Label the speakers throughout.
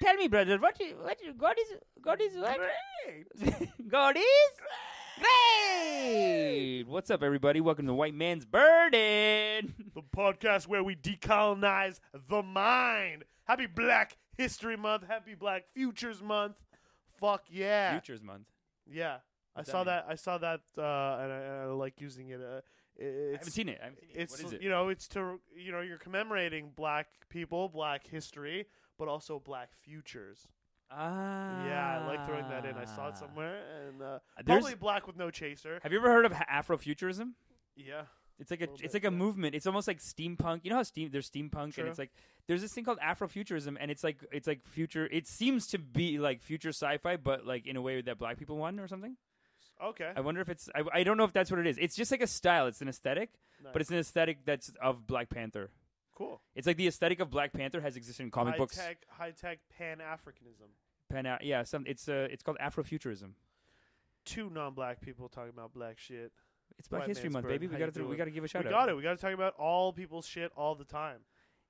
Speaker 1: tell me, brother, what you, what you, God is God is what? God is great. What's up, everybody? Welcome to White Man's Burden.
Speaker 2: The podcast where we decolonize the mind. Happy Black History Month. Happy Black Futures Month. Fuck yeah.
Speaker 1: Futures Month.
Speaker 2: Yeah. I
Speaker 1: What's that
Speaker 2: saw
Speaker 1: mean?
Speaker 2: that. I saw that, uh, and I, and I like using it. Uh, it-
Speaker 1: I
Speaker 2: it's,
Speaker 1: haven't seen it. I haven't seen it.
Speaker 2: it's
Speaker 1: what is it?
Speaker 2: you know, it's to you know, you're commemorating Black people, Black history, but also Black futures.
Speaker 1: ah,
Speaker 2: Yeah, I like throwing that in. I saw it somewhere, and uh,
Speaker 1: There's-
Speaker 2: probably Black with no chaser.
Speaker 1: Have you ever heard of Afrofuturism?
Speaker 2: Yeah,
Speaker 1: It's like a,
Speaker 2: Little
Speaker 1: it's
Speaker 2: bit,
Speaker 1: like a
Speaker 2: yeah.
Speaker 1: movement. It's almost like steampunk. You know how steam there's steampunk
Speaker 2: True.
Speaker 1: and it's like there's this thing called Afrofuturism and it's like it's like future. It seems to be like future sci-fi, but like in a way that black people won or something.
Speaker 2: okay.
Speaker 1: I wonder if it's I, I don't know if that's what it is. It's just like a style. It's an aesthetic,
Speaker 2: Nice.
Speaker 1: but it's an aesthetic that's of Black Panther.
Speaker 2: Cool.
Speaker 1: It's like the aesthetic of Black Panther has existed in comic
Speaker 2: high
Speaker 1: books.
Speaker 2: tech, high tech Pan Africanism.
Speaker 1: Pan out, yeah. Some it's uh, it's called Afrofuturism.
Speaker 2: Two non-black people talking about black shit.
Speaker 1: It's Black
Speaker 2: White
Speaker 1: History
Speaker 2: man's
Speaker 1: Month,
Speaker 2: burden.
Speaker 1: baby.
Speaker 2: How
Speaker 1: We
Speaker 2: you
Speaker 1: got to we
Speaker 2: doing?
Speaker 1: got to give a shout
Speaker 2: we
Speaker 1: out.
Speaker 2: got it. We got to talk about all people's shit all the time.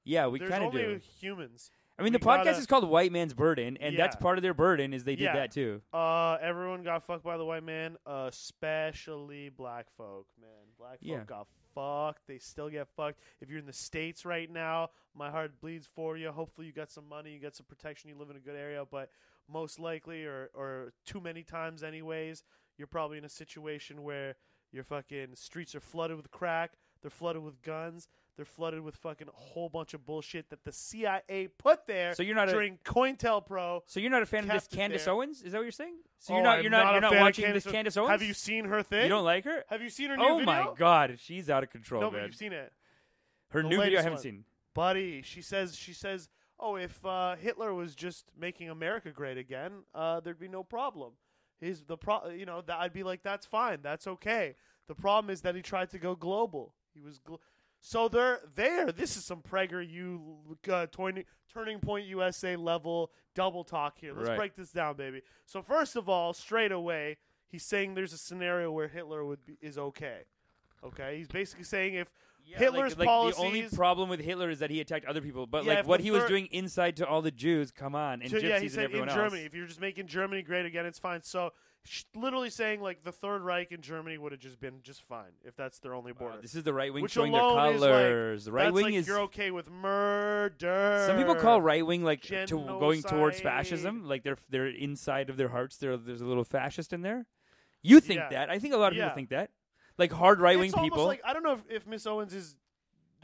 Speaker 1: Yeah, we
Speaker 2: There's
Speaker 1: kind of
Speaker 2: only
Speaker 1: do.
Speaker 2: humans.
Speaker 1: I mean,
Speaker 2: we
Speaker 1: the podcast
Speaker 2: gotta-
Speaker 1: is called White Man's Burden, and that's
Speaker 2: Yeah.
Speaker 1: part of their burden is they did
Speaker 2: Yeah.
Speaker 1: that too.
Speaker 2: Uh, everyone got fucked by the white man, uh, especially black folk. Man, black folk
Speaker 1: Yeah.
Speaker 2: got fucked. They still get fucked. If you're in the states right now, my heart bleeds for you. Hopefully, you got some money, you got some protection, you live in a good area. But most likely, or or too many times, anyways, you're probably in a situation where your fucking streets are flooded with crack. They're flooded with guns. They're flooded with fucking a whole bunch of bullshit that the CIA put there
Speaker 1: So you're not a-
Speaker 2: during COINTELPRO.
Speaker 1: So you're not a fan of this
Speaker 2: Kept it
Speaker 1: Candace
Speaker 2: there.
Speaker 1: Owens? Is that what you're saying? So
Speaker 2: Oh,
Speaker 1: you're not
Speaker 2: I'm
Speaker 1: you're not,
Speaker 2: a
Speaker 1: you're not
Speaker 2: fan of
Speaker 1: watching this
Speaker 2: Ow-
Speaker 1: Candace Owens?
Speaker 2: Have you seen her thing?
Speaker 1: You don't like her?
Speaker 2: Have you seen her new
Speaker 1: Oh
Speaker 2: video?
Speaker 1: my god, she's out of control,
Speaker 2: No, but
Speaker 1: man.
Speaker 2: you've seen it,
Speaker 1: Her
Speaker 2: the
Speaker 1: new video I
Speaker 2: latest
Speaker 1: haven't
Speaker 2: one.
Speaker 1: seen.
Speaker 2: buddy. She says she says, "Oh, if uh, Hitler was just making America great again, uh, there'd be no problem. He's the pro- you know that I'd be like, that's fine, that's okay. The problem is that he tried to go global. He was gl- so they're there. This is some Prager U uh, turning Turning Point USA level double talk here. Let's
Speaker 1: Right.
Speaker 2: break this down, baby. So first of all, straight away, he's saying there's a scenario where Hitler would be, is okay. Okay, he's basically saying if Hitler's
Speaker 1: like, like
Speaker 2: policies
Speaker 1: the only problem with Hitler is that he attacked other people, but
Speaker 2: Yeah,
Speaker 1: like
Speaker 2: if
Speaker 1: what
Speaker 2: the
Speaker 1: he was
Speaker 2: third-
Speaker 1: doing inside to all the Jews, come on, and
Speaker 2: So,
Speaker 1: gypsies
Speaker 2: yeah, he
Speaker 1: and
Speaker 2: said in
Speaker 1: everyone
Speaker 2: Germany,
Speaker 1: else.
Speaker 2: if you're just making Germany great again, it's fine. So, sh- literally saying like the Third Reich in Germany would have just been just fine if that's their only
Speaker 1: Wow,
Speaker 2: border.
Speaker 1: this is the right wing
Speaker 2: Which
Speaker 1: showing their
Speaker 2: alone is, like,
Speaker 1: colors. right
Speaker 2: that's
Speaker 1: wing
Speaker 2: like
Speaker 1: is
Speaker 2: you're okay with murder.
Speaker 1: some people call right wing like to going towards
Speaker 2: Genocide.
Speaker 1: fascism. Like they're they're inside of their hearts. There there's a little fascist in there. You think
Speaker 2: Yeah.
Speaker 1: that? I think a lot of
Speaker 2: Yeah.
Speaker 1: people think that. Like hard right wing
Speaker 2: it's almost
Speaker 1: people.
Speaker 2: Like I don't know if, if Miss Owens is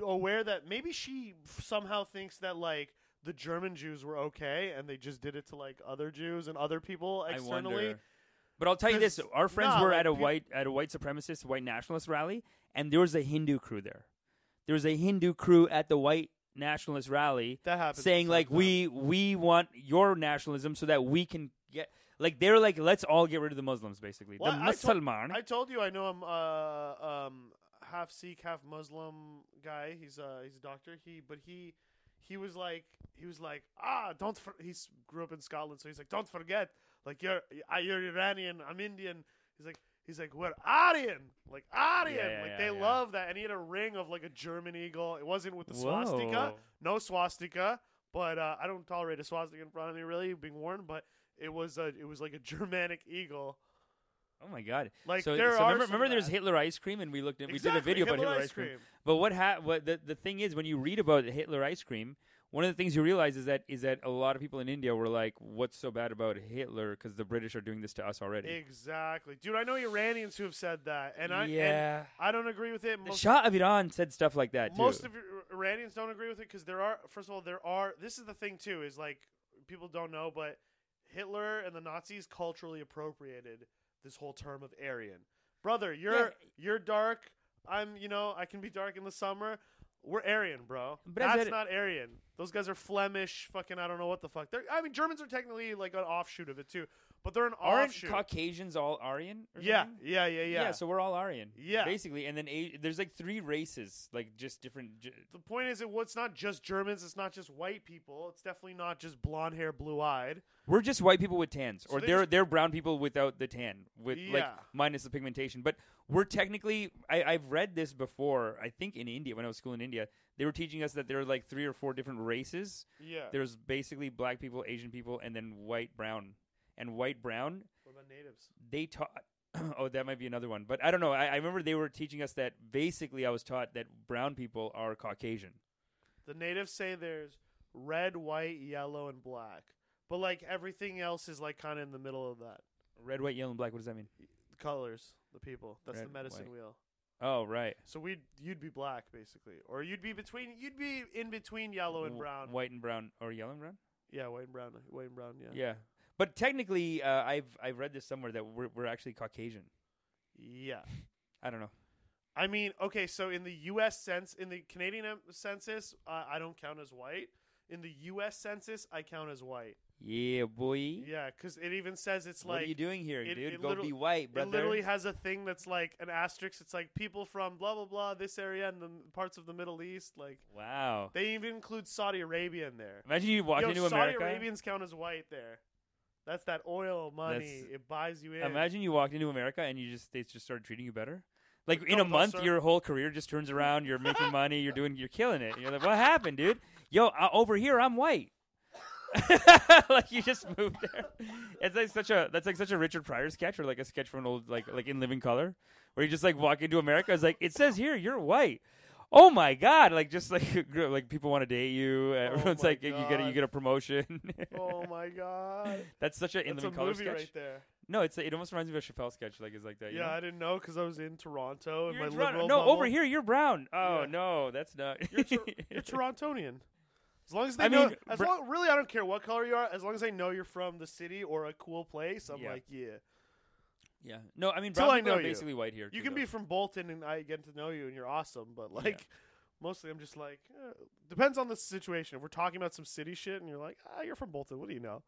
Speaker 2: aware that maybe she somehow thinks that like the German Jews were okay and they just did it to like other Jews and other people
Speaker 1: I
Speaker 2: externally.
Speaker 1: wonder. But I'll tell you this:
Speaker 2: 'Cause-
Speaker 1: our friends
Speaker 2: nah,
Speaker 1: were
Speaker 2: like,
Speaker 1: at a
Speaker 2: peop-
Speaker 1: white at a white supremacist, white nationalist rally, and there was a Hindu crew there. There was a Hindu crew at the white nationalist rally
Speaker 2: That happens.
Speaker 1: saying, like,
Speaker 2: sometimes.
Speaker 1: we we want your nationalism so that we can get like they're like, let's all get rid of the Muslims, basically.
Speaker 2: Well,
Speaker 1: the
Speaker 2: I- I told-
Speaker 1: Musalman.
Speaker 2: I told you I know I'm uh, um, half Sikh, half Muslim guy. He's uh, he's a doctor. He but he he was like he was like ah don't for-, he's grew up in Scotland, so he's like don't forget like you're I- you're Iranian, I'm Indian. He's like he's like we're Aryan, like Aryan,
Speaker 1: Yeah, yeah,
Speaker 2: like
Speaker 1: yeah,
Speaker 2: they
Speaker 1: yeah.
Speaker 2: love that. And he had a ring of like a German eagle. It wasn't with the swastika
Speaker 1: Whoa.
Speaker 2: no swastika, but uh, I don't tolerate a swastika in front of me really being worn. But it was a, it was like a Germanic eagle.
Speaker 1: Oh my god!
Speaker 2: Like,
Speaker 1: so,
Speaker 2: there
Speaker 1: so
Speaker 2: are
Speaker 1: remember,
Speaker 2: some
Speaker 1: remember
Speaker 2: of
Speaker 1: there's
Speaker 2: that.
Speaker 1: Hitler ice cream, and we looked at we did a
Speaker 2: Exactly,
Speaker 1: video about
Speaker 2: Hitler
Speaker 1: Hitler
Speaker 2: ice
Speaker 1: ice cream.
Speaker 2: cream.
Speaker 1: But what ha- what the, the thing is, when you read about Hitler ice cream, one of the things you realize is that is that a lot of people in India were like, "What's so bad about Hitler? Because the British are doing this to us already."
Speaker 2: Exactly, dude. I know Iranians who have said that, and I and
Speaker 1: yeah,
Speaker 2: I don't agree with it.
Speaker 1: the
Speaker 2: Most,
Speaker 1: Shah of Iran said stuff like that too.
Speaker 2: most of Ir- Iranians don't agree with it because there are. First of all, there are. This is the thing too. Is like people don't know, but Hitler and the Nazis culturally appropriated this whole term of Aryan. Brother, you're
Speaker 1: Yeah.
Speaker 2: you're dark. I'm. You know, I can be dark in the summer. We're Aryan, bro.
Speaker 1: But I
Speaker 2: That's
Speaker 1: said-
Speaker 2: not Aryan. Those guys are Flemish. Fucking, I don't know what the fuck. They're. I mean, Germans are technically like an offshoot of it too. but they're an
Speaker 1: Aren't
Speaker 2: offshoot.
Speaker 1: Caucasians all Aryan? Or
Speaker 2: yeah,
Speaker 1: something?
Speaker 2: yeah, yeah, yeah,
Speaker 1: So we're all Aryan.
Speaker 2: Yeah.
Speaker 1: Basically, and then a- there's like three races, like just different. J-
Speaker 2: the point is, it, well, it's not just Germans. It's not just white people. It's definitely not just blonde hair, blue eyed.
Speaker 1: we're just white people with tans,
Speaker 2: So
Speaker 1: or
Speaker 2: they
Speaker 1: they're
Speaker 2: just-
Speaker 1: they're brown people without the tan, with like
Speaker 2: Yeah.
Speaker 1: minus the pigmentation. But we're technically, I, I've read this before. I think in India, when I was school in India, they were teaching us that there are like three or four different races.
Speaker 2: Yeah.
Speaker 1: There's basically black people, Asian people, and then white brown. And white brown
Speaker 2: What about natives?
Speaker 1: they taught oh that might be another one but i don't know I, I remember they were teaching us that basically i was taught that brown people are caucasian
Speaker 2: The natives say there's red, white, yellow, and black. But like everything else is like kind of in the middle of that.
Speaker 1: red white yellow and black what does that mean
Speaker 2: The colors, the people. That's the
Speaker 1: Red,
Speaker 2: medicine
Speaker 1: white.
Speaker 2: wheel.
Speaker 1: oh right
Speaker 2: So we'd you'd be black basically, or you'd be between you'd be in between yellow and
Speaker 1: W-
Speaker 2: brown.
Speaker 1: white and brown or yellow and brown
Speaker 2: Yeah, white and brown. White and brown. Yeah.
Speaker 1: yeah, but technically uh, i've i've read this somewhere that we're, we're actually caucasian
Speaker 2: Yeah.
Speaker 1: i don't know
Speaker 2: I mean, okay, so in the U.S. sense, in the Canadian em- census, uh, I don't count as white. In the U.S. census, I count as white.
Speaker 1: yeah boy
Speaker 2: Yeah, because it even says it's
Speaker 1: what
Speaker 2: like
Speaker 1: are you doing here
Speaker 2: it-
Speaker 1: dude
Speaker 2: it
Speaker 1: go
Speaker 2: literally-
Speaker 1: be white brother
Speaker 2: It literally has a thing that's like an asterisk. It's like people from blah blah blah this area and the m- parts of the Middle East. Like
Speaker 1: wow
Speaker 2: they even include Saudi Arabia in there.
Speaker 1: imagine you walk
Speaker 2: Yo,
Speaker 1: into
Speaker 2: Saudi
Speaker 1: america
Speaker 2: Arabians count as white there. That's that oil money.
Speaker 1: That's-
Speaker 2: it buys you in.
Speaker 1: Imagine you walked into America and you just they just started treating you better. Like
Speaker 2: Like,
Speaker 1: in
Speaker 2: no,
Speaker 1: a
Speaker 2: no,
Speaker 1: month,
Speaker 2: sir.
Speaker 1: your whole career just turns around. You're making money. You're doing. You're killing it. You're like, what happened, dude? Yo, uh, over here, I'm white. like you just moved there. It's like such a that's like such a Richard Pryor sketch or like a sketch from an old like like in Living Color, where you just like walk into America. It's like it says here you're white. Oh my god! Like just like gr- like people want to date you. Everyone's
Speaker 2: Oh my
Speaker 1: like you get a, you
Speaker 2: God.
Speaker 1: get a promotion.
Speaker 2: oh my god,
Speaker 1: that's such a in
Speaker 2: that's a
Speaker 1: Living Color
Speaker 2: movie
Speaker 1: sketch.
Speaker 2: right there.
Speaker 1: No, it's it almost reminds me of a Chappelle sketch. Like it's like that. you
Speaker 2: Yeah,
Speaker 1: know?
Speaker 2: I didn't know because I was in Toronto and
Speaker 1: You're
Speaker 2: my
Speaker 1: in Toronto.
Speaker 2: liberal
Speaker 1: No,
Speaker 2: bubble.
Speaker 1: over here you're brown. Oh
Speaker 2: Yeah.
Speaker 1: no, that's not.
Speaker 2: You're, Tor- you're Torontonian. As long as they
Speaker 1: I
Speaker 2: know,
Speaker 1: mean,
Speaker 2: as
Speaker 1: br-
Speaker 2: long, really, I don't care what color you are. As long as they know you're from the city or a cool place, I'm
Speaker 1: Yeah.
Speaker 2: like, yeah.
Speaker 1: yeah. No, I mean
Speaker 2: Till
Speaker 1: brown
Speaker 2: I
Speaker 1: people
Speaker 2: know
Speaker 1: are
Speaker 2: you.
Speaker 1: basically white here.
Speaker 2: You
Speaker 1: too,
Speaker 2: can
Speaker 1: though.
Speaker 2: be from Bolton and I get to know you and you're awesome, but
Speaker 1: Yeah.
Speaker 2: like mostly I'm just like eh, depends on the situation. If we're talking about some city shit and you're like, "Ah, you're from Bolton, what do you know?"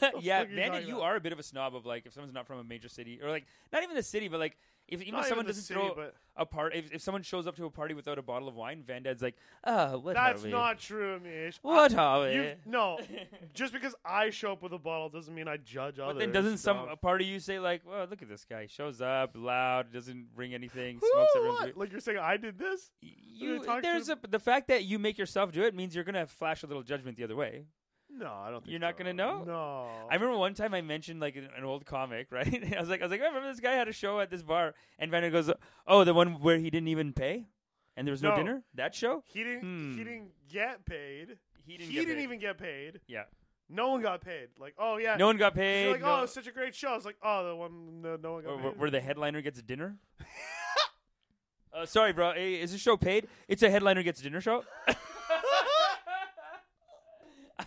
Speaker 2: the
Speaker 1: yeah,
Speaker 2: fuck are you
Speaker 1: man,
Speaker 2: talking
Speaker 1: you
Speaker 2: about?
Speaker 1: are a bit of a snob of like if someone's not from a major city or like not even the city, but like if even
Speaker 2: Not
Speaker 1: if someone
Speaker 2: even the
Speaker 1: doesn't
Speaker 2: city,
Speaker 1: throw
Speaker 2: but
Speaker 1: a party, if, if someone shows up to a party without a bottle of wine, Van Dad's like, oh, what
Speaker 2: that's
Speaker 1: are we?
Speaker 2: not true, Mish.
Speaker 1: what
Speaker 2: I-
Speaker 1: are we?
Speaker 2: you- no, just because I show up with a bottle doesn't mean I judge others.
Speaker 1: But then doesn't some
Speaker 2: dog.
Speaker 1: a part of you say like, well, look at this guy, shows up loud, doesn't bring anything,
Speaker 2: Who,
Speaker 1: smokes everyone's
Speaker 2: what?
Speaker 1: weed."
Speaker 2: like you're saying I did this?
Speaker 1: You,
Speaker 2: talk to
Speaker 1: there's a, the fact that you make yourself do it means you're gonna flash a little judgment the other way.
Speaker 2: No, I don't. think
Speaker 1: You're not
Speaker 2: so.
Speaker 1: gonna know?
Speaker 2: No,
Speaker 1: I remember one time I mentioned like an, an old comic, right? I was like, I was like, I remember this guy had a show at this bar, and Vander goes, "Oh, the one where he didn't even pay, and there was no,
Speaker 2: No.
Speaker 1: dinner. That show,
Speaker 2: he didn't. He
Speaker 1: Hmm.
Speaker 2: didn't get paid.
Speaker 1: he
Speaker 2: He
Speaker 1: get
Speaker 2: didn't
Speaker 1: paid.
Speaker 2: even get paid.
Speaker 1: Yeah.
Speaker 2: No one got paid. Like, oh yeah,
Speaker 1: No one got
Speaker 2: You're
Speaker 1: paid.
Speaker 2: like, oh,
Speaker 1: no-
Speaker 2: it's such a great show. I was like, oh, the one no, no one got
Speaker 1: or-
Speaker 2: paid.
Speaker 1: where, where the headliner gets dinner. uh, sorry, bro. Hey, is this show paid? It's a headliner gets dinner show.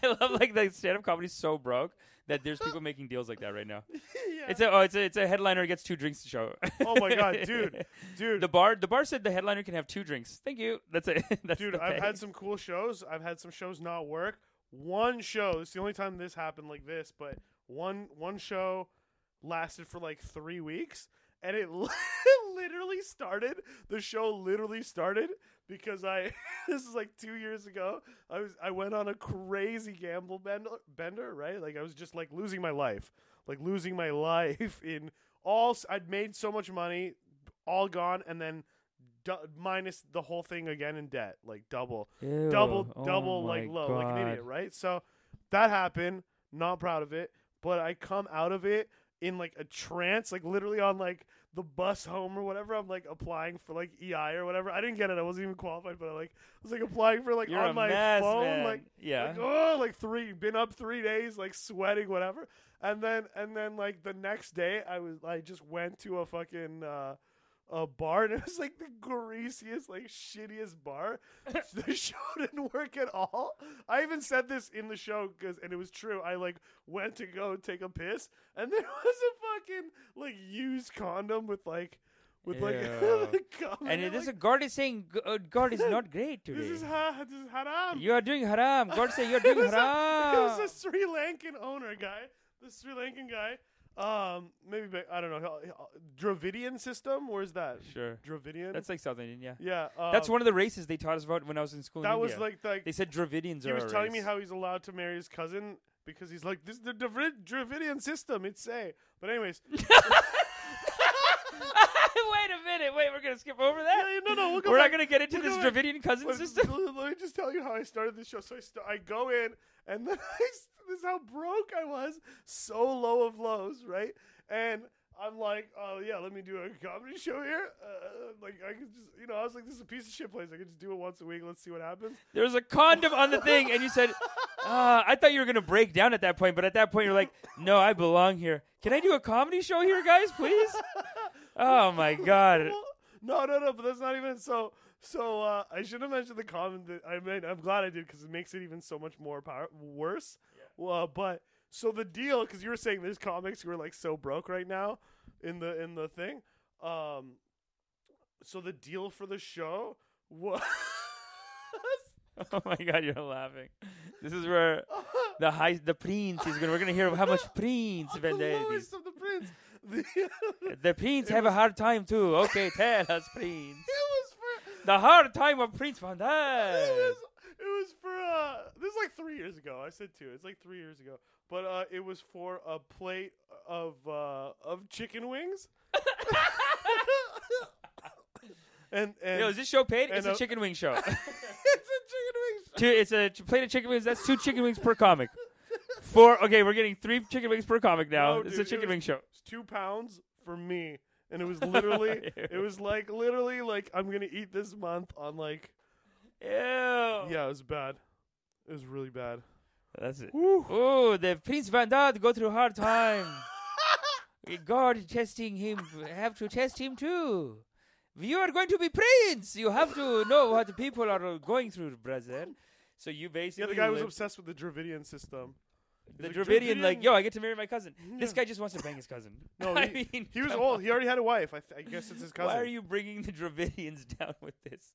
Speaker 1: I love like the stand-up comedy's so broke that there's people making deals like that right now.
Speaker 2: yeah.
Speaker 1: It's a oh, it's a it's a headliner gets two drinks to show.
Speaker 2: oh my god, dude, dude,
Speaker 1: The bar the bar said the headliner can have two drinks. Thank you. That's it. That's
Speaker 2: dude.
Speaker 1: the
Speaker 2: I've
Speaker 1: pay.
Speaker 2: had some cool shows. I've had some shows not work. One show. It's the only time this happened like this. But one one show lasted for like three weeks, and it li- literally started. The show literally started because I. this is like two years ago. I was I went on a crazy gamble bender, bender right? Like I was just like losing my life, like losing my life in all. s- I'd made so much money, all gone, and then. Du- minus the whole thing again in debt, like double double
Speaker 1: Ew.
Speaker 2: double
Speaker 1: Oh
Speaker 2: like
Speaker 1: my
Speaker 2: low like an idiot
Speaker 1: God.
Speaker 2: right so that happened not proud of it but i come out of it in like a trance like literally on like the bus home or whatever i'm like applying for like ei or whatever i didn't get it i wasn't even qualified but i like I was like applying for like
Speaker 1: You're
Speaker 2: on
Speaker 1: a
Speaker 2: my
Speaker 1: mess,
Speaker 2: phone
Speaker 1: man.
Speaker 2: like
Speaker 1: yeah.
Speaker 2: like oh like three been up three days like sweating whatever and then and then like the next day i was i just went to a fucking uh a bar and it was like the greasiest like shittiest bar the show didn't work at all i even said this in the show because and it was true i like went to go take a piss and there was a fucking like used condom with like with like
Speaker 1: Ew.
Speaker 2: the cum in
Speaker 1: and
Speaker 2: it,
Speaker 1: this
Speaker 2: like,
Speaker 1: is God is saying "G- uh, God is not great today.
Speaker 2: this is ha- this is haram
Speaker 1: you are doing haram. God say you're
Speaker 2: it
Speaker 1: doing
Speaker 2: was
Speaker 1: haram.
Speaker 2: A, it was a Sri Lankan owner guy the Sri Lankan guy. Um, maybe ba- I don't know. he'll- he'll- Dravidian system. Where's that?
Speaker 1: Sure.
Speaker 2: Dravidian.
Speaker 1: That's like South Indian, yeah.
Speaker 2: yeah. Um,
Speaker 1: That's one of the races they taught us about when I was in school. in
Speaker 2: That was
Speaker 1: India.
Speaker 2: like like
Speaker 1: they said Dravidians
Speaker 2: he
Speaker 1: are.
Speaker 2: was
Speaker 1: a
Speaker 2: telling me
Speaker 1: race.
Speaker 2: how he's allowed to marry his cousin because he's like this is the Dravid- Dravidian system. It's say. But anyways,
Speaker 1: wait a minute. Wait, we're gonna skip over that.
Speaker 2: Yeah, no, no, we'll go
Speaker 1: we're not
Speaker 2: back.
Speaker 1: gonna get into
Speaker 2: We'll
Speaker 1: this
Speaker 2: go back.
Speaker 1: Dravidian cousin
Speaker 2: let,
Speaker 1: system.
Speaker 2: let- let me just tell you how I started this show. So I, st- I go in, and then I, s- this is how broke I was. So low of lows, right? And I'm like, oh, yeah, let me do a comedy show here. Uh, like, I could just, you know, I was like, this is a piece of shit place. I could just do it once a week. Let's see what happens.
Speaker 1: There was a condom on the thing, and you said, uh, I thought you were going to break down at that point, but at that point, you're like, no, I belong here. Can I do a comedy show here, guys, please? Oh, my God.
Speaker 2: Well, No, no, no, but that's not even so. So uh, I should have mentioned the comment that I mean. I'm glad I did because it makes it even so much more power worse. Well, but so the deal because you were saying there's comics who are like so broke right now in the in the thing. Um, so the deal for the show was
Speaker 1: Oh, my God, you're laughing. This is where the high, the prince is going to, we're going to hear how much prince
Speaker 2: the
Speaker 1: Vendetti.
Speaker 2: lowest of the prince. The-
Speaker 1: The prince have a hard time, too. Okay, tell us, prince.
Speaker 2: it was for
Speaker 1: The hard time of Prince Van
Speaker 2: it
Speaker 1: Dyke.
Speaker 2: was it was for uh this is like three years ago. I said two. It's like three years ago. But uh it was for a plate of uh of chicken wings. and and
Speaker 1: Yo, is this show paid?
Speaker 2: and
Speaker 1: It's a
Speaker 2: a-
Speaker 1: chicken wing show.
Speaker 2: it's a chicken wings.
Speaker 1: Two, it's a ch- plate of chicken wings. That's two chicken wings per comic. Four. Okay, we're getting three chicken wings per comic now.
Speaker 2: No,
Speaker 1: it's
Speaker 2: dude,
Speaker 1: a
Speaker 2: it
Speaker 1: chicken
Speaker 2: was-
Speaker 1: wing show.
Speaker 2: It's two pounds for me. And it was literally it was like literally like I'm gonna eat this month on like
Speaker 1: Ew. Oh.
Speaker 2: Yeah, it was bad. It was really bad.
Speaker 1: That's it.
Speaker 2: Woo.
Speaker 1: Oh, the Prince Van Dad go through a hard time. God testing him. Have to test him too. You are going to be prince. You have to know what the people are going through, brother. So you
Speaker 2: Yeah,
Speaker 1: basically
Speaker 2: the guy was
Speaker 1: live-
Speaker 2: obsessed with the Dravidian system.
Speaker 1: the
Speaker 2: He's like,
Speaker 1: Dravidian, like,
Speaker 2: "Dravidian."
Speaker 1: yo, I get to marry my cousin. This
Speaker 2: Yeah.
Speaker 1: guy just wants to bang his cousin.
Speaker 2: No,
Speaker 1: I
Speaker 2: he,
Speaker 1: mean,
Speaker 2: he was
Speaker 1: come
Speaker 2: old.
Speaker 1: on.
Speaker 2: He already had a wife. I, th- I guess it's his cousin.
Speaker 1: Why are you bringing the Dravidians down with this?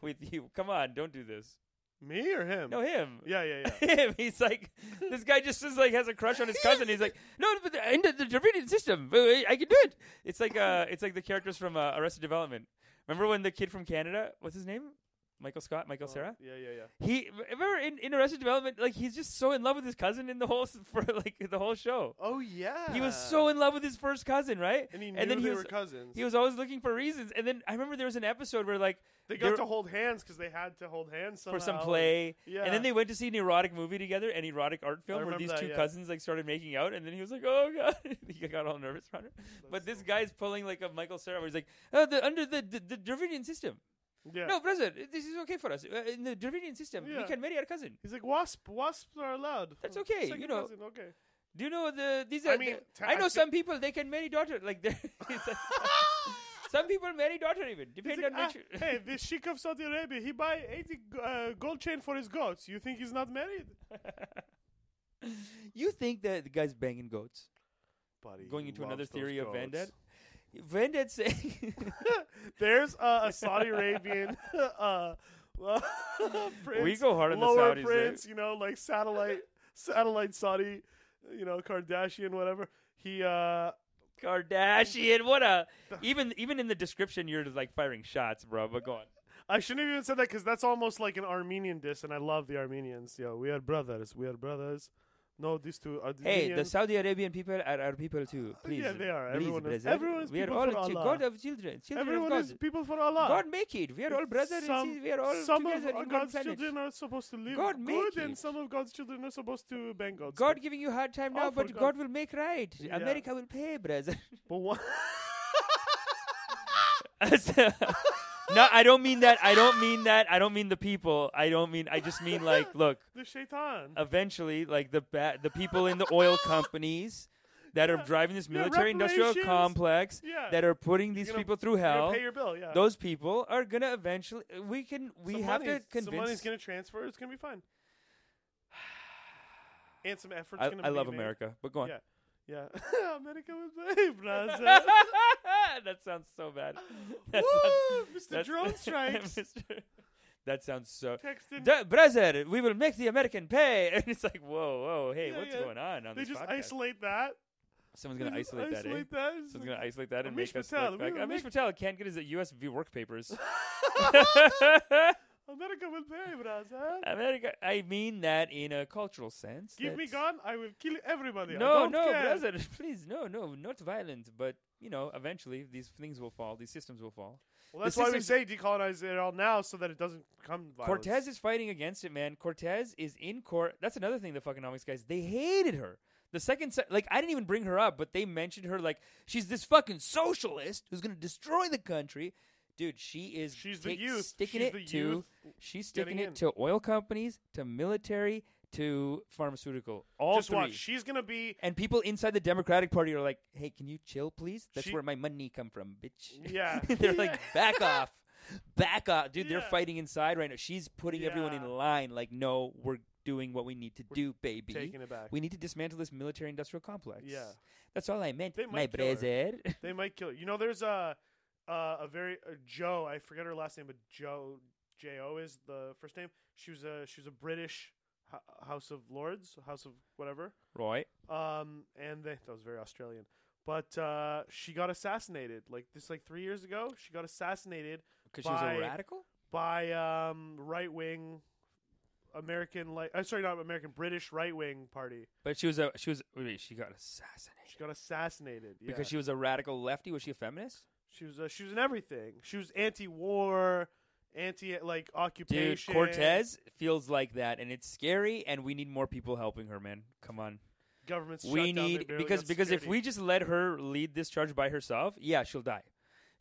Speaker 1: With you? Come on, don't do this.
Speaker 2: Me or him?
Speaker 1: No, him.
Speaker 2: Yeah, yeah, yeah.
Speaker 1: Him. He's like, this guy just is like has a crush on his cousin. He's like, no, but the, in the, the Dravidian system, uh, I can do it. It's like, uh, it's like the characters from uh, Arrested Development. Remember when the kid from Canada, what's his name? Michael Scott, Michael
Speaker 2: Oh,
Speaker 1: Sarah.
Speaker 2: Yeah, yeah, yeah.
Speaker 1: He remember in, in Arrested Development, like he's just so in love with his cousin in the whole s- for like the whole show.
Speaker 2: Oh yeah.
Speaker 1: He was so in love with his first cousin, right?
Speaker 2: And he knew
Speaker 1: then
Speaker 2: they
Speaker 1: he
Speaker 2: were
Speaker 1: was-
Speaker 2: cousins.
Speaker 1: He was always looking for reasons. And then I remember there was an episode where like
Speaker 2: they
Speaker 1: they were-
Speaker 2: got to hold hands because they had to hold hands somehow.
Speaker 1: for some
Speaker 2: and-
Speaker 1: play.
Speaker 2: Yeah.
Speaker 1: And then they went to see an erotic movie together, an erotic art film where
Speaker 2: remember
Speaker 1: these
Speaker 2: that,
Speaker 1: two
Speaker 2: yeah.
Speaker 1: cousins like started making out and then he was like, Oh god he got all nervous around her. but this guy's pulling like a Michael Sarah where he's like, Oh the under the the, the Dravidian system.
Speaker 2: Yeah.
Speaker 1: No, brother, this is okay for us. Uh, in the Dravidian system, we
Speaker 2: Yeah.
Speaker 1: can marry our cousin.
Speaker 2: He's like wasp. Wasps are allowed.
Speaker 1: That's
Speaker 2: Uh,
Speaker 1: okay, you
Speaker 2: second
Speaker 1: know.
Speaker 2: cousin, okay.
Speaker 1: Do you know the these are
Speaker 2: I
Speaker 1: the- I,
Speaker 2: mean, ta- I
Speaker 1: know
Speaker 2: thi-
Speaker 1: some people they can marry daughter like they're- it's like- some people marry daughter even
Speaker 2: He's
Speaker 1: depending
Speaker 2: like,
Speaker 1: on
Speaker 2: ah,
Speaker 1: which
Speaker 2: hey, this sheikh of Saudi Arabia, he buy eighty g- uh, gold chain for his goats. You think he's not married,
Speaker 1: You think that the guy's banging goats?
Speaker 2: buddy?
Speaker 1: Going into another theory of Van
Speaker 2: Vended.
Speaker 1: Dad? Van Dad saying
Speaker 2: There's uh, a Saudi Arabian. uh, prince,
Speaker 1: We go hard on the
Speaker 2: lower
Speaker 1: Saudis, eh?
Speaker 2: prince, you know, like satellite, satellite Saudi, you know, Kardashian, whatever. He, uh,
Speaker 1: Kardashian, what a even even in the description you're just like firing shots, bro. But go on.
Speaker 2: I shouldn't have even said that because that's almost like an Armenian diss, and I love the Armenians. Yo, we are brothers. We are brothers. No, these two are.
Speaker 1: Hey, the
Speaker 2: Armenians.
Speaker 1: Saudi Arabian people are our people too. Please,
Speaker 2: yeah, they are.
Speaker 1: Please,
Speaker 2: Everyone is-
Speaker 1: brother.
Speaker 2: everyone is
Speaker 1: we are
Speaker 2: people
Speaker 1: all
Speaker 2: for
Speaker 1: chi-
Speaker 2: Allah.
Speaker 1: God of children. Children
Speaker 2: everyone
Speaker 1: of
Speaker 2: is
Speaker 1: God.
Speaker 2: people for Allah.
Speaker 1: God make it. We are all brothers.
Speaker 2: Some-
Speaker 1: and we are all
Speaker 2: some of
Speaker 1: together in one
Speaker 2: God's
Speaker 1: planet.
Speaker 2: children are supposed to live
Speaker 1: God make
Speaker 2: good, and
Speaker 1: it.
Speaker 2: some of God's children are supposed to bang goats.
Speaker 1: God giving you hard time now,
Speaker 2: Oh, for
Speaker 1: but
Speaker 2: God.
Speaker 1: God. will make right.
Speaker 2: Yeah.
Speaker 1: America will pay, brother.
Speaker 2: but one.
Speaker 1: no, I don't mean that. I don't mean that. I don't mean the people. I don't mean. I just mean like, look.
Speaker 2: the shaitan.
Speaker 1: Uh, Eventually, like the ba- the people in the oil companies that are driving this
Speaker 2: Yeah,
Speaker 1: military industrial
Speaker 2: reparations.
Speaker 1: complex
Speaker 2: Yeah.
Speaker 1: that are putting these
Speaker 2: You're gonna-
Speaker 1: people through
Speaker 2: You're gonna
Speaker 1: hell.
Speaker 2: Pay your bill. Yeah.
Speaker 1: Those people are gonna eventually. We can. We
Speaker 2: Some
Speaker 1: have
Speaker 2: money's-
Speaker 1: to convince.
Speaker 2: Some money's gonna transfer. It's gonna be fine. And some effort's
Speaker 1: I,
Speaker 2: gonna.
Speaker 1: I
Speaker 2: be
Speaker 1: love
Speaker 2: made.
Speaker 1: America, but go on.
Speaker 2: Yeah. Yeah, America was hey, Brazil.
Speaker 1: that sounds so bad. That sounds-
Speaker 2: Woo, Mr.
Speaker 1: that's-
Speaker 2: Drone Strikes.
Speaker 1: Mr. That sounds so.
Speaker 2: Texting.
Speaker 1: Da- Brazil, we will make the American pay, and it's like, whoa, whoa, hey,
Speaker 2: Yeah,
Speaker 1: what's
Speaker 2: yeah.
Speaker 1: going on on
Speaker 2: they
Speaker 1: this
Speaker 2: just
Speaker 1: podcast?
Speaker 2: isolate that.
Speaker 1: Someone's gonna
Speaker 2: They just
Speaker 1: isolate, that. Eh?
Speaker 2: isolate that.
Speaker 1: Someone's
Speaker 2: It's like-
Speaker 1: gonna isolate that and
Speaker 2: Amish
Speaker 1: make us
Speaker 2: Patel,
Speaker 1: look
Speaker 2: we
Speaker 1: back.
Speaker 2: will
Speaker 1: Amish
Speaker 2: make-
Speaker 1: Patel can't get his USV work papers.
Speaker 2: America will pay, Brazil.
Speaker 1: America, I mean that in a cultural sense.
Speaker 2: Give me
Speaker 1: that's-
Speaker 2: gun, I will kill everybody. I
Speaker 1: No,
Speaker 2: don't
Speaker 1: no,
Speaker 2: care.
Speaker 1: brother, please, no, no, not violent. But you know, eventually these things will fall. These systems will fall.
Speaker 2: Well, that's why we
Speaker 1: system's-
Speaker 2: say decolonize it all now so that it doesn't come violence.
Speaker 1: Cortez is fighting against it, man. Cortez is in court. That's another thing. The fuckingomics guys, they hated her. The second, se- like, I didn't even bring her up, but they mentioned her like she's this fucking socialist who's gonna destroy the country. Dude, she is.
Speaker 2: She's the
Speaker 1: take-
Speaker 2: youth.
Speaker 1: Sticking
Speaker 2: She's
Speaker 1: it
Speaker 2: the
Speaker 1: to.
Speaker 2: youth
Speaker 1: She's sticking
Speaker 2: getting
Speaker 1: it
Speaker 2: in.
Speaker 1: to oil companies, to military, to pharmaceutical. All
Speaker 2: Just
Speaker 1: three.
Speaker 2: watch. She's gonna be.
Speaker 1: And people inside the Democratic Party are like, "Hey, can you chill, please? That's
Speaker 2: She-
Speaker 1: where my money come from, bitch."
Speaker 2: Yeah.
Speaker 1: they're
Speaker 2: Yeah.
Speaker 1: like, "Back off, back off, dude." They're
Speaker 2: Yeah.
Speaker 1: fighting inside right now. She's putting everyone in
Speaker 2: Yeah.
Speaker 1: line. Like, no, we're doing what we need to
Speaker 2: We're
Speaker 1: do, baby.
Speaker 2: taking it back.
Speaker 1: We need to dismantle this military-industrial complex.
Speaker 2: Yeah.
Speaker 1: that's all I meant,
Speaker 2: They
Speaker 1: my
Speaker 2: might kill her.
Speaker 1: brother.
Speaker 2: They might kill. You know, there's a uh, a very uh, Joe. I forget her last name, but Joe J O is the first name. She was a she was a British Ho- House of Lords, House of whatever.
Speaker 1: Roy,
Speaker 2: Um, and they, that was very Australian. But uh, she got assassinated like this, like three years ago. She got assassinated
Speaker 1: because she was
Speaker 2: By-
Speaker 1: a radical.
Speaker 2: by um, right wing American, like I'm sorry, not American, British right wing party.
Speaker 1: But she was a she was wait, she got assassinated
Speaker 2: She got assassinated yeah.
Speaker 1: because she was a radical lefty. Was she a feminist?
Speaker 2: She was uh, she was in everything. She was anti-war, anti like occupation.
Speaker 1: Dude, Cortez feels like that, and it's scary. And we need more people helping her, man. Come on,
Speaker 2: government.
Speaker 1: we need because because if we just let her lead this charge by herself, yeah, she'll die.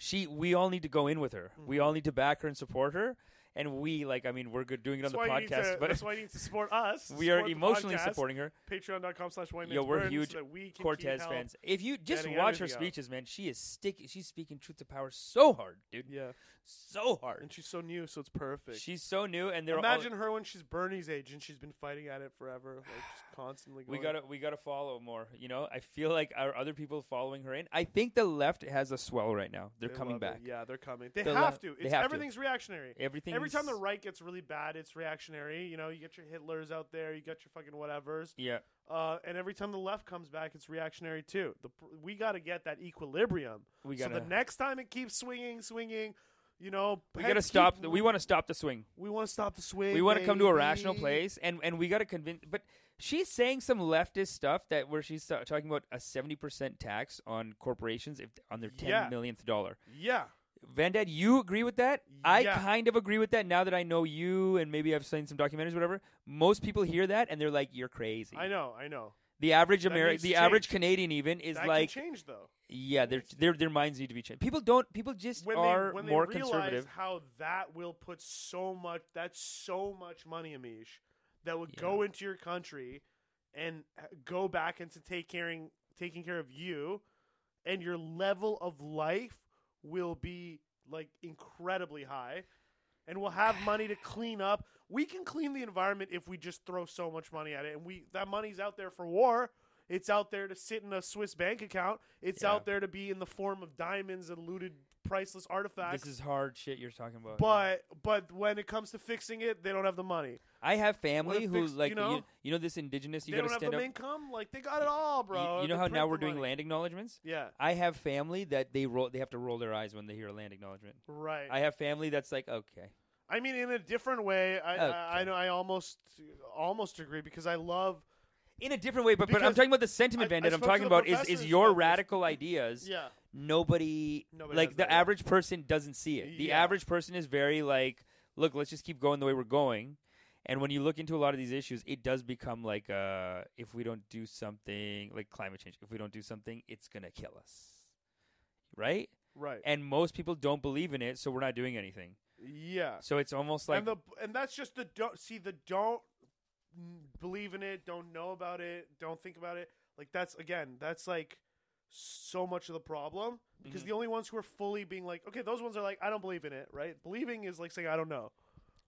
Speaker 1: She, we all need to go in with her.
Speaker 2: Mm-hmm.
Speaker 1: We all need to back her and support her. And we, like, I mean, we're good doing it
Speaker 2: that's
Speaker 1: on
Speaker 2: why
Speaker 1: the
Speaker 2: you need
Speaker 1: podcast,
Speaker 2: to, that's
Speaker 1: but
Speaker 2: why you need to support us.
Speaker 1: we are
Speaker 2: support the
Speaker 1: emotionally
Speaker 2: podcast,
Speaker 1: supporting her.
Speaker 2: Patreon.com slash white
Speaker 1: Yo,
Speaker 2: man's
Speaker 1: we're
Speaker 2: burden so
Speaker 1: huge
Speaker 2: that we can keep
Speaker 1: Cortez
Speaker 2: help.
Speaker 1: fans, if you just
Speaker 2: getting
Speaker 1: watch her
Speaker 2: everything out.
Speaker 1: speeches, man, she is stick. She's speaking truth to power so hard, dude,
Speaker 2: Yeah,
Speaker 1: so hard.
Speaker 2: and she's so new, so it's perfect.
Speaker 1: She's so new, and they're all-
Speaker 2: Imagine her when she's Bernie's age and she's been fighting at it forever, like just constantly.
Speaker 1: We
Speaker 2: Going,
Speaker 1: gotta we gotta follow more. You know, I feel like are other people following her in? I think the left has a swell right now. They're
Speaker 2: They
Speaker 1: coming
Speaker 2: love it.
Speaker 1: back.
Speaker 2: Yeah, they're coming. They
Speaker 1: They
Speaker 2: have
Speaker 1: love-
Speaker 2: to.
Speaker 1: they
Speaker 2: It's
Speaker 1: have to.
Speaker 2: everything's reactionary.
Speaker 1: Everything.
Speaker 2: Every time the right gets really bad, it's reactionary. You know, you get your Hitlers out there, you got your fucking whatevers.
Speaker 1: yeah,
Speaker 2: Uh, and every time the left comes back, it's reactionary too. The, pr- we got to get that equilibrium.
Speaker 1: we
Speaker 2: So
Speaker 1: gotta
Speaker 2: the next time it keeps swinging, swinging, you know,
Speaker 1: we
Speaker 2: heck,
Speaker 1: gotta stop.
Speaker 2: keep-
Speaker 1: The, we want to stop the swing.
Speaker 2: we want to stop the swing.
Speaker 1: We want to come to a rational
Speaker 2: baby.
Speaker 1: place, and and we gotta convince. But she's saying some leftist stuff that where she's ta- talking about a seventy percent tax on corporations if on their ten
Speaker 2: Yeah.
Speaker 1: millionth dollar.
Speaker 2: Yeah,
Speaker 1: Van Dad, you agree with that? I
Speaker 2: Yeah.
Speaker 1: kind of agree with that now that I know you, and maybe I've seen some documentaries, whatever. Most people hear that and they're like, "You're crazy."
Speaker 2: I know, I know.
Speaker 1: The average
Speaker 2: That
Speaker 1: American,
Speaker 2: needs to
Speaker 1: the average
Speaker 2: change.
Speaker 1: Canadian, even is
Speaker 2: that
Speaker 1: like,
Speaker 2: can change though.
Speaker 1: yeah, their their their minds need to be changed. People don't. People just
Speaker 2: When
Speaker 1: are
Speaker 2: they when
Speaker 1: more
Speaker 2: they realize
Speaker 1: conservative.
Speaker 2: how that will put so much that's so much money, Amish, that would go into your country and uh, go back into take caring taking care of you, and your level of life will be like incredibly high, and we'll have money to clean up. We can clean the environment if we just throw so much money at it, and we that money's out there for war. It's out there to sit in a Swiss bank account. It's
Speaker 1: Yeah.
Speaker 2: out there to be in the form of diamonds and looted priceless artifacts.
Speaker 1: This is hard shit you're talking about.
Speaker 2: but but when it comes to fixing it, they don't have the money.
Speaker 1: I have family
Speaker 2: if
Speaker 1: who
Speaker 2: it's-
Speaker 1: like
Speaker 2: you
Speaker 1: you
Speaker 2: know-
Speaker 1: know, you, know this indigenous. You
Speaker 2: they
Speaker 1: got to
Speaker 2: don't have
Speaker 1: stand
Speaker 2: the
Speaker 1: up.
Speaker 2: income. Like they got it all,
Speaker 1: You-
Speaker 2: bro.
Speaker 1: you know
Speaker 2: They
Speaker 1: how
Speaker 2: print
Speaker 1: now
Speaker 2: the
Speaker 1: we're doing
Speaker 2: money.
Speaker 1: land acknowledgments.
Speaker 2: Yeah,
Speaker 1: I have family that they roll. They have to roll their eyes when they hear a land acknowledgement.
Speaker 2: right.
Speaker 1: I have family that's like, okay,
Speaker 2: I mean, in a different way, I, I, I
Speaker 1: Okay.
Speaker 2: know I almost almost agree because I love.
Speaker 1: in a different way. But but I'm
Speaker 2: Because
Speaker 1: talking about the sentiment,
Speaker 2: I- I
Speaker 1: Bandit. I'm
Speaker 2: spoke to
Speaker 1: talking
Speaker 2: the
Speaker 1: about is
Speaker 2: professors
Speaker 1: is your
Speaker 2: about this.
Speaker 1: radical ideas.
Speaker 2: Yeah,
Speaker 1: nobody,
Speaker 2: Nobody
Speaker 1: like
Speaker 2: has
Speaker 1: the
Speaker 2: that, yeah.
Speaker 1: average person doesn't see it. The
Speaker 2: Yeah.
Speaker 1: average person is very like, look, let's just keep going the way we're going. And when you look into a lot of these issues, it does become like, uh, if we don't do something, like climate change, if we don't do something, it's gonna kill us, right?
Speaker 2: right.
Speaker 1: And most people don't believe in it, so we're not doing anything.
Speaker 2: Yeah,
Speaker 1: So it's almost like
Speaker 2: and the and that's just the don't see the don't believe in it, don't know about it, don't think about it. Like that's again, that's like so much of the problem because
Speaker 1: Mhm.
Speaker 2: the only ones who are fully being like, okay, those ones are like, I don't believe in it, right? Believing is like saying I don't know,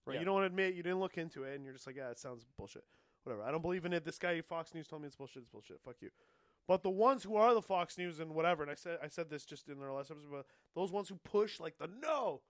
Speaker 2: right?
Speaker 1: Yeah.
Speaker 2: You don't want to admit you didn't look into it, and you're just like, yeah, it sounds bullshit, whatever. I don't believe in it. This guy Fox News told me it's bullshit. It's bullshit. Fuck you. But the ones who are the Fox News and whatever, and I said I said this just in their last episode, but those ones who push like the no,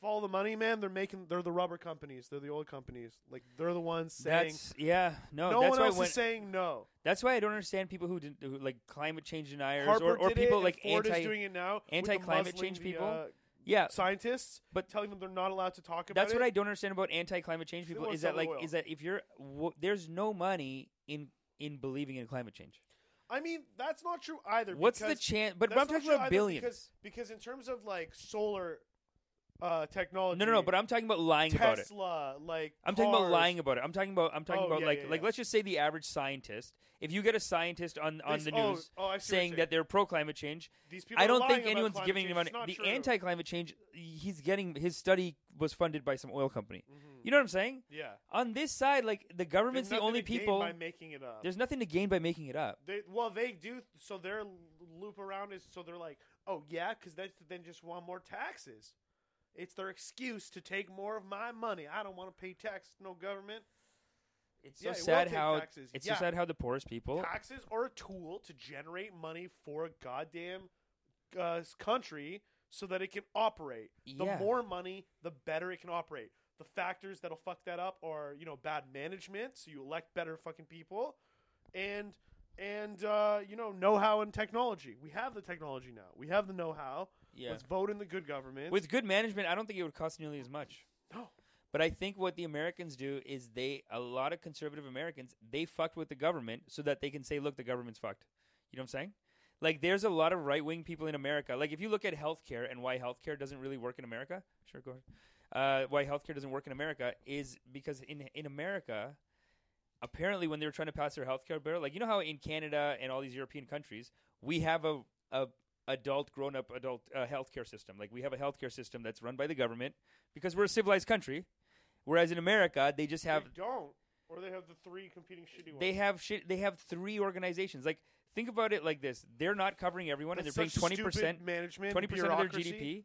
Speaker 2: follow the money, man. They're making they're the rubber companies. They're the oil companies. Like they're the ones saying
Speaker 1: That's yeah. No,
Speaker 2: no
Speaker 1: that's
Speaker 2: one
Speaker 1: why
Speaker 2: else
Speaker 1: when,
Speaker 2: is saying no.
Speaker 1: that's why I don't understand people who, didn't, who like climate change deniers
Speaker 2: Harper
Speaker 1: or, or
Speaker 2: did
Speaker 1: people
Speaker 2: it,
Speaker 1: like
Speaker 2: and Ford
Speaker 1: anti
Speaker 2: is doing it now. with the
Speaker 1: anti-climate
Speaker 2: muzzling
Speaker 1: change
Speaker 2: the,
Speaker 1: people.
Speaker 2: uh,
Speaker 1: yeah.
Speaker 2: scientists,
Speaker 1: But-
Speaker 2: but telling them they're not allowed to talk about
Speaker 1: That's
Speaker 2: it.
Speaker 1: what I don't understand about anti-climate change
Speaker 2: Still
Speaker 1: people
Speaker 2: want
Speaker 1: is that
Speaker 2: some
Speaker 1: like
Speaker 2: oil.
Speaker 1: is that if you're w- there's no money in in believing in climate change.
Speaker 2: I mean, that's not true either.
Speaker 1: What's the
Speaker 2: because-
Speaker 1: chance? But,
Speaker 2: that's
Speaker 1: I'm
Speaker 2: not
Speaker 1: talking
Speaker 2: true
Speaker 1: about
Speaker 2: either
Speaker 1: billions.
Speaker 2: Because, because in terms of like solar uh, technology,
Speaker 1: no, no, no. But I'm talking about lying
Speaker 2: Tesla,
Speaker 1: about it.
Speaker 2: like
Speaker 1: I'm talking about
Speaker 2: cars,
Speaker 1: lying about it. I'm talking about I'm talking
Speaker 2: Oh,
Speaker 1: about
Speaker 2: yeah,
Speaker 1: like
Speaker 2: yeah,
Speaker 1: like
Speaker 2: yeah.
Speaker 1: let's just say the average scientist. If you get a scientist on on
Speaker 2: These-
Speaker 1: the
Speaker 2: oh,
Speaker 1: news
Speaker 2: oh, I see what you're
Speaker 1: saying that they're pro climate change,
Speaker 2: These people
Speaker 1: I
Speaker 2: are
Speaker 1: don't
Speaker 2: lying
Speaker 1: think
Speaker 2: about
Speaker 1: anyone's
Speaker 2: climate
Speaker 1: giving
Speaker 2: change.
Speaker 1: him money.
Speaker 2: It's not
Speaker 1: The
Speaker 2: true.
Speaker 1: anti-climate change, he's getting his study was funded by some oil company.
Speaker 2: Mhm.
Speaker 1: You know what I'm saying?
Speaker 2: Yeah,
Speaker 1: On this side, like the government's
Speaker 2: There's
Speaker 1: the
Speaker 2: nothing
Speaker 1: only
Speaker 2: to gain
Speaker 1: people.
Speaker 2: by making it up.
Speaker 1: There's nothing to gain by making it up.
Speaker 2: They, well, they do. So their loop around is so they're like, oh yeah, because that's then just want more taxes. It's their excuse to take more of my money. I don't want to pay tax, no government
Speaker 1: It's so
Speaker 2: Yeah, it will
Speaker 1: sad
Speaker 2: take
Speaker 1: how
Speaker 2: taxes.
Speaker 1: it's
Speaker 2: Yeah.
Speaker 1: so sad how the poorest people.
Speaker 2: taxes are a tool to generate money for a goddamn uh, country so that it can operate.
Speaker 1: Yeah.
Speaker 2: The more money, the better it can operate. The factors that'll fuck that up are you know bad management, so you elect better fucking people, and and uh, you know know-how and technology. We have the technology now. We have the know-how.
Speaker 1: Yeah.
Speaker 2: Let's vote in the good government.
Speaker 1: With good management, I don't think it would cost nearly as much.
Speaker 2: No.
Speaker 1: But I think what the Americans do is they a lot of conservative Americans they fucked with the government so that they can say, look, the government's fucked. You know what I'm saying? Like there's a lot of right wing people in America. Like if you look at healthcare and why healthcare doesn't really work in America, sure, go ahead. Uh, why healthcare doesn't work in America is because in in America, apparently when they were trying to pass their healthcare bill, like you know how in Canada and all these European countries we have a a adult grown up adult uh, healthcare system. Like we have a healthcare system that's run by the government because we're a civilized country. Whereas in America, they just
Speaker 2: They
Speaker 1: have
Speaker 2: don't, or they have the three competing shitty ones.
Speaker 1: they have shit. They have three organizations. Like think about it like this: they're not covering everyone,
Speaker 2: That's
Speaker 1: and they're paying
Speaker 2: such
Speaker 1: twenty
Speaker 2: stupid
Speaker 1: percent,
Speaker 2: management,
Speaker 1: twenty percent of their
Speaker 2: bureaucracy.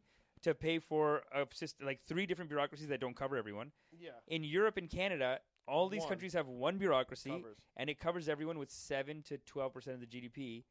Speaker 1: GDP to pay for a system, like three different bureaucracies that don't cover everyone.
Speaker 2: Yeah,
Speaker 1: In Europe and Canada, all these
Speaker 2: One.
Speaker 1: countries have one bureaucracy,
Speaker 2: covers.
Speaker 1: and it covers everyone with seven to twelve percent of the GDP.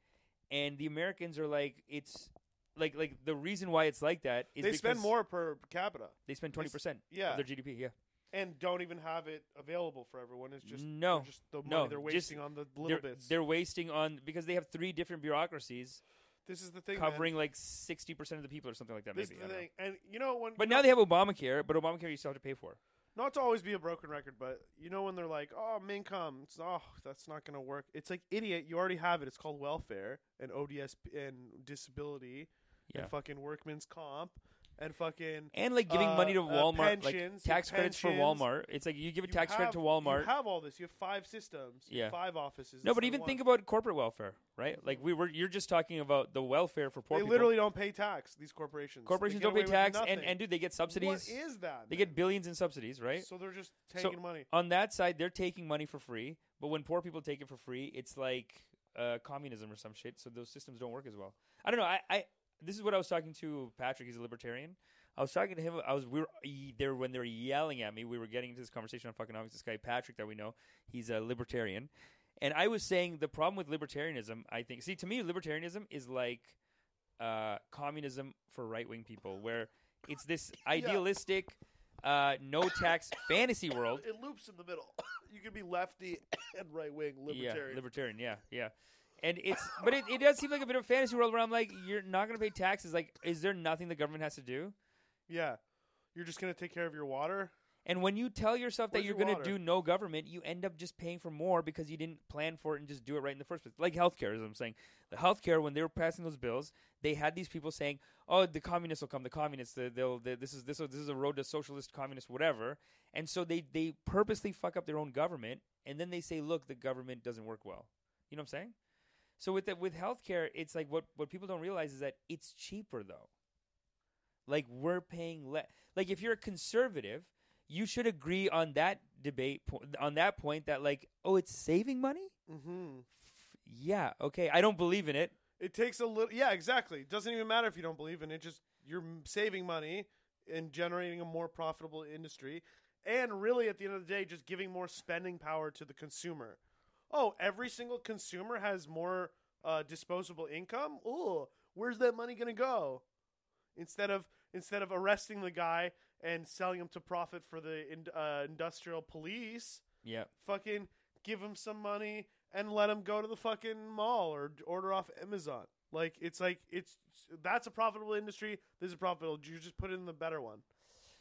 Speaker 1: And the Americans are like, it's like like the reason why it's like that is
Speaker 2: They spend
Speaker 1: because
Speaker 2: more per capita.
Speaker 1: They spend twenty percent
Speaker 2: Yeah,
Speaker 1: of their GDP. Yeah.
Speaker 2: and don't even have it available for everyone. It's just
Speaker 1: No,
Speaker 2: they're just the money
Speaker 1: no,
Speaker 2: they're
Speaker 1: just-
Speaker 2: wasting on the little
Speaker 1: they're,
Speaker 2: bits.
Speaker 1: they're wasting on because they have three different bureaucracies
Speaker 2: this is the thing, man.
Speaker 1: covering like sixty percent of the people or something like that.
Speaker 2: This
Speaker 1: maybe.
Speaker 2: is
Speaker 1: I
Speaker 2: the
Speaker 1: don't know.
Speaker 2: thing, and you know when.
Speaker 1: But
Speaker 2: you know,
Speaker 1: now they have Obamacare, but Obamacare you still have to pay for.
Speaker 2: not to always be a broken record, but you know when they're like, "Oh, income, it's, oh, that's not going to work." It's like, idiot, you already have it. It's called welfare and ODS and disability
Speaker 1: Yeah.
Speaker 2: and fucking workman's comp and fucking
Speaker 1: And like giving money to
Speaker 2: Uh, uh,
Speaker 1: Walmart,
Speaker 2: pensions,
Speaker 1: like tax credits for
Speaker 2: pensions.
Speaker 1: Walmart. It's like you give a
Speaker 2: you
Speaker 1: tax credit
Speaker 2: have-
Speaker 1: to Walmart.
Speaker 2: You have all this. You have five systems. you have
Speaker 1: Yeah.
Speaker 2: five offices.
Speaker 1: no, but
Speaker 2: instead of
Speaker 1: even
Speaker 2: one.
Speaker 1: think about corporate welfare, right? Like we were, you're just talking about the welfare for poor
Speaker 2: they
Speaker 1: people.
Speaker 2: literally don't pay tax. These corporations. They
Speaker 1: corporations
Speaker 2: get
Speaker 1: don't pay
Speaker 2: away with
Speaker 1: tax, and
Speaker 2: nothing.
Speaker 1: and dude, they get subsidies.
Speaker 2: What is that?
Speaker 1: they
Speaker 2: man?
Speaker 1: get billions in subsidies, right?
Speaker 2: So they're just
Speaker 1: So-
Speaker 2: taking money.
Speaker 1: on that side, they're taking money for free, but when poor people take it for free, it's like uh, communism or some shit. So those systems don't work as well. I don't know. I, I this is what I was talking to Patrick. He's a libertarian. I was talking to him. I was we were he- there when they were yelling at me. We were getting into this conversation on fucking This guy Patrick that we know, he's a libertarian, and I was saying the problem with libertarianism. I think see to me, libertarianism is like uh, communism for right wing people, where it's this idealistic. Uh, no tax fantasy world
Speaker 2: It loops in the middle. you can be lefty and right wing
Speaker 1: Yeah,
Speaker 2: libertarian.
Speaker 1: libertarian. Yeah, yeah. And it's but it, it does seem like a bit of a fantasy world where I'm like, you're not gonna pay taxes. Like, is there nothing the government has to do?
Speaker 2: yeah, you're just gonna take care of your water.
Speaker 1: And when you tell yourself that
Speaker 2: Where's
Speaker 1: you're
Speaker 2: your
Speaker 1: gonna
Speaker 2: water?
Speaker 1: do no government, you end up just paying for more because you didn't plan for it and just do it right in the first place. Like healthcare, as I'm saying, the healthcare when they were passing those bills, they had these people saying, "Oh, the communists will come. The communists. They, they'll. They, this is this. This is a road to socialist, communist, whatever." And so they they purposely fuck up their own government, and then they say, "Look, the government doesn't work well." You know what I'm saying? So with the, with healthcare, it's like what what people don't realize is that it's cheaper though. Like we're paying less. Like if you're a conservative, you should agree on that debate po- on that point that like oh it's saving money.
Speaker 2: Mm-hmm.
Speaker 1: F- yeah, okay. I don't believe in it.
Speaker 2: It takes a little. Yeah, exactly. It doesn't even matter if you don't believe in it. Just you're m- saving money and generating a more profitable industry, and really at the end of the day, just giving more spending power to the consumer. Oh, every single consumer has more uh, disposable income. Ooh, where's that money gonna go? Instead of instead of arresting the guy and selling them to profit for the in, uh, industrial police.
Speaker 1: Yeah.
Speaker 2: Fucking give them some money and let them go to the fucking mall or d- order off Amazon. Like it's like it's that's a profitable industry. This is profitable. You just put it in the better one.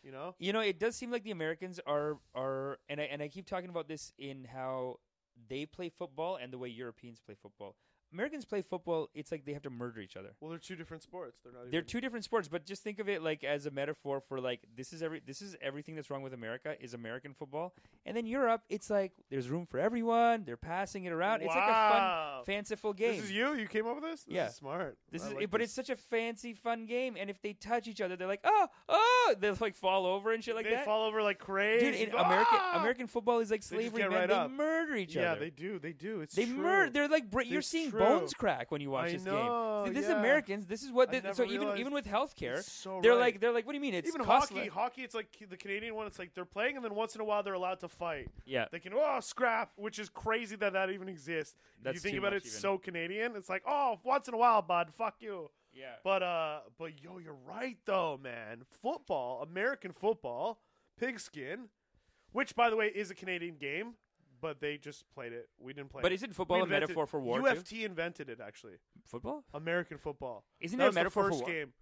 Speaker 2: You know.
Speaker 1: You know, it does seem like the Americans are are and I and I keep talking about this in how they play football and the way Europeans play football. Americans play football, it's like they have to murder each other.
Speaker 2: Well, they're two different sports. They're not.
Speaker 1: They're
Speaker 2: even,
Speaker 1: two different sports, but just think of it like as a metaphor for like this is every this is everything that's wrong with America is American football. And then Europe, it's like there's room for everyone. They're passing it around. It's like a
Speaker 2: Wow.
Speaker 1: fun fanciful game.
Speaker 2: This is you. You came up with this. This
Speaker 1: Yeah.
Speaker 2: is smart.
Speaker 1: This
Speaker 2: I
Speaker 1: is,
Speaker 2: like
Speaker 1: but
Speaker 2: this.
Speaker 1: it's such a fancy, fun game. And if they touch each other, they're like, oh, oh, they like fall over and shit like
Speaker 2: they
Speaker 1: that.
Speaker 2: fall over like crazy.
Speaker 1: Dude, in
Speaker 2: Go,
Speaker 1: American
Speaker 2: "Ah!"
Speaker 1: American football is like
Speaker 2: They just
Speaker 1: slavery.
Speaker 2: get
Speaker 1: man.
Speaker 2: right
Speaker 1: they
Speaker 2: up.
Speaker 1: murder each
Speaker 2: yeah,
Speaker 1: other.
Speaker 2: they do. They do. It's
Speaker 1: They
Speaker 2: true.
Speaker 1: murder. They're like br- you're
Speaker 2: It's
Speaker 1: seeing
Speaker 2: true.
Speaker 1: bones crack when you watch
Speaker 2: I
Speaker 1: this
Speaker 2: know,
Speaker 1: game. See, this
Speaker 2: yeah.
Speaker 1: is Americans. This is what.
Speaker 2: I
Speaker 1: They,
Speaker 2: never
Speaker 1: so even
Speaker 2: realized-
Speaker 1: even with healthcare,
Speaker 2: It's so
Speaker 1: they're
Speaker 2: right.
Speaker 1: like they're like, what do you mean? It's
Speaker 2: even
Speaker 1: costly.
Speaker 2: hockey. Hockey, it's like the Canadian one. It's like they're playing, and then once in a while, they're allowed to fight.
Speaker 1: Yeah,
Speaker 2: They can oh scrap, which is crazy that that even exists. If
Speaker 1: That's
Speaker 2: you think
Speaker 1: too
Speaker 2: about
Speaker 1: much
Speaker 2: it, it's
Speaker 1: even.
Speaker 2: so Canadian. It's like oh, once in a while, bud, fuck you.
Speaker 1: yeah.
Speaker 2: But uh, but yo, you're right though, man. Football, American football, pigskin, which by the way is a Canadian game, but they just played it. We didn't play.
Speaker 1: But
Speaker 2: it.
Speaker 1: isn't football
Speaker 2: We
Speaker 1: a
Speaker 2: invented-
Speaker 1: metaphor for war? too?
Speaker 2: UFT invented it actually.
Speaker 1: Football
Speaker 2: American football.
Speaker 1: isn't
Speaker 2: that
Speaker 1: it a
Speaker 2: was
Speaker 1: metaphor
Speaker 2: the first
Speaker 1: for war?
Speaker 2: game.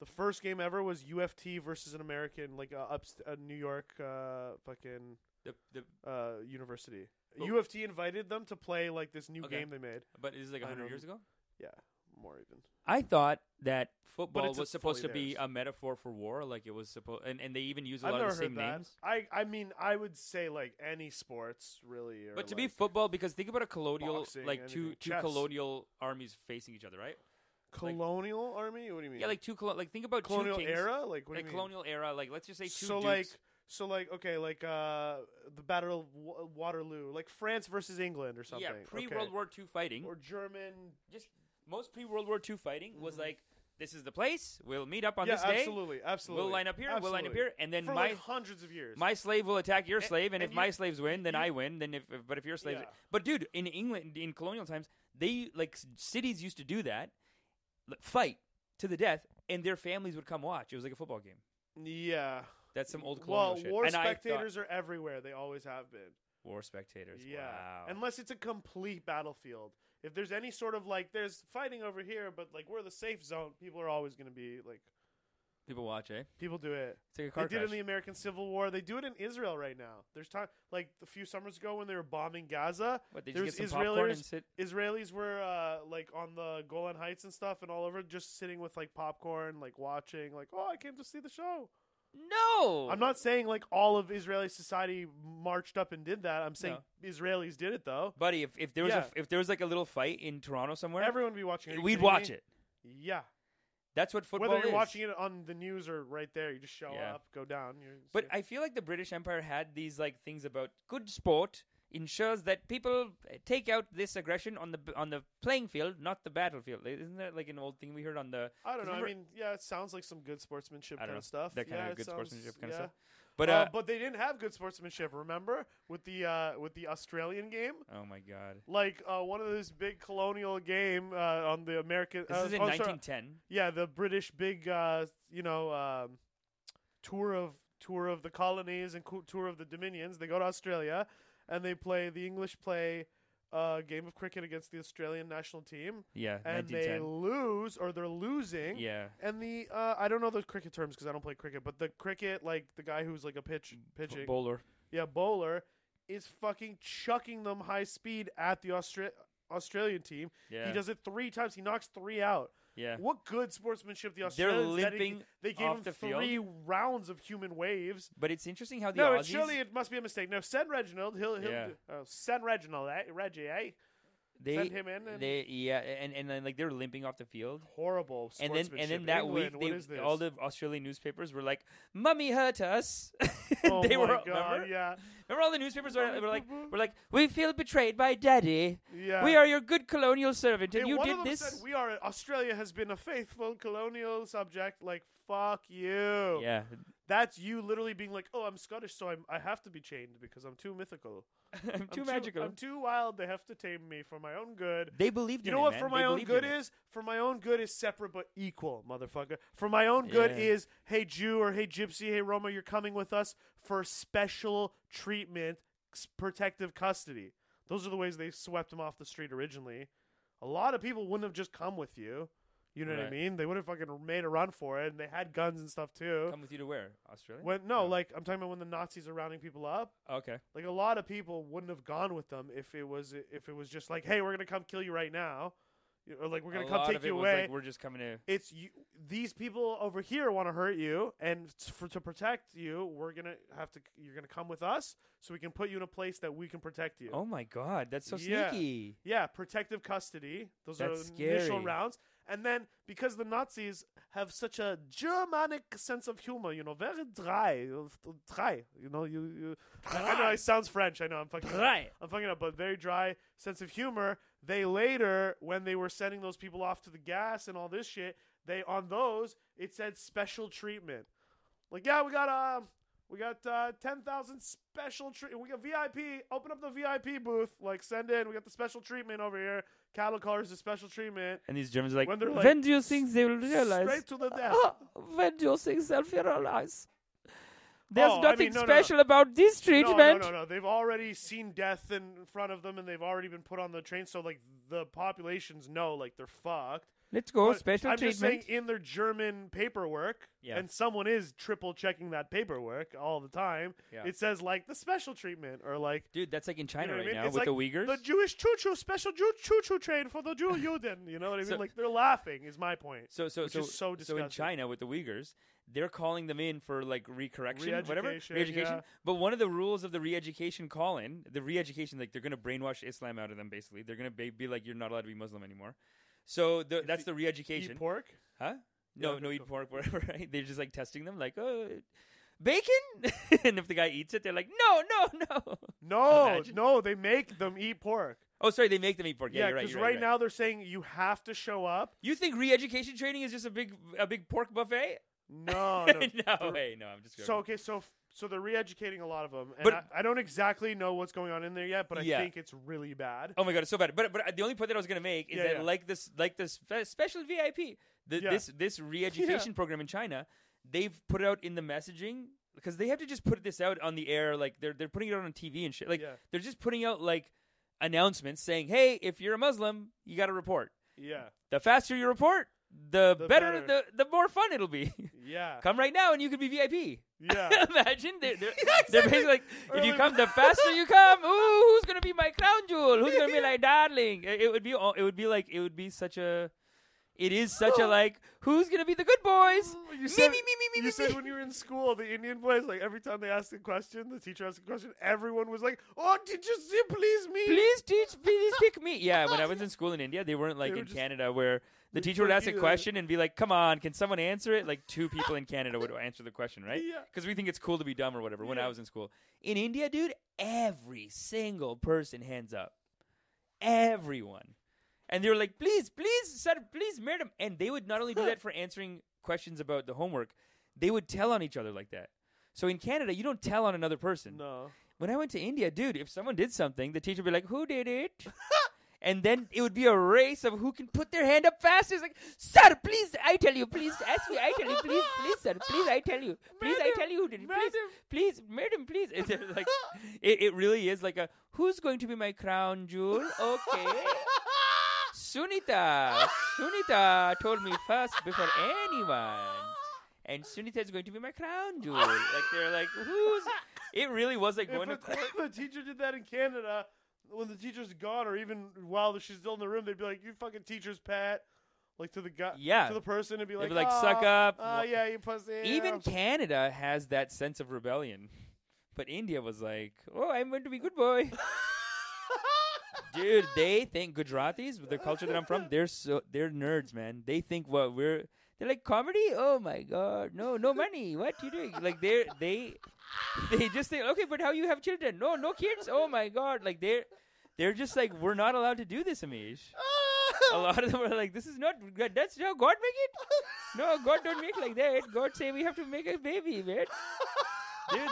Speaker 2: The first game ever was UFT versus an American, like uh, up uh, New York, uh, fucking
Speaker 1: The, the,
Speaker 2: uh, university.
Speaker 1: But-
Speaker 2: UFT invited them to play like this new
Speaker 1: Okay.
Speaker 2: game they made.
Speaker 1: but is it like
Speaker 2: I
Speaker 1: 100
Speaker 2: don't-
Speaker 1: years ago?
Speaker 2: Yeah, more even.
Speaker 1: I thought that football
Speaker 2: it's
Speaker 1: was
Speaker 2: a
Speaker 1: supposed to
Speaker 2: fully
Speaker 1: be
Speaker 2: theirs.
Speaker 1: a metaphor for war, like it was supposed, and, and they even use a
Speaker 2: I've
Speaker 1: lot
Speaker 2: never
Speaker 1: of the same
Speaker 2: heard that.
Speaker 1: names.
Speaker 2: I I mean, I would say like any sports really. Or
Speaker 1: But to be
Speaker 2: like
Speaker 1: football, because think about a colonial,
Speaker 2: boxing,
Speaker 1: like two
Speaker 2: anything.
Speaker 1: two
Speaker 2: Chess.
Speaker 1: colonial armies facing each other, right?
Speaker 2: colonial army, what do you mean?
Speaker 1: Yeah, like two colo- like think about
Speaker 2: colonial
Speaker 1: two kings,
Speaker 2: era, like what
Speaker 1: like
Speaker 2: do you mean?
Speaker 1: colonial era, like let's just say two.
Speaker 2: so
Speaker 1: dukes.
Speaker 2: like so like okay like uh the battle of Wa- waterloo like france versus england or something
Speaker 1: yeah, pre World War II fighting,
Speaker 2: or german
Speaker 1: just most pre World War II fighting was like this is the place we'll meet up on
Speaker 2: Mm-hmm. yeah
Speaker 1: this day.
Speaker 2: absolutely absolutely
Speaker 1: We'll line up here. We'll line up
Speaker 2: absolutely.
Speaker 1: here, and then
Speaker 2: for
Speaker 1: my
Speaker 2: like hundreds of years
Speaker 1: my slave will attack your
Speaker 2: A-
Speaker 1: slave, and,
Speaker 2: and
Speaker 1: if my
Speaker 2: you-
Speaker 1: slaves win, then
Speaker 2: you-
Speaker 1: I win. Then if, if but if your slaves,
Speaker 2: Yeah.
Speaker 1: but dude, in England in colonial times, they like s- cities used to do that, like, fight to the death, and their families would come watch. It was like a football game.
Speaker 2: yeah
Speaker 1: That's some old colonial
Speaker 2: well
Speaker 1: shit.
Speaker 2: war
Speaker 1: and
Speaker 2: spectators
Speaker 1: I
Speaker 2: are everywhere they always have been
Speaker 1: thought, war spectators.
Speaker 2: yeah
Speaker 1: Wow.
Speaker 2: unless it's a complete battlefield if there's any sort of like there's fighting over here but like we're the safe zone people are always going to be like
Speaker 1: People watch, eh?
Speaker 2: people do it
Speaker 1: It's like a
Speaker 2: They
Speaker 1: car
Speaker 2: did it in
Speaker 1: crash.
Speaker 2: the American Civil War. They do it in Israel right now. There's time, like a few summers ago when they were bombing Gaza,
Speaker 1: what they
Speaker 2: there
Speaker 1: just get some
Speaker 2: was
Speaker 1: popcorn
Speaker 2: Israelis-
Speaker 1: and sit.
Speaker 2: Israelis were uh, like on the Golan Heights and stuff, and all over, just sitting with like popcorn, like watching, like, oh, I came to see the show.
Speaker 1: No,
Speaker 2: I'm not saying like all of Israeli society marched up and did that. I'm saying Israelis did it though.
Speaker 1: buddy. If, if there was
Speaker 2: Yeah.
Speaker 1: a, if there was like a little fight in Toronto somewhere,
Speaker 2: Everyone would be watching. it. Are you
Speaker 1: we'd
Speaker 2: kidding
Speaker 1: watch
Speaker 2: me?
Speaker 1: it.
Speaker 2: Yeah,
Speaker 1: That's what football
Speaker 2: whether
Speaker 1: is.
Speaker 2: you're watching it on the news or right there, you just show
Speaker 1: Yeah.
Speaker 2: up, go down. You're,
Speaker 1: But I feel like the British Empire had these like things about good sport ensures that people eh, take out this aggression on the on the playing field, not the battlefield. Isn't that like an old thing we heard on the?
Speaker 2: I don't know. I
Speaker 1: remember-
Speaker 2: mean, yeah, it sounds like some good sportsmanship
Speaker 1: I don't
Speaker 2: kind
Speaker 1: know,
Speaker 2: of stuff.
Speaker 1: that kind
Speaker 2: yeah,
Speaker 1: of
Speaker 2: it
Speaker 1: good
Speaker 2: sounds-
Speaker 1: sportsmanship kind
Speaker 2: yeah.
Speaker 1: of stuff. But uh,
Speaker 2: Uh, but they didn't have good sportsmanship. Remember with the uh, with the Australian game,
Speaker 1: oh my god,
Speaker 2: like uh, one of those big colonial game uh, on the American.
Speaker 1: this
Speaker 2: uh,
Speaker 1: is in
Speaker 2: oh, sorry,
Speaker 1: 1910.
Speaker 2: yeah, the British big, uh, you know, um, tour of tour of the colonies and co- tour of the dominions. They go to Australia, and they play the English play uh, game of cricket against the Australian national team,
Speaker 1: Yeah,
Speaker 2: and they
Speaker 1: 1910.
Speaker 2: lose or they're losing.
Speaker 1: yeah,
Speaker 2: And the uh, I don't know those cricket terms because I don't play cricket, but the cricket like the guy who's like a pitch pitching
Speaker 1: bowler.
Speaker 2: yeah, bowler is fucking chucking them high speed at the Austra- Australian team.
Speaker 1: Yeah,
Speaker 2: He does it three times. He knocks three out.
Speaker 1: yeah.
Speaker 2: What good sportsmanship the
Speaker 1: They're
Speaker 2: Australians that he-
Speaker 1: limping,
Speaker 2: They gave
Speaker 1: off
Speaker 2: him
Speaker 1: the field?
Speaker 2: three rounds of human waves.
Speaker 1: but it's interesting how the
Speaker 2: no,
Speaker 1: Aussies.
Speaker 2: it, surely it must be a mistake. No, send Reginald. He'll he'll
Speaker 1: Yeah.
Speaker 2: do- oh, send Reginald. Eh? Reggie, eh?
Speaker 1: they,
Speaker 2: send him in and-
Speaker 1: they yeah, and and then, like they're limping off the field.
Speaker 2: Horrible.
Speaker 1: and then and
Speaker 2: sportsmanship.
Speaker 1: then that
Speaker 2: England,
Speaker 1: week
Speaker 2: what
Speaker 1: they,
Speaker 2: is this?
Speaker 1: all the Australian newspapers were like, "Mummy hurt us."
Speaker 2: oh
Speaker 1: they
Speaker 2: my
Speaker 1: were
Speaker 2: God,
Speaker 1: remember?
Speaker 2: yeah,
Speaker 1: remember all the newspapers were,
Speaker 2: Mummy
Speaker 1: were like
Speaker 2: boo-boo.
Speaker 1: were like, "We feel betrayed by Daddy.
Speaker 2: yeah.
Speaker 1: We are your good colonial servant, and
Speaker 2: Hey,
Speaker 1: you
Speaker 2: one
Speaker 1: did
Speaker 2: of them
Speaker 1: this."
Speaker 2: Said, we are Australia has been a faithful colonial subject. Like fuck you.
Speaker 1: yeah,
Speaker 2: That's you literally being like, "Oh, I'm Scottish, so I'm, I have to be chained because I'm too mythical.
Speaker 1: I'm too magical.
Speaker 2: I'm too wild. They have to tame me for my own good."
Speaker 1: they believed
Speaker 2: You
Speaker 1: in
Speaker 2: know
Speaker 1: it,
Speaker 2: what?
Speaker 1: man.
Speaker 2: For
Speaker 1: They
Speaker 2: my own
Speaker 1: believed
Speaker 2: good
Speaker 1: in it.
Speaker 2: is for my own good is separate but equal, motherfucker. For my own good
Speaker 1: Yeah.
Speaker 2: is hey Jew or hey Gypsy, hey Roma, you're coming with us for special treatment, s- protective custody. Those are the ways they swept him off the street originally. A lot of people wouldn't have just come with you. You know what I
Speaker 1: Right.
Speaker 2: mean? They would have fucking made a run for it, and they had guns and stuff too.
Speaker 1: Come with you to where? Australia?
Speaker 2: When no,
Speaker 1: Yeah.
Speaker 2: like I'm talking about when the Nazis are rounding people up.
Speaker 1: Okay.
Speaker 2: Like a lot of people wouldn't have gone with them if it was if it was just like, hey, we're gonna come kill you right now, You- or like we're gonna
Speaker 1: A
Speaker 2: come
Speaker 1: lot
Speaker 2: take
Speaker 1: of it
Speaker 2: you
Speaker 1: was
Speaker 2: away.
Speaker 1: Like, we're just coming to.
Speaker 2: it's you, these people over here want to hurt you, and s- for to protect you, we're gonna have to. You're gonna come with us, so we can put you in a place that we can protect you.
Speaker 1: Oh my God, that's so
Speaker 2: Yeah.
Speaker 1: sneaky.
Speaker 2: Yeah, protective custody. Those are
Speaker 1: That's
Speaker 2: the initial
Speaker 1: scary.
Speaker 2: rounds. And then because the Nazis have such a Germanic sense of humor, you know, very dry, dry. You know, you, you I, I know it sounds French. I know I'm fucking
Speaker 1: Right.
Speaker 2: I'm fucking up, but very dry sense of humor. They later, when they were sending those people off to the gas and all this shit, they on those it said special treatment. Like, yeah, we got um, we got uh, ten thousand special treat. We got VIP. Open up the VIP booth. Like, send in. We got the special treatment over here. Cattle cars is special treatment.
Speaker 1: And these Germans are like,
Speaker 2: When they're like,
Speaker 1: when do you think they will realize?
Speaker 2: Straight to the death.
Speaker 1: when do you think they'll realize? There's
Speaker 2: Oh, I mean,
Speaker 1: nothing
Speaker 2: no, no, no.
Speaker 1: special about this
Speaker 2: No,
Speaker 1: treatment.
Speaker 2: no, no, no. They've already seen death in front of them, and they've already been put on the train. So, like, the populations know, like, they're fucked.
Speaker 1: Let's go,
Speaker 2: But
Speaker 1: special
Speaker 2: I'm just saying
Speaker 1: treatment.
Speaker 2: in their German paperwork,
Speaker 1: Yeah.
Speaker 2: and someone is triple checking that paperwork all the time.
Speaker 1: Yeah.
Speaker 2: It says like the special treatment or like
Speaker 1: Dude, that's like in
Speaker 2: you
Speaker 1: China
Speaker 2: know what I
Speaker 1: right
Speaker 2: mean?
Speaker 1: now
Speaker 2: It's
Speaker 1: with
Speaker 2: like,
Speaker 1: the Uyghurs.
Speaker 2: the Jewish choo choo special choo choo train for the Jew Juden. You know what I mean?
Speaker 1: So-
Speaker 2: like they're laughing is my point.
Speaker 1: so, so,
Speaker 2: which
Speaker 1: so,
Speaker 2: is so
Speaker 1: so in
Speaker 2: disgusting.
Speaker 1: China with the Uyghurs, they're calling them in for like recorrection, whatever,
Speaker 2: Re-education, yeah.
Speaker 1: But one of the rules of the re-education call-in, the re-education, like they're going to brainwash Islam out of them. Basically, they're going to be, be like, you're not allowed to be Muslim anymore. So the, that's the
Speaker 2: Eat
Speaker 1: re-education.
Speaker 2: pork.
Speaker 1: Huh? No,
Speaker 2: Yeah,
Speaker 1: no,
Speaker 2: go-
Speaker 1: eat
Speaker 2: go.
Speaker 1: pork, whatever. Right? They're just like testing them, like, oh, bacon. and if the guy eats it, they're like, no, no, no.
Speaker 2: No,
Speaker 1: Imagine.
Speaker 2: no, they make them eat pork.
Speaker 1: Oh, sorry, they make them eat pork. Yeah,
Speaker 2: Yeah,
Speaker 1: you're right.
Speaker 2: because
Speaker 1: you're
Speaker 2: right,
Speaker 1: you're
Speaker 2: now they're saying you have to show up.
Speaker 1: you think re-education training is just a big, a big pork buffet?
Speaker 2: No, Oh, no.
Speaker 1: no way, no. I'm just
Speaker 2: so
Speaker 1: joking.
Speaker 2: okay, so f- so they're re-educating a lot of them, and
Speaker 1: But-
Speaker 2: I, I don't exactly know what's going on in there yet, but I
Speaker 1: Yeah.
Speaker 2: think it's really bad.
Speaker 1: Oh my god, it's so bad. But but the only point that I was gonna make is
Speaker 2: Yeah,
Speaker 1: that
Speaker 2: yeah.
Speaker 1: like this like this spe- special VIP, the,
Speaker 2: Yeah.
Speaker 1: this this re-education program in China, they've put out in the messaging because they have to just put this out on the air. Like they're they're putting it out on TV and shit. Like
Speaker 2: Yeah.
Speaker 1: they're just putting out like announcements saying, hey, if you're a Muslim, you got to report.
Speaker 2: Yeah,
Speaker 1: The faster you report, the,
Speaker 2: The
Speaker 1: better,
Speaker 2: better.
Speaker 1: the the more fun it'll be.
Speaker 2: yeah,
Speaker 1: Come right now and you could be VIP.
Speaker 2: yeah.
Speaker 1: Imagine they're, they're, they're basically like, if you
Speaker 2: Early-
Speaker 1: come, the faster you come. Ooh, who's gonna be my crown jewel? Who's gonna be my darling? It, it would be, all- it would be like, it would be such a, it is such a like, who's gonna be the good boys?
Speaker 2: You said,
Speaker 1: me, me, me, me,
Speaker 2: you
Speaker 1: me,
Speaker 2: said
Speaker 1: me.
Speaker 2: when you were in school, the Indian boys, like every time they asked a question, the teacher asked a question, everyone was like, "Oh, did you see? Please me."
Speaker 1: Please teach, please pick me. Yeah, when I was in school in India, they weren't like
Speaker 2: were
Speaker 1: in
Speaker 2: just-
Speaker 1: Canada where the
Speaker 2: They
Speaker 1: teacher would
Speaker 2: weren't
Speaker 1: ask a
Speaker 2: either.
Speaker 1: question and be like, "Come on, can someone answer it?" Like two people in Canada would answer the question, right?
Speaker 2: Yeah.
Speaker 1: Because we think it's cool to be dumb or whatever. When I
Speaker 2: Yeah.
Speaker 1: was in school in India, dude, every single person hands up, everyone, and they were like, "Please, please, sir, please, madam," and they would not only do that for answering questions about the homework, they would tell on each other like that. So in Canada, you don't tell on another person
Speaker 2: No.
Speaker 1: when I went to India, dude, if someone did something, the teacher would be like, "Who did it?" and then it would be a race of who can put their hand up fastest. Like, sir, please, I tell you, please, ask me, I tell you, please, please, sir, please, I tell you, please, I tell you, who did it, please, please, madam, please. It's just like, it, it really is like a who's going to be my crown jewel? Okay. Sunita, Sunita told me first before anyone and Sunita is going to be my crown jewel. like they're like, who's? It really was like
Speaker 2: If
Speaker 1: going to.
Speaker 2: a, the teacher did that in Canada, when the teacher's gone, or even while she's still in the room, they'd be like, "You fucking teacher's pet," like to the guy,
Speaker 1: Yeah.
Speaker 2: to the person, and be like,
Speaker 1: be like,
Speaker 2: "Aw,
Speaker 1: "Suck up."
Speaker 2: aw, yeah, you pussy."
Speaker 1: Even
Speaker 2: yeah."
Speaker 1: Canada has that sense of rebellion, but India was like, oh, I'm going to be good boy. Dude, they think Gujaratis, the culture that I'm from, they're so they're nerds, man. They think what we're they're like comedy. Oh my god, no, no money. What you doing? Like they are they they just think okay, but how you have children? No, no kids. Oh my god, like they're they're just like we're not allowed to do this, Amish. a lot of them are like, "This is not God. That's how God make it. No, God don't make like that. God say we have to make a baby, man. Dude,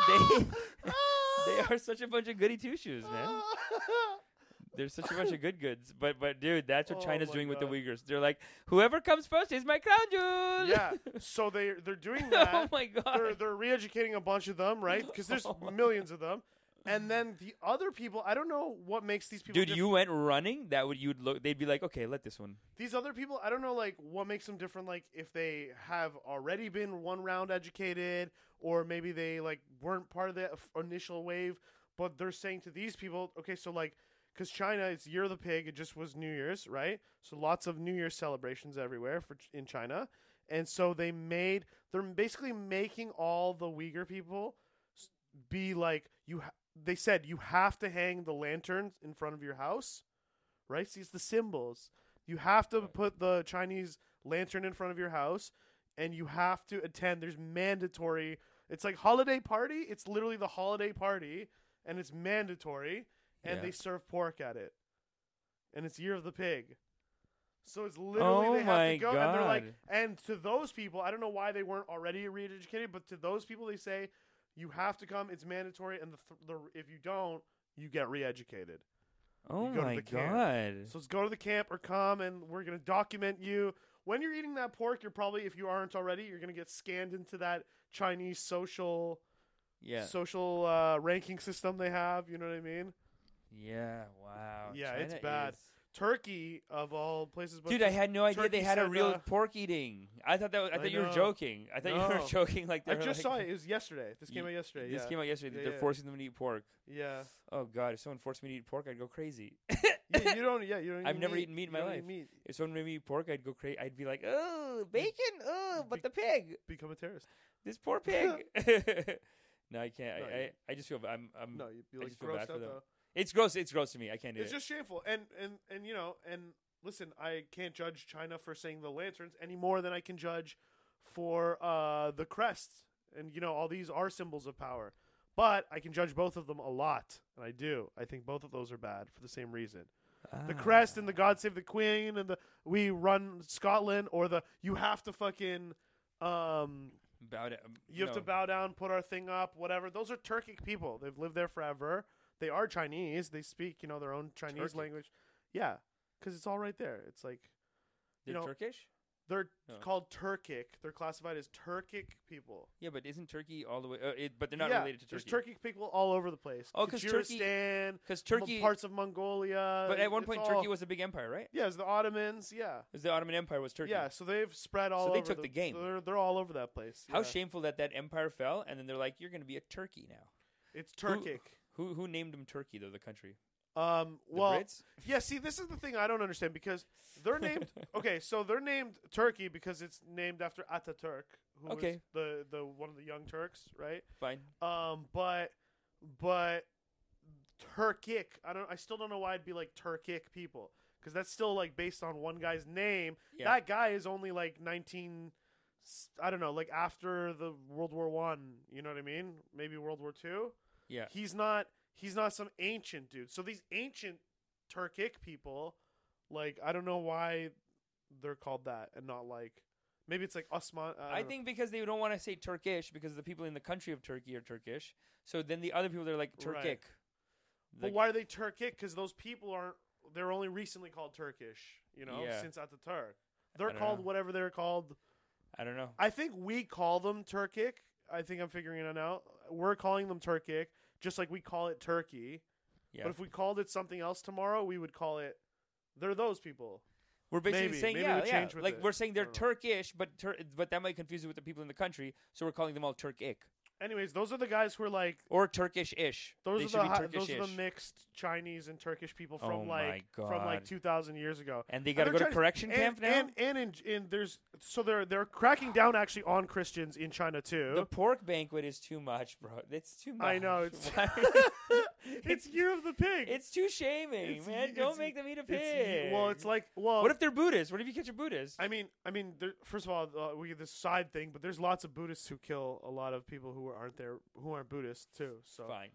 Speaker 1: they they are such a bunch of goody two shoes, man. They're such a bunch of good goods. But but dude, that's what
Speaker 2: Oh
Speaker 1: China's
Speaker 2: my
Speaker 1: doing with the
Speaker 2: God.
Speaker 1: Uyghurs. They're like, whoever comes first is my crown jewel.
Speaker 2: yeah. So they they're doing
Speaker 1: oh
Speaker 2: that.
Speaker 1: my
Speaker 2: they're
Speaker 1: god.
Speaker 2: they're re-educating a bunch of them, right? Because there's
Speaker 1: Oh my
Speaker 2: millions of them. And then the other people, I don't know what makes these people.
Speaker 1: Dude,
Speaker 2: diff-
Speaker 1: you went running. That would you'd look. They'd be like, okay, let this one.
Speaker 2: these other people, I don't know, like what makes them different. Like if they have already been one round educated, or maybe they like weren't part of the f- initial wave, but they're saying to these people, okay, so like, because China, it's Year of the Pig. It just was New Year's, right? So lots of New Year's celebrations everywhere for Ch- in China, and so they made they're basically making all the Uyghur people s- be like you. Ha- they said you have to hang the lanterns in front of your house, right? See, it's the symbols. You have to put the Chinese lantern in front of your house, and you have to attend. There's mandatory. It's like holiday party. It's literally the holiday party, and it's mandatory. And
Speaker 1: Yeah.
Speaker 2: they serve pork at it, and it's year of the pig. So it's literally they have
Speaker 1: Oh my
Speaker 2: to go, and they're like,
Speaker 1: God.
Speaker 2: and to those people, I don't know why they weren't already re-educated, but to those people, they say you have to come. It's mandatory, and the, th- the if you don't, you get re-educated.
Speaker 1: Oh
Speaker 2: go to
Speaker 1: my
Speaker 2: the camp.
Speaker 1: god.
Speaker 2: So let's go to the camp or come, and we're gonna document you. When you're eating that pork, you're probably, if you aren't already, you're gonna get scanned into that Chinese social
Speaker 1: yeah.
Speaker 2: social uh, ranking system they have. You know what I mean?
Speaker 1: Yeah. Wow.
Speaker 2: Yeah, it's
Speaker 1: China
Speaker 2: bad.
Speaker 1: is-
Speaker 2: Turkey of all places, but
Speaker 1: Dude, I had no idea
Speaker 2: Turkey
Speaker 1: they had a
Speaker 2: said,
Speaker 1: real
Speaker 2: uh,
Speaker 1: pork eating. I thought that was, I
Speaker 2: I
Speaker 1: thought you were
Speaker 2: know.
Speaker 1: joking. I thought you were
Speaker 2: No.
Speaker 1: joking. Like they
Speaker 2: I
Speaker 1: were
Speaker 2: just
Speaker 1: like,
Speaker 2: saw it. It was yesterday. This
Speaker 1: Ye-
Speaker 2: came out yesterday.
Speaker 1: This
Speaker 2: yeah.
Speaker 1: came out yesterday.
Speaker 2: Yeah,
Speaker 1: They're
Speaker 2: yeah.
Speaker 1: forcing them to eat pork.
Speaker 2: yeah.
Speaker 1: Oh god, if someone forced me to eat pork, I'd go crazy.
Speaker 2: yeah, you don't. Yeah, you don't.
Speaker 1: I've
Speaker 2: eat
Speaker 1: never
Speaker 2: meat.
Speaker 1: eaten meat in
Speaker 2: You
Speaker 1: my
Speaker 2: don't
Speaker 1: life.
Speaker 2: Eat meat.
Speaker 1: if someone made me eat pork, I'd go crazy. I'd be like, oh, bacon, oh, but
Speaker 2: Be-
Speaker 1: the pig,
Speaker 2: Become a terrorist.
Speaker 1: this poor pig. no, I can't.
Speaker 2: No,
Speaker 1: I, I,
Speaker 2: you-
Speaker 1: I just feel b- I'm I'm.
Speaker 2: No, you'd be
Speaker 1: I
Speaker 2: like
Speaker 1: just feel bad
Speaker 2: grossed
Speaker 1: for
Speaker 2: out
Speaker 1: them.
Speaker 2: though.
Speaker 1: It's gross. It's gross to me. I can't do
Speaker 2: It's
Speaker 1: it.
Speaker 2: just shameful. And and and you know, and listen, I can't judge China for saying the lanterns any more than I can judge for uh the crests. And you know, all these are symbols of power. But I can judge both of them a lot, and I do. I think both of those are bad for the same reason.
Speaker 1: Ah.
Speaker 2: The crest and the God Save the Queen and the We Run Scotland or the you have to fucking um
Speaker 1: Bow down.
Speaker 2: you have to
Speaker 1: no.
Speaker 2: bow down, put our thing up, whatever. Those are Turkic people. They've lived there forever. They are Chinese. They speak, you know, their own Chinese
Speaker 1: Turkic.
Speaker 2: language. Yeah, because it's all right there. It's like you
Speaker 1: They're
Speaker 2: know-
Speaker 1: Turkish.
Speaker 2: they're
Speaker 1: No.
Speaker 2: called Turkic. They're classified as Turkic people.
Speaker 1: Yeah, but isn't Turkey all the way? Uh, it, but they're not
Speaker 2: Yeah,
Speaker 1: related to
Speaker 2: There's
Speaker 1: Turkey.
Speaker 2: Turkic people all over the place.
Speaker 1: Oh, 'cause Turkey-
Speaker 2: Kyrgyzstan,
Speaker 1: Because
Speaker 2: mo-
Speaker 1: Turkey,
Speaker 2: parts of Mongolia.
Speaker 1: but at one
Speaker 2: it's
Speaker 1: point
Speaker 2: all-
Speaker 1: Turkey was a big empire, right?
Speaker 2: Yeah, it's the Ottomans. Yeah,
Speaker 1: Because the Ottoman Empire was Turkey.
Speaker 2: yeah. So they've spread all.
Speaker 1: So they
Speaker 2: over
Speaker 1: took the game.
Speaker 2: They're, they're all over that place.
Speaker 1: How
Speaker 2: yeah.
Speaker 1: shameful that that empire fell, and then they're like, "You're going to be a Turkey now."
Speaker 2: It's Turkic.
Speaker 1: Who who named him Turkey though? The country.
Speaker 2: Um,
Speaker 1: The
Speaker 2: well,
Speaker 1: Brits.
Speaker 2: Yeah, see, this is the thing I don't understand because they're named okay, so they're named Turkey because it's named after Ataturk, who was
Speaker 1: Okay.
Speaker 2: the the one of the young Turks, right?
Speaker 1: Fine.
Speaker 2: Um, but but Turkic, I don't, I still don't know why it'd be like Turkic people because that's still like based on one guy's name.
Speaker 1: Yeah.
Speaker 2: That guy is only like nineteen, s- I don't know, like after the World War One. You know what I mean? Maybe World War Two.
Speaker 1: Yeah.
Speaker 2: He's not he's not some ancient dude. So these ancient Turkic people, like I don't know why they're called that and not like maybe it's like Osman.
Speaker 1: I, think because they don't want to say Turkish because the people in the country of Turkey are Turkish. So then the other people they're like Turkic.
Speaker 2: Right. but
Speaker 1: Like,
Speaker 2: why are they Turkic? Because those people aren't. They're only recently called Turkish. You know,
Speaker 1: Yeah.
Speaker 2: since Ataturk, they're
Speaker 1: don't
Speaker 2: called
Speaker 1: know.
Speaker 2: whatever they're called.
Speaker 1: I don't know.
Speaker 2: I think we call them Turkic. I think I'm figuring it out. We're calling them Turkic, just like we call it Turkey.
Speaker 1: Yeah.
Speaker 2: But if we called it something else tomorrow, we would call it. They're those people.
Speaker 1: We're basically
Speaker 2: maybe-
Speaker 1: saying
Speaker 2: maybe
Speaker 1: yeah,
Speaker 2: we
Speaker 1: yeah.
Speaker 2: change with
Speaker 1: Like
Speaker 2: it.
Speaker 1: we're saying
Speaker 2: I
Speaker 1: they're
Speaker 2: don't know.
Speaker 1: Turkish, but Tur- but that might confuse it with the people in the country. So we're calling them all Turkic
Speaker 2: Anyways, those are the guys who are like
Speaker 1: or Turkish-ish.
Speaker 2: those
Speaker 1: they
Speaker 2: are
Speaker 1: should
Speaker 2: the
Speaker 1: be
Speaker 2: hi-
Speaker 1: Turkish-ish.
Speaker 2: those are the mixed Chinese and Turkish people
Speaker 1: Oh
Speaker 2: from
Speaker 1: my
Speaker 2: like from like
Speaker 1: God.
Speaker 2: 2000 years ago.
Speaker 1: and they
Speaker 2: And
Speaker 1: got to
Speaker 2: they're
Speaker 1: go to
Speaker 2: Chinese.
Speaker 1: correction
Speaker 2: and,
Speaker 1: camp now.
Speaker 2: And and in, in there's so they're they're cracking down actually on Christians in China too.
Speaker 1: the pork banquet is too much, bro. It's too much.
Speaker 2: I know, it's-
Speaker 1: Why-
Speaker 2: it's year of the pig.
Speaker 1: It's too shaming,
Speaker 2: It's-
Speaker 1: man.
Speaker 2: it's-
Speaker 1: Don't make them eat a pig.
Speaker 2: It's- well, it's like well,
Speaker 1: what if they're Buddhists? What if you catch a Buddhist?
Speaker 2: I mean I mean there, first of all uh, we get this side thing, but there's lots of Buddhists who kill a lot of people who aren't there who aren't Buddhists too. So
Speaker 1: Fine.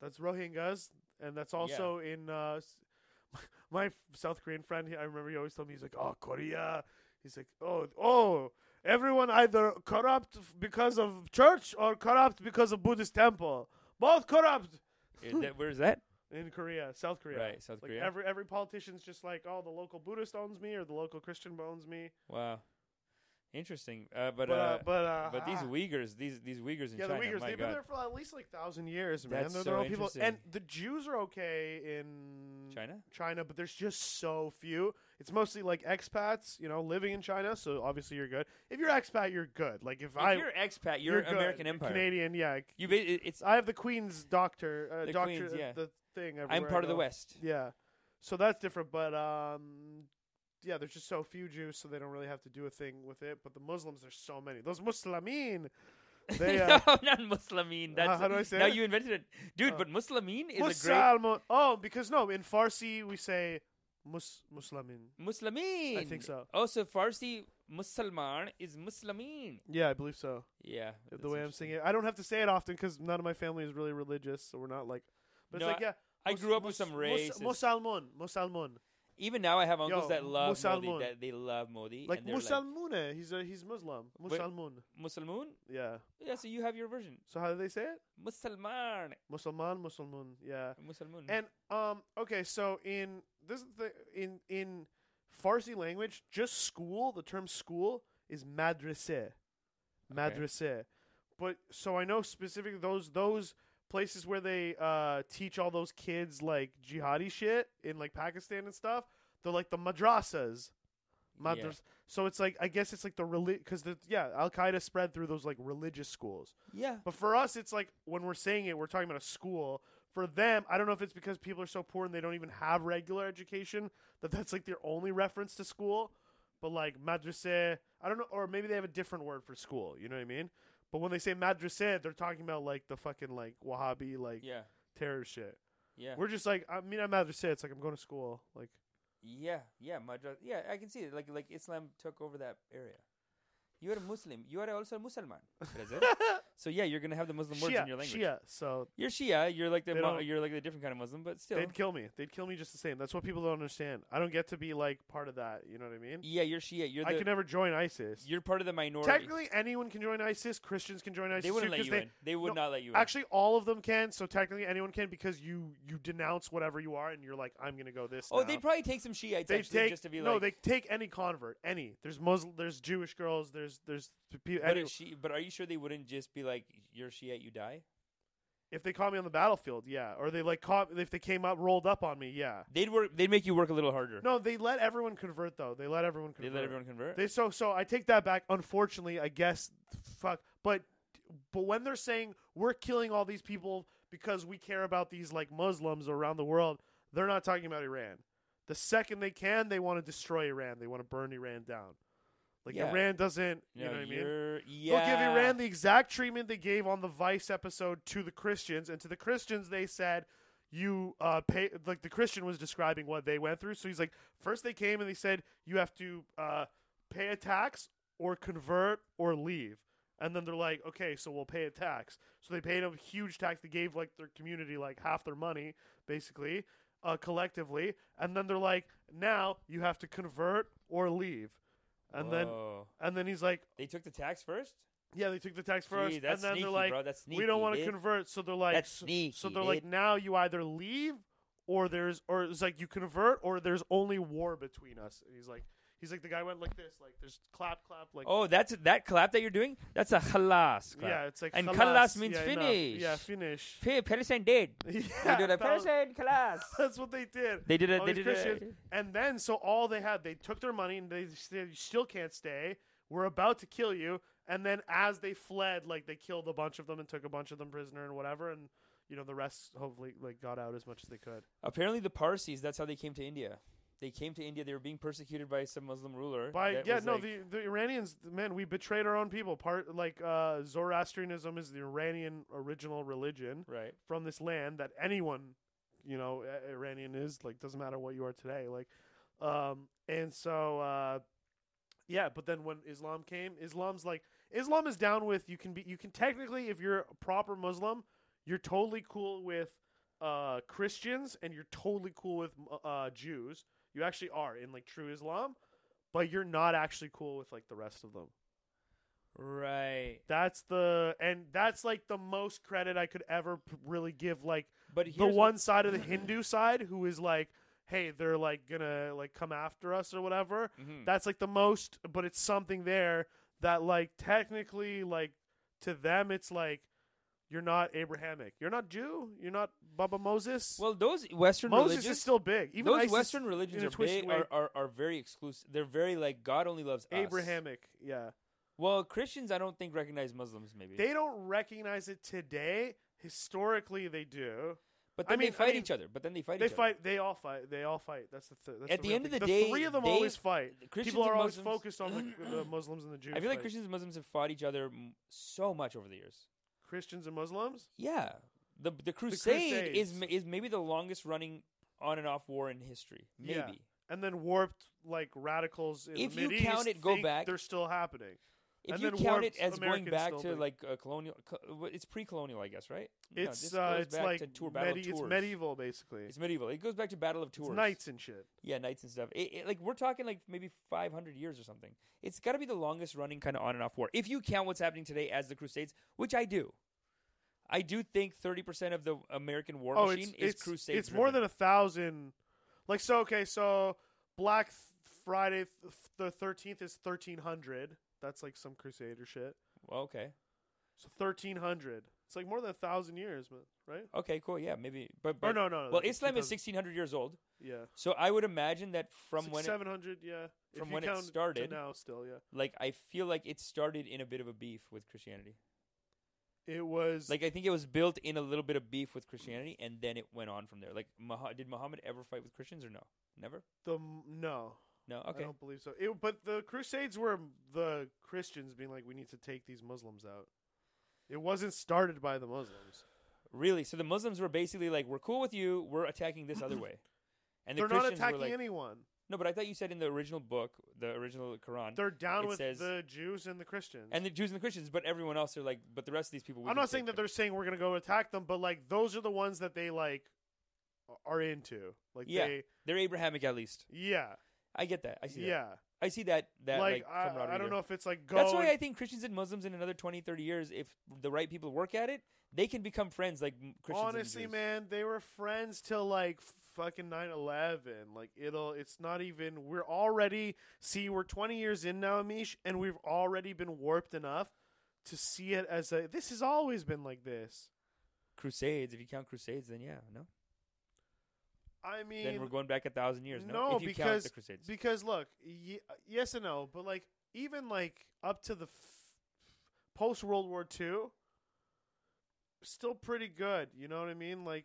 Speaker 2: that's Rohingyas, and that's also in uh, s- my f- South Korean friend, he- I remember he always told me, he's like, oh, Korea. He's like, oh, oh, everyone either corrupt f- because of church or corrupt because of Buddhist temple. Both corrupt
Speaker 1: Is that- where's that?
Speaker 2: in Korea, South Korea.
Speaker 1: Right, South
Speaker 2: like
Speaker 1: Korea.
Speaker 2: every every politician's just like, oh, the local Buddhist owns me or the local Christian owns me.
Speaker 1: wow, interesting. Uh, but
Speaker 2: But
Speaker 1: uh,
Speaker 2: uh, but uh,
Speaker 1: but these
Speaker 2: ah.
Speaker 1: Uyghurs, these these Uyghurs in
Speaker 2: yeah,
Speaker 1: China,
Speaker 2: the Uyghurs,
Speaker 1: my
Speaker 2: they've
Speaker 1: God.
Speaker 2: been there for at least like thousand years, man.
Speaker 1: That's
Speaker 2: They're
Speaker 1: so
Speaker 2: their own people, and
Speaker 1: interesting.
Speaker 2: the Jews are okay in
Speaker 1: China?
Speaker 2: China, but there's just so few. It's mostly like expats, you know, living in China. So obviously you're good. If you're expat, you're good. Like if,
Speaker 1: If
Speaker 2: I,
Speaker 1: you're expat,
Speaker 2: you're
Speaker 1: you're,
Speaker 2: good.
Speaker 1: American Empire.
Speaker 2: Canadian, yeah.
Speaker 1: You ba- it- it's
Speaker 2: I have the Queen's doctor, uh,
Speaker 1: The
Speaker 2: doctor,
Speaker 1: Queen's,
Speaker 2: uh,
Speaker 1: yeah.
Speaker 2: the thing.
Speaker 1: I'm
Speaker 2: everywhere I
Speaker 1: part of the
Speaker 2: go.
Speaker 1: West.
Speaker 2: Yeah, so that's different. But um, yeah, there's just so few Jews, so they don't really have to do a thing with it. But the Muslims, there's so many. Those Muslimin, they. Uh,
Speaker 1: no, not Muslimin. That's
Speaker 2: how do I say
Speaker 1: Now
Speaker 2: it?
Speaker 1: you invented it, dude.
Speaker 2: Oh.
Speaker 1: But Muslimin is a
Speaker 2: Musalmo- Oh, because no, in Farsi we say mus Muslamin.
Speaker 1: great Muslimin.
Speaker 2: I think so.
Speaker 1: Also, Farsi Musalman is Muslimin.
Speaker 2: Yeah, I believe so.
Speaker 1: Yeah, that's
Speaker 2: the way I'm
Speaker 1: interesting.
Speaker 2: saying it, I don't have to say it often because none of my family is really religious, so we're not like. But
Speaker 1: No,
Speaker 2: it's like yeah.
Speaker 1: I
Speaker 2: mus-
Speaker 1: grew up with
Speaker 2: mus-
Speaker 1: some
Speaker 2: mus-
Speaker 1: racist-
Speaker 2: Musalmon, Musalmon,
Speaker 1: Even now, I have uncles
Speaker 2: Yo,
Speaker 1: that love
Speaker 2: Musalmun.
Speaker 1: Modi. That they love Modi.
Speaker 2: like
Speaker 1: and they're
Speaker 2: Musalmune. he's a, he's Muslim. Musalmun.
Speaker 1: Musalmun.
Speaker 2: Yeah.
Speaker 1: Yeah, so you have your version.
Speaker 2: So how do they say it?
Speaker 1: Musalman.
Speaker 2: Musalman, Musalmun. Yeah.
Speaker 1: Musalmun.
Speaker 2: And um, okay, so in this is the in in Farsi language, just school. The term school is madrasa, madrasa. But so I know specifically those those places where they uh, teach all those kids like jihadi shit in like Pakistan and stuff. They're like the madrasas.
Speaker 1: Yeah.
Speaker 2: Madras. So it's like I guess it's like the relig because the yeah Al Qaeda spread through those like religious schools.
Speaker 1: yeah.
Speaker 2: But for us, it's like when we're saying it, we're talking about a school. For them, I don't know if it's because people are so poor and they don't even have regular education that that's like their only reference to school. But like madrasa, I don't know, or maybe they have a different word for school. You know what I mean? But when they say madrasa, they're talking about like the fucking like Wahhabi like
Speaker 1: Yeah.
Speaker 2: terror shit.
Speaker 1: Yeah.
Speaker 2: We're just like, I mean, I'm madrasa. It's like I'm going to school. Like,
Speaker 1: Yeah, yeah, Madras. Yeah, I can see it. Like, like Islam took over that area. You are a Muslim. You are also a Musalman. Brazil. so yeah, you're gonna have the Muslim words
Speaker 2: Shia,
Speaker 1: in your language.
Speaker 2: Shia. So
Speaker 1: You're Shia. You're like the
Speaker 2: They
Speaker 1: mo-
Speaker 2: don't-
Speaker 1: you're like the different kind of Muslim, but still.
Speaker 2: they'd kill me. They'd kill me just the same. That's what people don't understand. I don't get to be like part of that. You know what I mean?
Speaker 1: yeah, you're Shia. You're
Speaker 2: I
Speaker 1: the
Speaker 2: could never join ISIS.
Speaker 1: you're part of the minority.
Speaker 2: Technically, anyone can join ISIS. Christians can join ISIS.
Speaker 1: they wouldn't
Speaker 2: too,
Speaker 1: let
Speaker 2: 'cause
Speaker 1: you
Speaker 2: they-
Speaker 1: in. They would
Speaker 2: no,
Speaker 1: not let you in.
Speaker 2: Actually, all of them can. So technically, anyone can because you you denounce whatever you are, and you're like, I'm gonna go this.
Speaker 1: oh,
Speaker 2: now.
Speaker 1: they'd probably take some Shiites
Speaker 2: They
Speaker 1: actually
Speaker 2: take
Speaker 1: just to be
Speaker 2: no,
Speaker 1: like.
Speaker 2: they take any convert, any. There's Muslim, there's Jewish girls, there's there's pe-
Speaker 1: but,
Speaker 2: any,
Speaker 1: is she, but are you sure they wouldn't just be like, "You're Shiite, you die"?
Speaker 2: if they caught me on the battlefield, yeah, or they like caught if they came up rolled up on me, yeah.
Speaker 1: They'd work. They'd make you work a little harder.
Speaker 2: No, they let everyone convert though. They let everyone
Speaker 1: they
Speaker 2: convert.
Speaker 1: let everyone convert.
Speaker 2: They so so I take that back. Unfortunately, I guess fuck. But but when they're saying we're killing all these people because we care about these like Muslims around the world, they're not talking about Iran. The second they can, they want to destroy Iran. They want to burn Iran down. Like
Speaker 1: Yeah.
Speaker 2: Iran doesn't, you
Speaker 1: No,
Speaker 2: know what I mean?
Speaker 1: you're-
Speaker 2: They'll give
Speaker 1: yeah.
Speaker 2: Iran the exact treatment they gave on the Vice episode to the Christians, and to the Christians they said, "You uh, pay." Like the Christian was describing what they went through, so he's like, first they came and they said you have to uh, pay a tax or convert or leave." And then they're like, okay, so we'll pay a tax. So they paid a huge tax. They gave like their community like half their money, basically, uh, collectively. And then they're like, now you have to convert or leave. And then
Speaker 1: Whoa.
Speaker 2: and then he's like,
Speaker 1: Oh. They took the tax first.
Speaker 2: yeah, they took the tax first,
Speaker 1: Gee, that's
Speaker 2: and then
Speaker 1: sneaky,
Speaker 2: they're like,
Speaker 1: bro. That's sneaky,
Speaker 2: "We don't want to
Speaker 1: dude.
Speaker 2: convert," so they're like,
Speaker 1: That's
Speaker 2: so, so
Speaker 1: sneaky,
Speaker 2: they're like,
Speaker 1: dude.
Speaker 2: "Now you either leave, or there's, or it's like you convert, or there's only war between us." And he's like, he's like, the guy went like this, like there's clap, clap, like
Speaker 1: Oh, that's that clap that you're doing. That's a halas clap.
Speaker 2: yeah, it's like
Speaker 1: and
Speaker 2: "Khalas,"
Speaker 1: khalas means
Speaker 2: yeah, enough.
Speaker 1: finish.
Speaker 2: yeah, finish.
Speaker 1: Hey, Palestine dead.
Speaker 2: Yeah,
Speaker 1: they do the
Speaker 2: that was-
Speaker 1: Palestine khalas.
Speaker 2: that's what they did.
Speaker 1: They did it.
Speaker 2: all
Speaker 1: They
Speaker 2: these
Speaker 1: did it.
Speaker 2: Oh, Christians. And then, so all they had, they took their money and they said, "You still can't stay. We're about to kill you." And then, as they fled, like they killed a bunch of them and took a bunch of them prisoner and whatever. And you know, the rest hopefully like got out as much as they could.
Speaker 1: Apparently, the Parsis. That's how they came to India. They came to India. They were being persecuted by some Muslim ruler.
Speaker 2: By
Speaker 1: that
Speaker 2: yeah,
Speaker 1: was
Speaker 2: no,
Speaker 1: like-
Speaker 2: the the Iranians, man, we betrayed our own people. Part like uh, Zoroastrianism is the Iranian original religion
Speaker 1: right.
Speaker 2: from this land that anyone, you know, I- Iranian is like doesn't matter what you are today, like, um, and so uh, yeah. But then when Islam came, Islam's like Islam is down with you can be you can technically if you're a proper Muslim, you're totally cool with uh, Christians and you're totally cool with uh, Jews. You actually are in like true Islam, but you're not actually cool with like the rest of them.
Speaker 1: Right.
Speaker 2: That's the and that's like the most credit I could ever p- really give like
Speaker 1: But
Speaker 2: the
Speaker 1: here's
Speaker 2: one side of the Hindu side who is like, hey, they're like gonna like come after us or whatever.
Speaker 1: Mhm.
Speaker 2: That's like the most, but it's something there that like technically like to them it's like you're not Abrahamic, you're not Jew, you're not Baba Moses.
Speaker 1: well, those Western
Speaker 2: Moses
Speaker 1: religions,
Speaker 2: is still big. Even
Speaker 1: those
Speaker 2: ISIS
Speaker 1: Western
Speaker 2: in
Speaker 1: religions
Speaker 2: a
Speaker 1: are
Speaker 2: twisted
Speaker 1: big,
Speaker 2: way-
Speaker 1: are, are are very exclusive. They're very like God only loves us.
Speaker 2: Abrahamic, yeah.
Speaker 1: Well, Christians, I don't think recognize Muslims. Maybe
Speaker 2: They don't recognize it today. Historically, they do.
Speaker 1: but
Speaker 2: I
Speaker 1: then
Speaker 2: mean-
Speaker 1: they
Speaker 2: I
Speaker 1: fight
Speaker 2: mean,
Speaker 1: each other. But then they fight.
Speaker 2: They
Speaker 1: each
Speaker 2: fight. They all fight. They all fight. That's the. Th- that's
Speaker 1: At the
Speaker 2: real
Speaker 1: end of
Speaker 2: thing.
Speaker 1: the
Speaker 2: the
Speaker 1: day,
Speaker 2: three of them
Speaker 1: they-
Speaker 2: always fight.
Speaker 1: other. Christians
Speaker 2: People are
Speaker 1: and
Speaker 2: always
Speaker 1: Muslims,
Speaker 2: focused on the, the Muslims and the Jews.
Speaker 1: I feel like
Speaker 2: fight.
Speaker 1: Christians and Muslims have fought each other m- so much over the years.
Speaker 2: Christians and Muslims.
Speaker 1: Yeah, the the crusade is
Speaker 2: Crusades.
Speaker 1: ma- is maybe the longest running on and off war in history. Maybe.
Speaker 2: Yeah. And then warped like radicals. In
Speaker 1: If
Speaker 2: the
Speaker 1: you
Speaker 2: Mideast
Speaker 1: count it, go
Speaker 2: think
Speaker 1: back-
Speaker 2: They're still happening.
Speaker 1: If
Speaker 2: And
Speaker 1: you
Speaker 2: then
Speaker 1: count it
Speaker 2: warped
Speaker 1: as going
Speaker 2: Americans
Speaker 1: back
Speaker 2: still
Speaker 1: to
Speaker 2: think-
Speaker 1: like a colonial, co- what- it's pre-colonial, I guess, right? No,
Speaker 2: It's
Speaker 1: this
Speaker 2: uh,
Speaker 1: goes
Speaker 2: it's
Speaker 1: back
Speaker 2: like
Speaker 1: to tour battle
Speaker 2: medi-
Speaker 1: of
Speaker 2: it's
Speaker 1: Tours.
Speaker 2: medieval basically.
Speaker 1: It's medieval. It goes back to Battle of
Speaker 2: It's
Speaker 1: Tours.
Speaker 2: knights and shit.
Speaker 1: Yeah, knights and stuff. It, it- like we're talking like maybe 500 years or something. It's got to be the longest running kind of on and off war. If you count what's happening today as the Crusades, which I do, I do think 30% of the American war
Speaker 2: oh, it's
Speaker 1: machine is
Speaker 2: it's,
Speaker 1: Crusades.
Speaker 2: it's more than a thousand. Like so, okay, so Black Th- Friday th- the thirteenth is thirteen hundred. That's like some crusader shit.
Speaker 1: okay.
Speaker 2: So thirteen hundred. It's like more than a thousand years, man. Right?
Speaker 1: Okay, cool. Yeah, maybe. But,
Speaker 2: Or
Speaker 1: but
Speaker 2: Oh, no, no. no
Speaker 1: well,
Speaker 2: that's
Speaker 1: Islam is
Speaker 2: 2000
Speaker 1: 1600 years old,
Speaker 2: Yeah.
Speaker 1: so I would imagine that from when it,
Speaker 2: seven hundred. Yeah. If
Speaker 1: from
Speaker 2: you
Speaker 1: when it
Speaker 2: count to
Speaker 1: started.
Speaker 2: now, still, yeah.
Speaker 1: like I feel like it started in a bit of a beef with Christianity.
Speaker 2: It was
Speaker 1: Like I think it was built in a little bit of beef with Christianity, and then it went on from there. Like, Muha- did Muhammad ever fight with Christians or no? Never.
Speaker 2: the m- no.
Speaker 1: No.
Speaker 2: I
Speaker 1: Okay.
Speaker 2: don't believe so. It, but the Crusades were the Christians being like, we need to take these Muslims out. It wasn't started by the Muslims.
Speaker 1: Really? So the Muslims were basically like, "We're cool with you. We're attacking this other way." And the
Speaker 2: They're not
Speaker 1: Christians
Speaker 2: attacking
Speaker 1: were like,
Speaker 2: anyone.
Speaker 1: "No, but I thought you said in the original book, the original Quran,
Speaker 2: They're down
Speaker 1: it
Speaker 2: with
Speaker 1: says-
Speaker 2: the Jews and the Christians.
Speaker 1: and the Jews and the Christians, but everyone else are like, but the rest of these people." We
Speaker 2: I'm
Speaker 1: can
Speaker 2: not saying that
Speaker 1: take
Speaker 2: they're saying we're going to go attack them, but like those are the ones that they like are into. Like
Speaker 1: Yeah.
Speaker 2: they,
Speaker 1: they're Abrahamic at least.
Speaker 2: yeah,
Speaker 1: I get that. I see that.
Speaker 2: yeah.
Speaker 1: I see that. That like,
Speaker 2: like I, I
Speaker 1: camaraderie
Speaker 2: don't
Speaker 1: there.
Speaker 2: know if it's like go.
Speaker 1: That's why
Speaker 2: and-
Speaker 1: I think Christians and Muslims in another 20, 30 years, if the right people work at it, they can become friends like m- Christians. and
Speaker 2: honestly
Speaker 1: Jews.
Speaker 2: man they were friends till like fucking 9-11 like it'll it's not even we're already see we're 20 years in now amish and we've already been warped enough to see it as a this has always been like this
Speaker 1: Crusades. If you count Crusades, then yeah, no.
Speaker 2: i mean
Speaker 1: Then we're going back a thousand years. No,
Speaker 2: No,
Speaker 1: if you count
Speaker 2: because-
Speaker 1: the Crusades.
Speaker 2: because look y- yes and no but like even like up to the f- post world war ii still pretty good you know what i mean like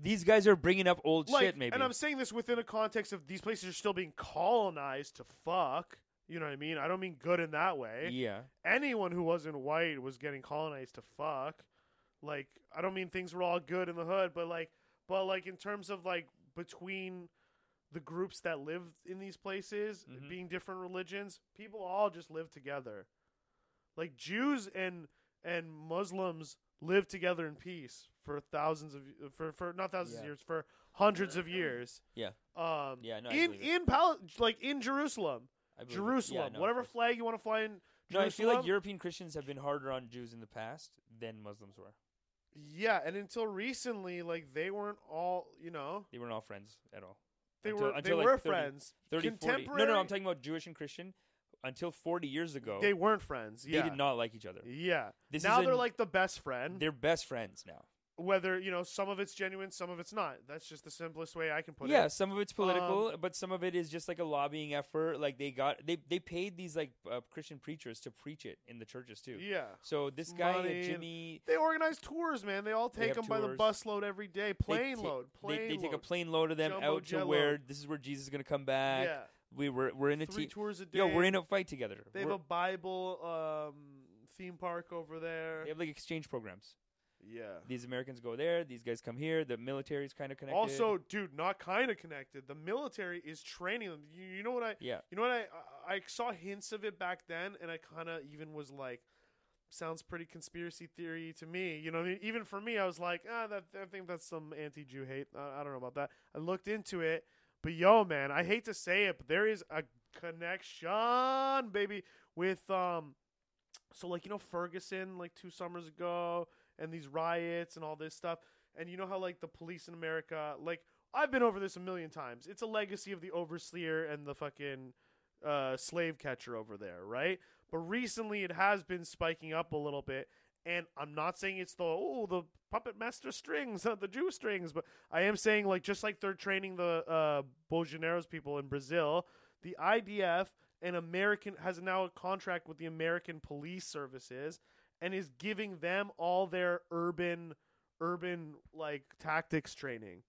Speaker 1: These guys are bringing up old
Speaker 2: like,
Speaker 1: shit. Maybe.
Speaker 2: And I'm saying this within a context of these places are still being colonized to fuck. You know what I mean? I don't mean good in that way.
Speaker 1: yeah.
Speaker 2: Anyone who wasn't white was getting colonized to fuck. Like, I don't mean things were all good in the hood, but like, but like in terms of like between the groups that lived in these places
Speaker 1: Mhm.
Speaker 2: being different religions, people all just lived together. Like Jews and and Muslims lived together in peace for thousands of for for not thousands of
Speaker 1: Yeah.
Speaker 2: years for hundreds of years.
Speaker 1: Yeah.
Speaker 2: Um.
Speaker 1: Yeah, no, I
Speaker 2: In
Speaker 1: believe it.
Speaker 2: in Pal- like in Jerusalem,
Speaker 1: I believe it. Yeah,
Speaker 2: Jerusalem,
Speaker 1: no, of
Speaker 2: whatever
Speaker 1: course.
Speaker 2: flag you want to fly in.
Speaker 1: No, I feel
Speaker 2: Jerusalem,
Speaker 1: like European Christians have been harder on Jews in the past than Muslims were.
Speaker 2: Yeah, and until recently, like they weren't all. You know,
Speaker 1: They weren't all friends at all.
Speaker 2: they
Speaker 1: Until-
Speaker 2: were
Speaker 1: until
Speaker 2: they
Speaker 1: like
Speaker 2: were
Speaker 1: 30
Speaker 2: friends.
Speaker 1: 30, 40. No,
Speaker 2: Contemporary.
Speaker 1: no, I'm talking about Jewish and Christian. Until 40 years ago,
Speaker 2: They weren't friends.
Speaker 1: they
Speaker 2: Yeah.
Speaker 1: did not like each other.
Speaker 2: Yeah.
Speaker 1: This
Speaker 2: now
Speaker 1: is
Speaker 2: they're
Speaker 1: an-
Speaker 2: like the best friend.
Speaker 1: They're best friends now.
Speaker 2: Whether you know, some of it's genuine, some of it's not. That's just the simplest way I can put
Speaker 1: yeah,
Speaker 2: it. um,
Speaker 1: some of it's political, but some of it is just like a lobbying effort. Like they got they they paid these like uh, Christian preachers to preach it in the churches too.
Speaker 2: Yeah.
Speaker 1: So this guy uh,
Speaker 2: Money and-
Speaker 1: Jimmy,
Speaker 2: They organize tours, man. They all
Speaker 1: They
Speaker 2: take
Speaker 1: have
Speaker 2: them by the
Speaker 1: tours.
Speaker 2: busload every day. Plane
Speaker 1: ta-
Speaker 2: load.
Speaker 1: they,
Speaker 2: Plane
Speaker 1: they take a
Speaker 2: load.
Speaker 1: plane load of them
Speaker 2: Jumbo
Speaker 1: out to
Speaker 2: jello.
Speaker 1: where this is where Jesus is gonna come back.
Speaker 2: Yeah.
Speaker 1: We were we're in a
Speaker 2: Three
Speaker 1: team.
Speaker 2: tours a day.
Speaker 1: Yo, we're in a fight together.
Speaker 2: They have
Speaker 1: We're-
Speaker 2: a Bible um, theme park over there.
Speaker 1: they have like exchange programs.
Speaker 2: Yeah.
Speaker 1: These Americans go there. These guys come here. The military's kind of connected.
Speaker 2: Also, dude, not kind of connected. The military is training them. You, you know what I?
Speaker 1: yeah,
Speaker 2: You know what I? I I saw hints of it back then, and I kind of even was like, sounds pretty conspiracy theory to me. You know, what I mean? even for me, I was like, ah, that, I think that's some anti-Jew hate. I, I don't know about that. I looked into it, but yo, man, I hate to say it, but there is a connection, baby, with um, so like you know Ferguson, like two summers ago, and these riots and all this stuff, and you know how like the police in America, like I've been over this a million times. It's a legacy of the overseer and the fucking uh, slave catcher over there, right? But recently it has been spiking up a little bit. And I'm not saying it's the oh the puppet master strings, not the Jew strings, but I am saying like just like they're training the uh, Bolsonaro's people in Brazil, the IDF and American has now a contract with the American Police Services and is giving them all their urban urban like tactics training.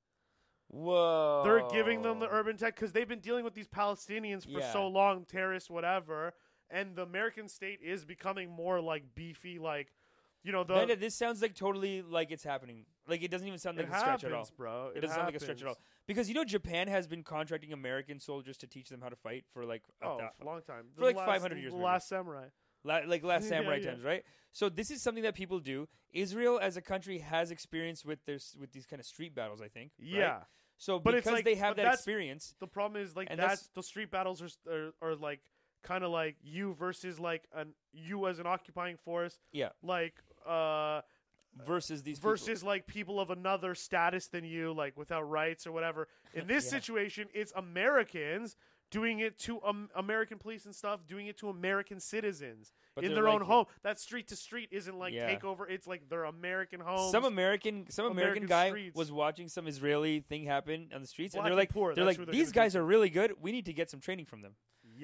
Speaker 1: Whoa.
Speaker 2: They're giving them the urban tech because they've been dealing with these Palestinians for
Speaker 1: Yeah.
Speaker 2: so long, terrorists, whatever. And the American state is becoming more like beefy, like you know the
Speaker 1: None of- this sounds like totally like it's happening. Like it doesn't even sound like
Speaker 2: it
Speaker 1: a
Speaker 2: happens,
Speaker 1: stretch at all.
Speaker 2: bro.
Speaker 1: It, doesn't sound like a stretch at all.
Speaker 2: happens.
Speaker 1: Because you know Japan has been contracting American soldiers to teach them how to fight for like a
Speaker 2: Oh,
Speaker 1: thou-
Speaker 2: for a long time.
Speaker 1: for
Speaker 2: The
Speaker 1: like
Speaker 2: last-
Speaker 1: 500 years,
Speaker 2: The
Speaker 1: maybe.
Speaker 2: last samurai.
Speaker 1: La- like last
Speaker 2: Yeah,
Speaker 1: samurai
Speaker 2: yeah.
Speaker 1: times, right? So this is something that people do. Israel as a country has experience with their s- with these kind of street battles, I think. right?
Speaker 2: Yeah.
Speaker 1: So
Speaker 2: But it's
Speaker 1: because
Speaker 2: like-
Speaker 1: they have
Speaker 2: but
Speaker 1: that
Speaker 2: that's-
Speaker 1: experience,
Speaker 2: The problem is like
Speaker 1: And
Speaker 2: that's,
Speaker 1: that's-
Speaker 2: the street battles are s- are, are like kind of like you versus like an you as an occupying force.
Speaker 1: Yeah.
Speaker 2: Like uh
Speaker 1: versus these people.
Speaker 2: versus like people of another status than you, like without rights or whatever. In this
Speaker 1: Yeah.
Speaker 2: situation, it's Americans doing it to um, American police and stuff, doing it to American citizens
Speaker 1: But
Speaker 2: in
Speaker 1: they're
Speaker 2: their own
Speaker 1: like-
Speaker 2: home. That street to street isn't like
Speaker 1: Yeah.
Speaker 2: takeover; it's like their American home.
Speaker 1: Some American, some American,
Speaker 2: American
Speaker 1: guy
Speaker 2: streets.
Speaker 1: was watching some Israeli thing happen on the streets, and
Speaker 2: Black
Speaker 1: they're
Speaker 2: and
Speaker 1: like,
Speaker 2: poor,
Speaker 1: they're like,
Speaker 2: that's who they're
Speaker 1: these
Speaker 2: gonna
Speaker 1: guys are really good. We need to get some training from them.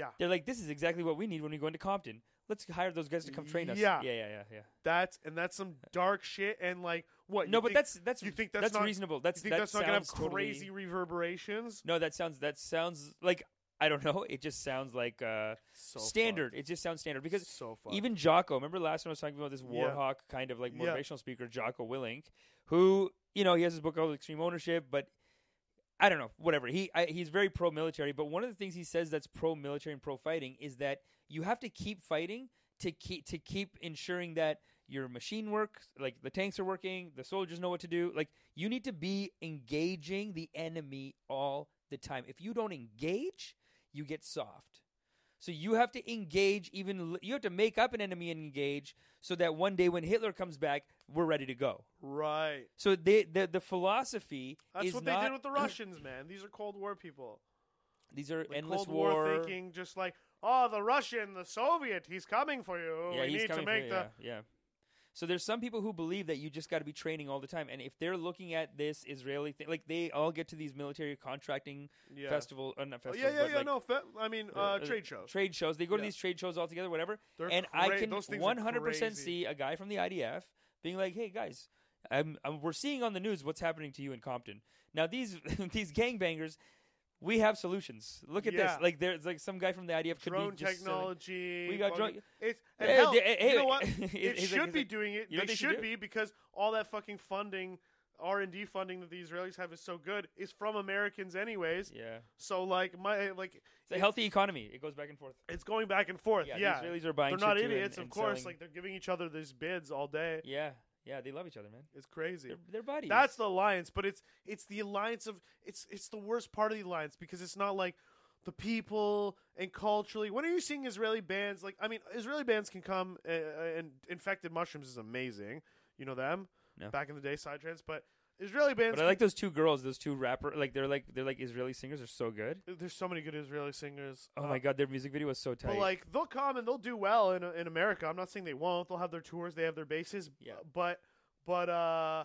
Speaker 2: yeah,
Speaker 1: They're like, this is exactly what we need when we go into Compton. Let's hire those guys to come train us.
Speaker 2: Yeah.
Speaker 1: yeah, yeah, yeah. yeah.
Speaker 2: that's and that's some dark shit. And like what?
Speaker 1: No,
Speaker 2: you
Speaker 1: but
Speaker 2: think-
Speaker 1: that's that's
Speaker 2: you think that's not-
Speaker 1: reasonable.
Speaker 2: you
Speaker 1: That's
Speaker 2: think
Speaker 1: that
Speaker 2: that's not gonna have
Speaker 1: sounds totally-
Speaker 2: crazy reverberations.
Speaker 1: No, that sounds that sounds like I don't know. It just sounds like uh,
Speaker 2: So
Speaker 1: standard. It just sounds standard
Speaker 2: fucked.
Speaker 1: because
Speaker 2: so fucked.
Speaker 1: even Jocko. Remember last time I was talking about this
Speaker 2: Yeah.
Speaker 1: Warhawk kind of like
Speaker 2: Yeah.
Speaker 1: motivational speaker, Jocko Willink, who you know he has his book called Extreme Ownership, but I don't know. Whatever he I, he's very pro military, but one of the things he says that's pro military and pro fighting is that you have to keep fighting to keep to keep ensuring that your machine works, like the tanks are working, the soldiers know what to do. Like you need to be engaging the enemy all the time. If you don't engage, you get soft. So you have to engage even l- you have to make up an enemy and engage so that one day when Hitler comes back, we're ready to go.
Speaker 2: right.
Speaker 1: So they, the the philosophy
Speaker 2: That's
Speaker 1: is
Speaker 2: what they
Speaker 1: not
Speaker 2: did with the Russians, man. These are Cold War people.
Speaker 1: these are
Speaker 2: like
Speaker 1: endless
Speaker 2: Cold War. thinking, just like oh, the Russian, the Soviet, he's coming for you.
Speaker 1: yeah,
Speaker 2: oh, we
Speaker 1: he's
Speaker 2: need to
Speaker 1: coming for
Speaker 2: make
Speaker 1: you,
Speaker 2: the
Speaker 1: yeah, yeah. So there's some people who believe that you just got to be training all the time, and if they're looking at this Israeli thing, like they all get to these military contracting
Speaker 2: yeah.
Speaker 1: festival, uh, not
Speaker 2: Oh,
Speaker 1: festivals,
Speaker 2: yeah, yeah,
Speaker 1: but
Speaker 2: yeah.
Speaker 1: like
Speaker 2: no, fe- I mean uh,
Speaker 1: uh,
Speaker 2: trade shows.
Speaker 1: trade shows. They go to
Speaker 2: Yeah.
Speaker 1: these trade shows all together, whatever.
Speaker 2: They're
Speaker 1: and
Speaker 2: cra-
Speaker 1: I can
Speaker 2: those things are
Speaker 1: 100%
Speaker 2: crazy.
Speaker 1: see a guy from the IDF being like, "Hey guys, I'm, i we're seeing on the news what's happening to you in Compton. Now these these gangbangers, we have solutions. Look at
Speaker 2: Yeah.
Speaker 1: this. Like there's like some guy from the IDF could
Speaker 2: drone
Speaker 1: be just selling-
Speaker 2: technology.
Speaker 1: We got
Speaker 2: fucking-
Speaker 1: drone-
Speaker 2: It's and
Speaker 1: Hey,
Speaker 2: hell,
Speaker 1: d- hey,
Speaker 2: you know what?
Speaker 1: hey,
Speaker 2: It
Speaker 1: he's like-
Speaker 2: should
Speaker 1: he's
Speaker 2: be
Speaker 1: like,
Speaker 2: doing it.
Speaker 1: you know what
Speaker 2: they
Speaker 1: they should do?
Speaker 2: should be because all that fucking funding, R and D funding that the Israelis have is so good is from Americans anyways.
Speaker 1: Yeah,
Speaker 2: So like my like
Speaker 1: it's a healthy economy. It goes back and forth.
Speaker 2: it's going back and forth.
Speaker 1: Yeah,
Speaker 2: Yeah,
Speaker 1: the Israelis are buying.
Speaker 2: they're not
Speaker 1: shit too
Speaker 2: idiots,
Speaker 1: and,
Speaker 2: of
Speaker 1: and
Speaker 2: course.
Speaker 1: selling-
Speaker 2: Like they're giving each other these bids all day.
Speaker 1: yeah, yeah, they love each other, man.
Speaker 2: It's crazy.
Speaker 1: They're, they're buddies.
Speaker 2: That's the alliance, but it's it's the alliance of it's it's the worst part of the alliance because it's not like the people and culturally. When are you seeing Israeli bands? Like, I mean, Israeli bands can come uh, and infected mushrooms is amazing. You know them
Speaker 1: No.
Speaker 2: back in the day, side trance, but Israeli bands.
Speaker 1: But I like those two girls, those two rapper, like they're like they're like Israeli singers are so good.
Speaker 2: can- there's so many good Israeli singers.
Speaker 1: Oh
Speaker 2: Uh,
Speaker 1: my god, their music video was so tight.
Speaker 2: But like they'll come and they'll do well in in America. I'm not saying they won't. They'll have their tours. They have their bases.
Speaker 1: Yeah.
Speaker 2: But but uh,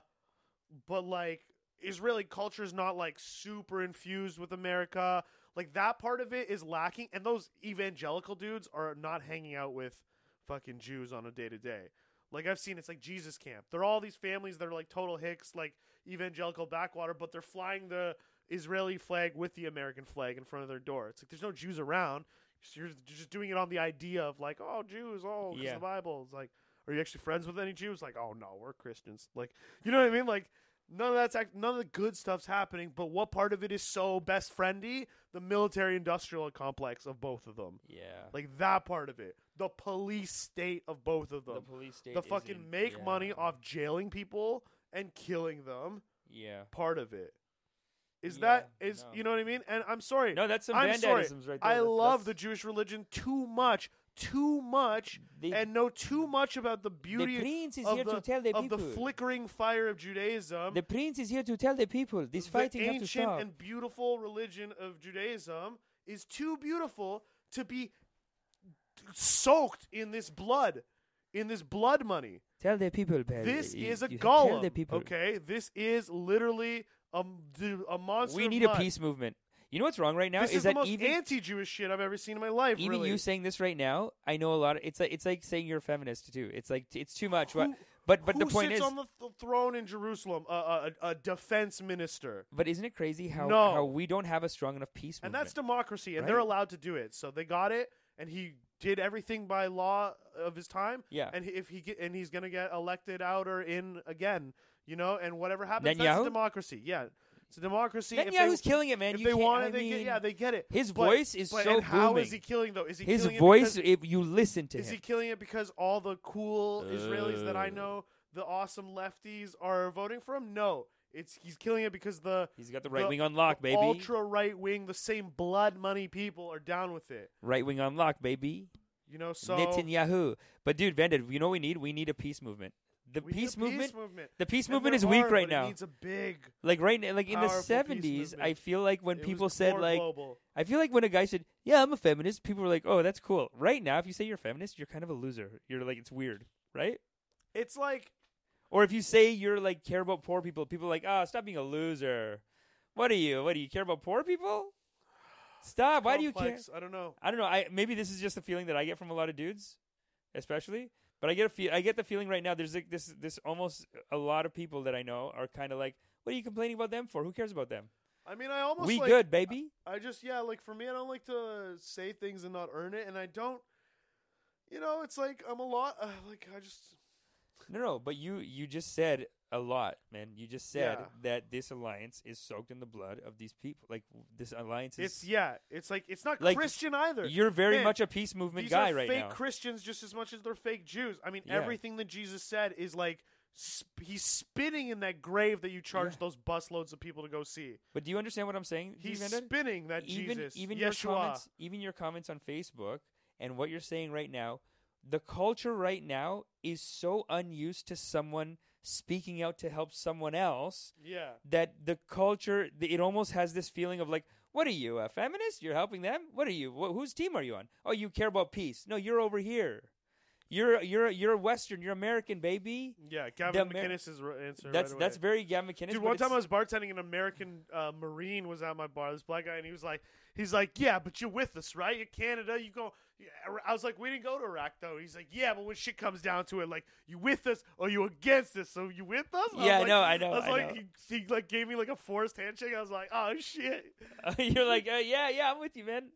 Speaker 2: but like Israeli culture is not like super infused with America. Like that part of it is lacking. And those evangelical dudes are not hanging out with fucking Jews on a day to day. Like I've seen, it's like Jesus Camp. They're all these families that are like total hicks, like evangelical backwater, but they're flying the Israeli flag with the American flag in front of their door. It's like there's no Jews around. So you're just doing it on the idea of like, oh, Jews, oh, 'cause
Speaker 1: Yeah.
Speaker 2: the Bible. It's like, are you actually friends with any Jews? Like, oh no, we're Christians. Like, you know what I mean? Like, none of that's act- none of the good stuff's happening. But what part of it is so best friendy? The military industrial complex of both of them.
Speaker 1: yeah.
Speaker 2: Like that part of it. the police state of both of
Speaker 1: The
Speaker 2: them.
Speaker 1: police
Speaker 2: The,
Speaker 1: state. is
Speaker 2: fucking
Speaker 1: in-
Speaker 2: make money
Speaker 1: yeah.
Speaker 2: off jailing people and killing them
Speaker 1: Yeah.
Speaker 2: part of it. Is
Speaker 1: Yeah,
Speaker 2: that is
Speaker 1: no.
Speaker 2: you know what I mean? And I'm sorry.
Speaker 1: No, that's some
Speaker 2: I'm sorry.
Speaker 1: bandaitisms right there.
Speaker 2: I love the Jewish religion too much, too much,
Speaker 1: the
Speaker 2: and know too much about the
Speaker 1: the
Speaker 2: beauty
Speaker 1: prince is
Speaker 2: of
Speaker 1: here
Speaker 2: the-
Speaker 1: to tell the
Speaker 2: of
Speaker 1: people.
Speaker 2: the flickering fire of Judaism.
Speaker 1: The prince is here to tell the people this
Speaker 2: um, the
Speaker 1: fighting have to
Speaker 2: ancient
Speaker 1: stop.
Speaker 2: and beautiful religion of Judaism is too beautiful to be soaked in this blood, in this blood money.
Speaker 1: Tell the people, Perry.
Speaker 2: This
Speaker 1: You-
Speaker 2: is a
Speaker 1: you Tell
Speaker 2: golem.
Speaker 1: the people.
Speaker 2: Okay, this is literally a, m- d- a monster.
Speaker 1: We
Speaker 2: of
Speaker 1: need a
Speaker 2: mud.
Speaker 1: peace movement. You know what's wrong right now
Speaker 2: This is, the
Speaker 1: that
Speaker 2: most
Speaker 1: even
Speaker 2: anti-Jewish shit I've ever seen in my life.
Speaker 1: even
Speaker 2: really.
Speaker 1: you saying this right now, I know a lot. Of, it's like it's like saying you're a feminist too. It's like it's too much. Wha-
Speaker 2: Who-
Speaker 1: but but
Speaker 2: Who
Speaker 1: the point
Speaker 2: sits
Speaker 1: is,
Speaker 2: on the th- throne in Jerusalem? A- A, a, a defense minister,
Speaker 1: but isn't it crazy how
Speaker 2: No.
Speaker 1: how we don't have a strong enough peace
Speaker 2: and
Speaker 1: movement?
Speaker 2: that's democracy, and they're
Speaker 1: Right.
Speaker 2: allowed to do it. So they got it, and he did everything by law of his time.
Speaker 1: yeah.
Speaker 2: And he- if he get, and he's gonna get elected out or in again, you know, and whatever happens, that's
Speaker 1: Netanyahu?
Speaker 2: a democracy. Yeah, it's a democracy. If they-
Speaker 1: Netanyahu's killing it, man.
Speaker 2: If
Speaker 1: you
Speaker 2: they
Speaker 1: can't-
Speaker 2: want
Speaker 1: I
Speaker 2: it, they get,
Speaker 1: mean,
Speaker 2: yeah, they get it.
Speaker 1: his
Speaker 2: But-
Speaker 1: voice is
Speaker 2: but,
Speaker 1: so
Speaker 2: and How is
Speaker 1: booming.
Speaker 2: he killing though? Is he
Speaker 1: his
Speaker 2: killing
Speaker 1: voice,
Speaker 2: It
Speaker 1: if you listen to
Speaker 2: because, is
Speaker 1: him,
Speaker 2: he killing it because all the cool Israelis that I know, the awesome lefties, are voting for him? No, it's he's killing it because the,
Speaker 1: he's got the
Speaker 2: the-
Speaker 1: right wing on lock, baby.
Speaker 2: ultra right wing, the same blood money people are down with it.
Speaker 1: Right wing on lock, baby.
Speaker 2: You know, so
Speaker 1: Netanyahu. But dude, Vanded, you know what we need? We need a peace movement. The
Speaker 2: we need a
Speaker 1: peace movement.
Speaker 2: movement.
Speaker 1: The peace
Speaker 2: And
Speaker 1: movement
Speaker 2: there
Speaker 1: is weak
Speaker 2: are,
Speaker 1: right
Speaker 2: but It
Speaker 1: now.
Speaker 2: needs a big.
Speaker 1: Like right now, like in the
Speaker 2: powerful peace
Speaker 1: seventies, I
Speaker 2: movement.
Speaker 1: feel like when
Speaker 2: it was
Speaker 1: people said
Speaker 2: more
Speaker 1: like,
Speaker 2: global.
Speaker 1: I feel like when a guy said, "Yeah, I'm a feminist," people were like, "Oh, that's cool." Right now, if you say you're a feminist, you're kind of a loser. You're like, it's weird, right?
Speaker 2: it's like
Speaker 1: Or if you say you're like care about poor people, people are like, "Ah, stop being a loser." What are you? What do you care about poor people? Stop. Why do you care?
Speaker 2: complex, I don't know.
Speaker 1: I don't know. I maybe this is just a feeling that I get from a lot of dudes, especially. But I get a feel. I get the feeling right now. There's like this. This almost a lot of people that I know are kind of like, "What are you complaining about them for? Who cares about them?
Speaker 2: I mean, I almost
Speaker 1: we
Speaker 2: like, uh,
Speaker 1: good, baby."
Speaker 2: I just yeah, like for me, I don't like to say things and not earn it, and I don't. You know, it's like I'm a lot. Uh, like I just
Speaker 1: No, no, but you you just said a lot, man. You just said
Speaker 2: Yeah.
Speaker 1: that this alliance is soaked in the blood of these people. Like w- this alliance
Speaker 2: It's
Speaker 1: is.
Speaker 2: yeah. It's like it's not
Speaker 1: Like,
Speaker 2: Christian either.
Speaker 1: You're very
Speaker 2: man,
Speaker 1: much a peace movement
Speaker 2: These
Speaker 1: guy
Speaker 2: are
Speaker 1: right
Speaker 2: fake
Speaker 1: now.
Speaker 2: Christians just as much as they're fake Jews. I mean,
Speaker 1: Yeah.
Speaker 2: everything that Jesus said is like sp- he's spinning in that grave that you charge
Speaker 1: Yeah.
Speaker 2: those busloads of people to go see.
Speaker 1: but do you understand what I'm saying?
Speaker 2: He's
Speaker 1: Evander?
Speaker 2: spinning that
Speaker 1: even
Speaker 2: Jesus,
Speaker 1: even
Speaker 2: Yeshua.
Speaker 1: your comments, even your comments on Facebook and what you're saying right now, the culture right now is so unused to someone speaking out to help someone else
Speaker 2: yeah.
Speaker 1: that the culture th- it almost has this feeling of like what are you a feminist you're helping them what are you Wh- whose team are you on oh you care about peace no you're over here you're you're you're western you're american baby
Speaker 2: Yeah, Gavin
Speaker 1: Amer-
Speaker 2: McInnes is re- answer.
Speaker 1: that's
Speaker 2: right
Speaker 1: that's
Speaker 2: away.
Speaker 1: very Gavin McInnes but
Speaker 2: Dude, one time
Speaker 1: it's-
Speaker 2: I was bartending, an American uh, Marine was at my bar. This black guy, and he was like, "He's like, yeah, but you're with us, right? You're Canada. You go." Yeah, I was like, "We didn't go to Iraq, though." He's like, "Yeah, but when shit comes down to it, like, you with us or you against us? So you with us?" I was
Speaker 1: yeah
Speaker 2: like-
Speaker 1: I know I know
Speaker 2: I was
Speaker 1: I
Speaker 2: like,
Speaker 1: know.
Speaker 2: He, he like gave me like a forced handshake. I was like, "Oh shit!"
Speaker 1: you're like uh, yeah yeah I'm with you man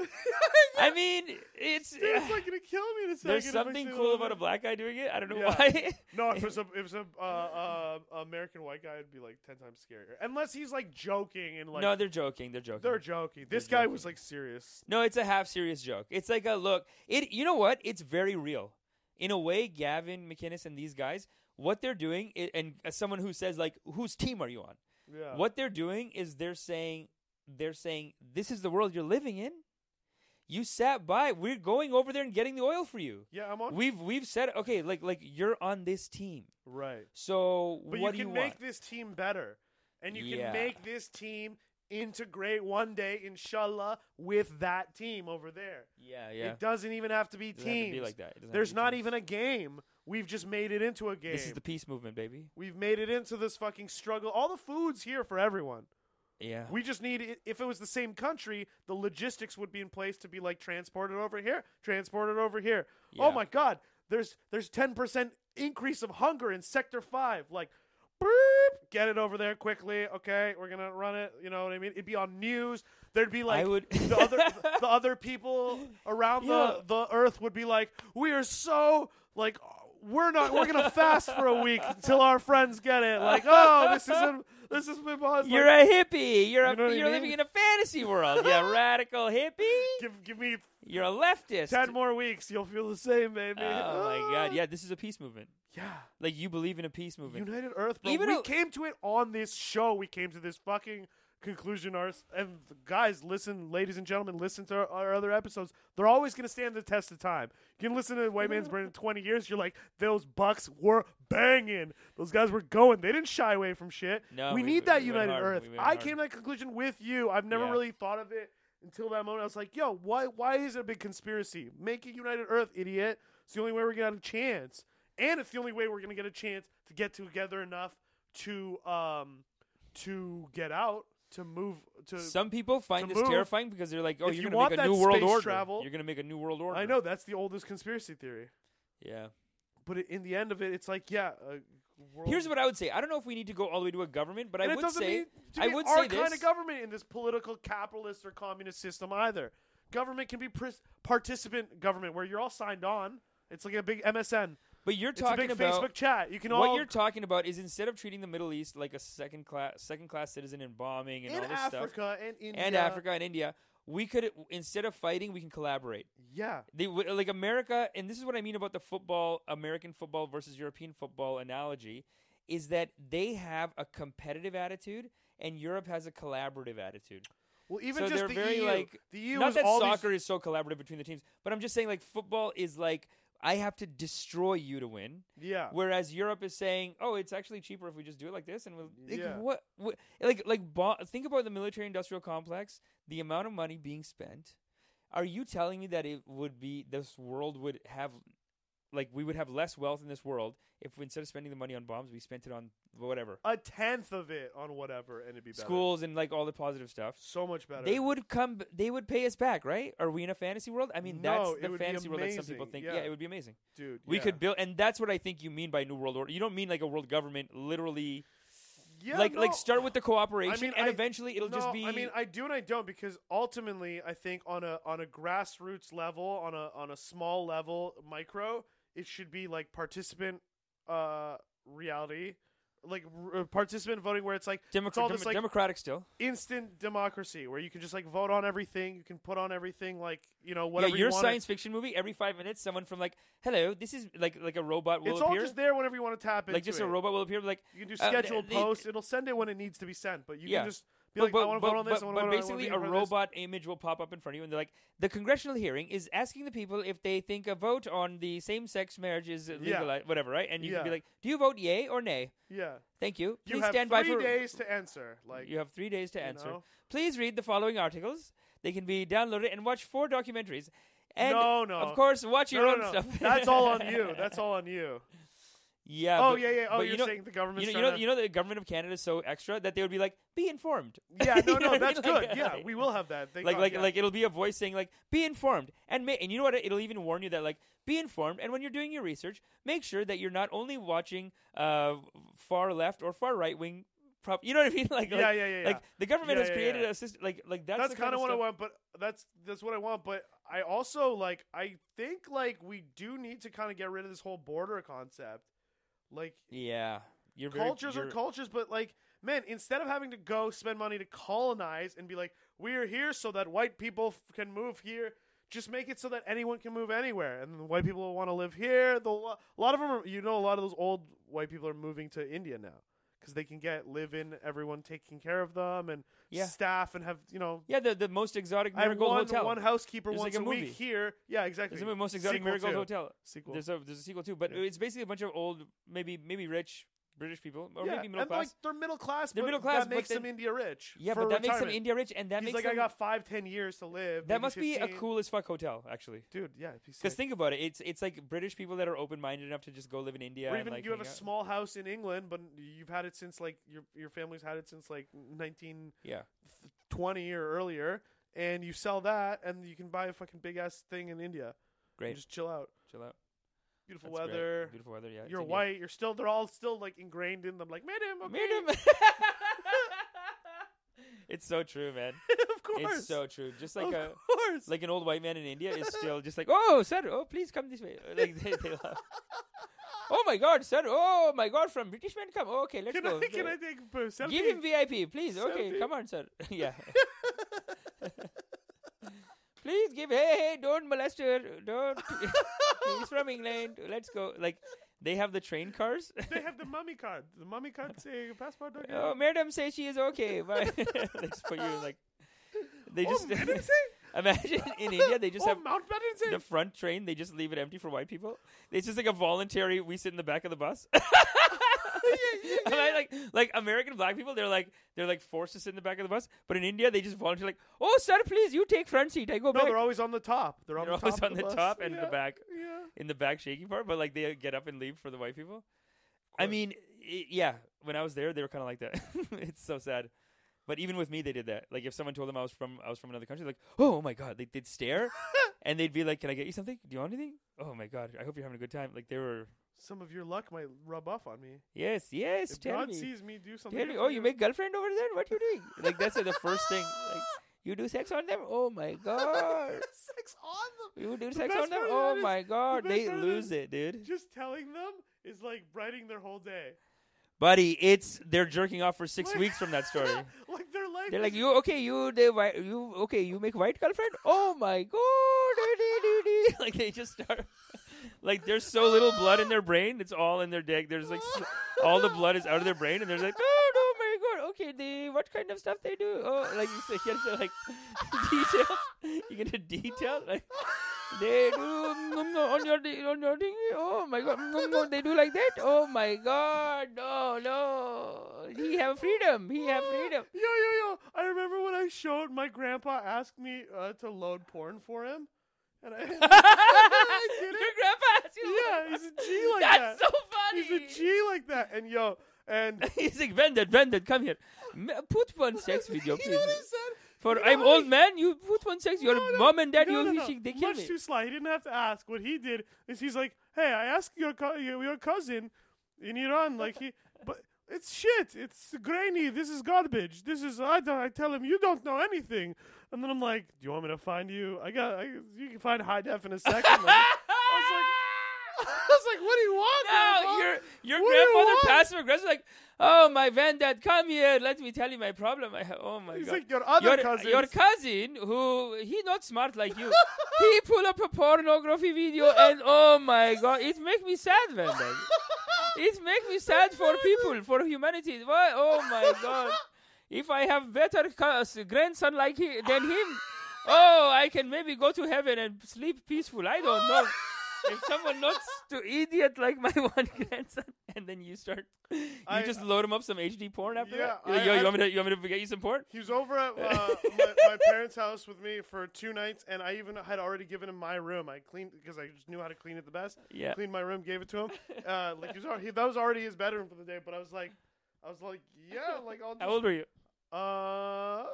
Speaker 1: I mean it's
Speaker 2: Dude, it's like gonna kill me in a second.
Speaker 1: there's
Speaker 2: if I
Speaker 1: something
Speaker 2: say
Speaker 1: cool
Speaker 2: that.
Speaker 1: about a black guy doing it I don't know
Speaker 2: Yeah.
Speaker 1: why
Speaker 2: No, if it's a if it's a uh, uh, American white guy, it'd be like ten times scarier. Unless he's like joking and like
Speaker 1: no they're joking they're joking
Speaker 2: They're joking.
Speaker 1: They're
Speaker 2: This guy was
Speaker 1: joking.
Speaker 2: like serious.
Speaker 1: No, it's a half serious joke. It's like a look. It you know what? It's very real. In a way, Gavin McInnes and these guys, what they're doing, i and as someone who says like, "Whose team are you on?"
Speaker 2: Yeah.
Speaker 1: What they're doing is they're saying, they're saying, "This is the world you're living in. You sat by. We're going over there and getting the oil for you.
Speaker 2: Yeah, I'm on.
Speaker 1: We've we've said okay, like like you're on this team.
Speaker 2: right.
Speaker 1: So
Speaker 2: But
Speaker 1: what
Speaker 2: you
Speaker 1: do
Speaker 2: can
Speaker 1: you
Speaker 2: make
Speaker 1: want?
Speaker 2: this team better, and you
Speaker 1: Yeah.
Speaker 2: can make this team integrate one day, inshallah, with that team over there.
Speaker 1: yeah, yeah.
Speaker 2: It doesn't even have to be
Speaker 1: It doesn't have to
Speaker 2: teams.
Speaker 1: be like that. It doesn't have
Speaker 2: There's
Speaker 1: to be
Speaker 2: not
Speaker 1: teams.
Speaker 2: even a game. We've just made it into a game.
Speaker 1: This is the peace movement, baby.
Speaker 2: We've made it into this fucking struggle. All the food's here for everyone.
Speaker 1: Yeah.
Speaker 2: We just need, i- if it was the same country, the logistics would be in place to be like transported over here, transported over here.
Speaker 1: Yeah.
Speaker 2: Oh my God, there's there's ten percent increase of hunger in Sector Five. Like, boop, get it over there quickly. Okay, we're gonna run it. You know what I mean? It'd be on news. There'd be like
Speaker 1: I would
Speaker 2: the other the other people around
Speaker 1: Yeah.
Speaker 2: the the earth would be like, we are so like. We're not. We're gonna fast for a week until our friends get it. Like, oh, this is a, This is my boss.
Speaker 1: You're
Speaker 2: like,
Speaker 1: a hippie. You're
Speaker 2: You know what
Speaker 1: a
Speaker 2: I
Speaker 1: you're
Speaker 2: mean?
Speaker 1: living in a fantasy world. Yeah, radical hippie.
Speaker 2: give give me
Speaker 1: You're a leftist.
Speaker 2: ten more weeks. You'll feel the same, baby.
Speaker 1: oh my god.
Speaker 2: Ah.
Speaker 1: Yeah, this is a peace movement.
Speaker 2: Yeah.
Speaker 1: Like you believe in a peace movement.
Speaker 2: United Earth, bro.
Speaker 1: Even
Speaker 2: we
Speaker 1: though-
Speaker 2: came to it on this show. We came to this fucking conclusion. Our and guys, listen, ladies and gentlemen, listen to our, our other episodes. They're always going to stand the test of time. You can listen to White Man's Brain in twenty years. You're like, those Bucks were banging. Those guys were going. They didn't shy away from shit.
Speaker 1: No,
Speaker 2: we,
Speaker 1: we-
Speaker 2: need
Speaker 1: we-
Speaker 2: that
Speaker 1: we went
Speaker 2: United
Speaker 1: hard.
Speaker 2: Earth.
Speaker 1: We went
Speaker 2: I
Speaker 1: hard.
Speaker 2: came to that conclusion with you. I've never
Speaker 1: Yeah.
Speaker 2: really thought of it until that moment. I was like, yo, why? Why is it a big conspiracy? Make it United Earth, idiot. It's the only way we're gonna have a chance, and it's the only way we're gonna get a chance to get together enough to um to get out to move to.
Speaker 1: Some people find
Speaker 2: to
Speaker 1: this
Speaker 2: move.
Speaker 1: terrifying because they're like, "Oh,
Speaker 2: If you
Speaker 1: you're going
Speaker 2: want
Speaker 1: to make
Speaker 2: that
Speaker 1: a new world
Speaker 2: space
Speaker 1: order.
Speaker 2: travel-
Speaker 1: you're going to make a new world order."
Speaker 2: I know that's the oldest conspiracy theory,
Speaker 1: Yeah.
Speaker 2: but i- in the end of it, it's like yeah. A world
Speaker 1: Here's what I would say. I don't know if we need to go all the way to a government, but
Speaker 2: and
Speaker 1: I
Speaker 2: it
Speaker 1: would
Speaker 2: doesn't
Speaker 1: say
Speaker 2: mean to
Speaker 1: I
Speaker 2: be
Speaker 1: would
Speaker 2: our
Speaker 1: say
Speaker 2: kind
Speaker 1: this.
Speaker 2: of government in this political capitalist or communist system either. Government can be pris- participant government where you're all signed on. It's like a big MSN.
Speaker 1: but you're
Speaker 2: It's a
Speaker 1: talking
Speaker 2: big
Speaker 1: about
Speaker 2: Facebook chat. You can
Speaker 1: what
Speaker 2: all
Speaker 1: you're talking about is instead of treating the Middle East like a second class second class citizen and bombing and
Speaker 2: in
Speaker 1: all this stuff
Speaker 2: Africa and India
Speaker 1: and Africa and India, we could instead of fighting, we can collaborate.
Speaker 2: Yeah,
Speaker 1: They w- like America, and this is what I mean about the football, American football versus European football analogy, is that they have a competitive attitude and Europe has a collaborative attitude.
Speaker 2: Well, even
Speaker 1: So
Speaker 2: just
Speaker 1: they're
Speaker 2: the
Speaker 1: very,
Speaker 2: EU,
Speaker 1: like-
Speaker 2: the EU
Speaker 1: Not
Speaker 2: is
Speaker 1: that
Speaker 2: all
Speaker 1: soccer
Speaker 2: these,
Speaker 1: is so collaborative between the teams, but I'm just saying like football is like I have to destroy you to win,
Speaker 2: yeah,
Speaker 1: whereas Europe is saying, "Oh, it's actually cheaper if we just do it like this." And we'll, like,
Speaker 2: Yeah.
Speaker 1: what, what, like, like, bo- think about the military-industrial complex, the amount of money being spent. Are you telling me that it would be this world would have, like, we would have less wealth in this world if instead of spending the money on bombs, we spent it on whatever
Speaker 2: a tenth of it on whatever, and it'd be better.
Speaker 1: schools and like all the positive stuff?
Speaker 2: so much better.
Speaker 1: They would come. They would pay us back, right? Are we in a fantasy world? I mean,
Speaker 2: No, it
Speaker 1: that's the
Speaker 2: would be
Speaker 1: fantasy world that some people
Speaker 2: amazing,
Speaker 1: think.
Speaker 2: yeah.
Speaker 1: it would be amazing.
Speaker 2: dude,
Speaker 1: We
Speaker 2: yeah.
Speaker 1: could build, and that's what I think you mean by new world order. You don't mean like a world government, literally.
Speaker 2: yeah,
Speaker 1: like,
Speaker 2: no.
Speaker 1: like start with the cooperation, and
Speaker 2: I-
Speaker 1: eventually it'll
Speaker 2: no,
Speaker 1: just be.
Speaker 2: I mean, I do and I don't because ultimately, I think on a on a grassroots level, on a on a small level, micro, it should be like participant uh reality, like r- uh, participant voting, where it's like
Speaker 1: Democ-
Speaker 2: it's all
Speaker 1: dem-
Speaker 2: this, like,
Speaker 1: democratic still.
Speaker 2: instant democracy, where you can just like vote on everything, you can put on everything, like you know
Speaker 1: Yeah,
Speaker 2: whatever
Speaker 1: your
Speaker 2: you want.
Speaker 1: science fiction movie. Every five minutes, someone from like, "Hello, this is like like a robot will
Speaker 2: it's all
Speaker 1: appear."
Speaker 2: just there whenever you want to tap into
Speaker 1: like just
Speaker 2: it.
Speaker 1: a robot will appear. Like,
Speaker 2: You can do
Speaker 1: Uh, th-
Speaker 2: scheduled
Speaker 1: they-
Speaker 2: posts. It'll send it when it needs to be sent, but you
Speaker 1: Yeah.
Speaker 2: can just be
Speaker 1: but-
Speaker 2: like,
Speaker 1: but,
Speaker 2: I want to
Speaker 1: but,
Speaker 2: vote on this.
Speaker 1: but-
Speaker 2: I want
Speaker 1: but
Speaker 2: to vote
Speaker 1: basically,
Speaker 2: on, I
Speaker 1: a
Speaker 2: wanna be in front of this.
Speaker 1: robot image will pop up in front of you, and they're like, "The congressional hearing is asking the people if they think a vote on the same-sex marriage is legalized, whatever, right?" And you
Speaker 2: Yeah.
Speaker 1: can be like, "Do you vote yay or nay?"
Speaker 2: Yeah,
Speaker 1: Thank you.
Speaker 2: you
Speaker 1: Please
Speaker 2: have
Speaker 1: stand
Speaker 2: three
Speaker 1: by for
Speaker 2: days to answer. Like
Speaker 1: you have three days to
Speaker 2: you
Speaker 1: answer.
Speaker 2: know?
Speaker 1: Please read the following articles. They can be downloaded and watch four documentaries. And
Speaker 2: no, no,
Speaker 1: of course, watch your
Speaker 2: no,
Speaker 1: own
Speaker 2: no, no.
Speaker 1: stuff.
Speaker 2: That's all on you. That's all on you.
Speaker 1: yeah.
Speaker 2: oh
Speaker 1: but-
Speaker 2: yeah, yeah.
Speaker 1: but
Speaker 2: Oh, you're
Speaker 1: you know,
Speaker 2: saying the government's
Speaker 1: you know, you know,
Speaker 2: trying
Speaker 1: you know, the government of Canada is so extra that they would be like, "Be informed."
Speaker 2: to. yeah,
Speaker 1: you
Speaker 2: no,
Speaker 1: know
Speaker 2: no,
Speaker 1: what I
Speaker 2: that's
Speaker 1: mean? Like,
Speaker 2: good. Yeah,
Speaker 1: like-
Speaker 2: we will have that. Thank
Speaker 1: like,
Speaker 2: God,
Speaker 1: like,
Speaker 2: yeah.
Speaker 1: like it'll be a voice saying, "Like, be informed," and ma- and you know what? It'll even warn you that, like, be informed. And when you're doing your research, make sure that you're not only watching uh, far left or far right wing. Prop- you know what I mean? Like,
Speaker 2: yeah,
Speaker 1: like,
Speaker 2: yeah, yeah. yeah.
Speaker 1: like the government
Speaker 2: Yeah,
Speaker 1: has
Speaker 2: yeah,
Speaker 1: created
Speaker 2: yeah.
Speaker 1: a system. Like, like that's,
Speaker 2: that's
Speaker 1: the kind of
Speaker 2: what I
Speaker 1: stuff-
Speaker 2: want, but that's that's what I want. But I also like I think like we do need to kind of get rid of this whole border concept. Like
Speaker 1: Yeah, you're very-
Speaker 2: cultures
Speaker 1: you're-
Speaker 2: are cultures, but like man, instead of having to go spend money to colonize and be like we're here so that white people f- can move here. Just make it so that anyone can move anywhere, and the white people will want to live here. The, lo- a lot of them, are, you know, a lot of those old white people are moving to India now because they can get live in everyone taking care of them and
Speaker 1: Yeah.
Speaker 2: staff and have you know
Speaker 1: Yeah, the, the most exotic
Speaker 2: I have
Speaker 1: Marigold
Speaker 2: one,
Speaker 1: Hotel.
Speaker 2: one housekeeper
Speaker 1: There's
Speaker 2: once
Speaker 1: like a
Speaker 2: a, week
Speaker 1: movie.
Speaker 2: here. Yeah, exactly.
Speaker 1: There's the most exotic
Speaker 2: Sequel
Speaker 1: Marigold
Speaker 2: too.
Speaker 1: Hotel.
Speaker 2: Sequel.
Speaker 1: There's a there's a sequel too, but
Speaker 2: Yeah.
Speaker 1: it's basically a bunch of old, maybe maybe rich British people or
Speaker 2: yeah,
Speaker 1: maybe middle
Speaker 2: and
Speaker 1: class.
Speaker 2: Like, they're middle class.
Speaker 1: They're
Speaker 2: but
Speaker 1: middle class,
Speaker 2: That
Speaker 1: but
Speaker 2: makes them
Speaker 1: then-
Speaker 2: India rich.
Speaker 1: yeah,
Speaker 2: for
Speaker 1: but that makes them
Speaker 2: retirement.
Speaker 1: India rich, and that makes
Speaker 2: He's like,
Speaker 1: them,
Speaker 2: I got five, ten years to live.
Speaker 1: that
Speaker 2: maybe
Speaker 1: must be a
Speaker 2: 15."
Speaker 1: cool as fuck hotel actually.
Speaker 2: dude. Yeah, if he's
Speaker 1: Because
Speaker 2: sick.
Speaker 1: think about it, it's it's like British people that are open minded enough to just go live in India.
Speaker 2: or
Speaker 1: and,
Speaker 2: even
Speaker 1: like,
Speaker 2: you have a
Speaker 1: hang out.
Speaker 2: small house in England, but you've had it since like your your family's had it since like 1920
Speaker 1: Yeah,
Speaker 2: or earlier, and you sell that, and you can buy a fucking big ass thing in India.
Speaker 1: Great.
Speaker 2: and just chill out.
Speaker 1: chill out.
Speaker 2: Beautiful
Speaker 1: That's great.
Speaker 2: weather.
Speaker 1: Beautiful weather. Yeah, it's
Speaker 2: You're
Speaker 1: India.
Speaker 2: white. You're still. They're all still like ingrained in them. Like, madam, okay.
Speaker 1: Madam. it's so true, man.
Speaker 2: of course.
Speaker 1: It's so true. Just like
Speaker 2: of
Speaker 1: a.
Speaker 2: course.
Speaker 1: like an old white man in India is still just like, oh, sir, oh, please come this way. Like they, they love. Oh my God, sir. Oh my God, from British man come. Oh, okay, let's
Speaker 2: Can
Speaker 1: go.
Speaker 2: I, can I take a selfie?
Speaker 1: Give him VIP, please. Okay,
Speaker 2: Selfie.
Speaker 1: come on, sir. yeah. please give. Hey, hey, don't molest her. Don't. He's from England. Let's go. Like, they have the train cars.
Speaker 2: They have the mummy card. The mummy card saying passport. Don't
Speaker 1: oh, madam says she is okay. But they just put you in, like. They
Speaker 2: oh,
Speaker 1: just
Speaker 2: Madam say?
Speaker 1: imagine in India they just
Speaker 2: oh,
Speaker 1: have
Speaker 2: Mount Madam say?
Speaker 1: the front train. They just leave it empty for white people. It's just like a voluntary. We sit in the back of the bus. Am I like like American black people? They're like they're like forced to sit in the back of the bus. But in India, they just volunteer like, "Oh, sir, please, you take front seat. I go
Speaker 2: no,
Speaker 1: back."
Speaker 2: they're always on the top. They're on
Speaker 1: They're
Speaker 2: the top.
Speaker 1: always
Speaker 2: of
Speaker 1: on the,
Speaker 2: bus.
Speaker 1: top and
Speaker 2: yeah.
Speaker 1: the back
Speaker 2: Yeah.
Speaker 1: in the back shaky part. But like they get up and leave for the white people. I
Speaker 2: course.
Speaker 1: mean, i yeah. When I was there, they were kind of like that. it's so sad. But even with me, they did that. Like if someone told them I was from I was from another country, like, "Oh, oh my god," they, they'd stare, and they'd be like, "Can I get you something? Do you want anything? Oh my god, I hope you're having a good time." Like they were,
Speaker 2: Some of your luck might rub off on me.
Speaker 1: yes, yes.
Speaker 2: If
Speaker 1: tell
Speaker 2: God
Speaker 1: me.
Speaker 2: sees me do something.
Speaker 1: Tell you,
Speaker 2: good
Speaker 1: oh,
Speaker 2: for
Speaker 1: you make girlfriend over there? What you doing? Like that's uh, the first thing. Like you do sex on them? Oh my god!
Speaker 2: sex on
Speaker 1: You do
Speaker 2: The
Speaker 1: sex
Speaker 2: best
Speaker 1: on them?
Speaker 2: part of
Speaker 1: Oh
Speaker 2: that is-
Speaker 1: my god!
Speaker 2: best
Speaker 1: They
Speaker 2: part of
Speaker 1: lose
Speaker 2: that
Speaker 1: it,
Speaker 2: them.
Speaker 1: dude.
Speaker 2: Just telling them is like brightening their whole day.
Speaker 1: Buddy, it's they're jerking off for six
Speaker 2: Like-
Speaker 1: weeks from that story.
Speaker 2: like their life.
Speaker 1: They're like,
Speaker 2: is-
Speaker 1: you okay? You the white? You okay? You make white girlfriend? Oh my god! like they just start. Like there's so little blood in their brain. It's all in their dick. There's like s- all the blood is out of their brain, and there's like, oh no, my god. Okay, they what kind of stuff they do? Oh, like you said, you have to like details. You get a detail like they do mm, mm, on your di- on your thing. Oh my god, mm, mm, mm, they do like that. Oh my god, no, no. He have freedom. He have freedom.
Speaker 2: Yo, yo, yo! I remember when I showed my grandpa asked me uh, to load porn for him, and I, I did
Speaker 1: Your
Speaker 2: it.
Speaker 1: grandpa asked you.
Speaker 2: Yeah, he's a G like
Speaker 1: That's
Speaker 2: that.
Speaker 1: so funny.
Speaker 2: He's a G like that, and yo, and
Speaker 1: He's like, Vended, Vended, come here. M- Put one sex video,
Speaker 2: You know what he
Speaker 1: please.
Speaker 2: said?
Speaker 1: For
Speaker 2: You know
Speaker 1: I'm
Speaker 2: how
Speaker 1: old
Speaker 2: he-
Speaker 1: man, you put one sex. Your
Speaker 2: No, no,
Speaker 1: mom and dad,
Speaker 2: no,
Speaker 1: you
Speaker 2: no, no.
Speaker 1: she- they kill
Speaker 2: Much
Speaker 1: me.
Speaker 2: too sly. He didn't have to ask. What he did is he's like, "Hey, I asked your co- your your cousin in Iran, like he, but it's shit. It's grainy. This is garbage. This is I don't. I tell him you don't know anything, and then I'm like, "Do you want me to find you? I got. I, you can find high def in a second. Like, I was like, what do you want?
Speaker 1: No,
Speaker 2: Grandpa?
Speaker 1: your your
Speaker 2: What do you
Speaker 1: grandfather
Speaker 2: want?
Speaker 1: passive aggressive like, oh my van dad, come here, let me tell you my problem. I have, oh my
Speaker 2: He's
Speaker 1: god.
Speaker 2: like your other
Speaker 1: your,
Speaker 2: cousin.
Speaker 1: your cousin who he not smart like you he pull up a pornography video and oh my god it make me sad man it make me sad for people for humanity why oh my god if i have better cous- grandson like he, than him oh i can maybe go to heaven and sleep peaceful i don't know if someone not to idiot like my one grandson, and then you start, you
Speaker 2: I-
Speaker 1: just load him up some HD porn after
Speaker 2: Yeah,
Speaker 1: that. You're like,
Speaker 2: I-
Speaker 1: Yo,
Speaker 2: I-
Speaker 1: you want me to, you want me to get you some porn?
Speaker 2: He was over at uh, my, my parents' house with me for two nights, and I even had already given him my room. I cleaned because I just knew how to clean it the best.
Speaker 1: Yeah.
Speaker 2: Cleaned my room, gave it to him. Uh, like he was already, that was already his bedroom for the day. But I was like, I was like, yeah, like I'll
Speaker 1: How old
Speaker 2: just,
Speaker 1: were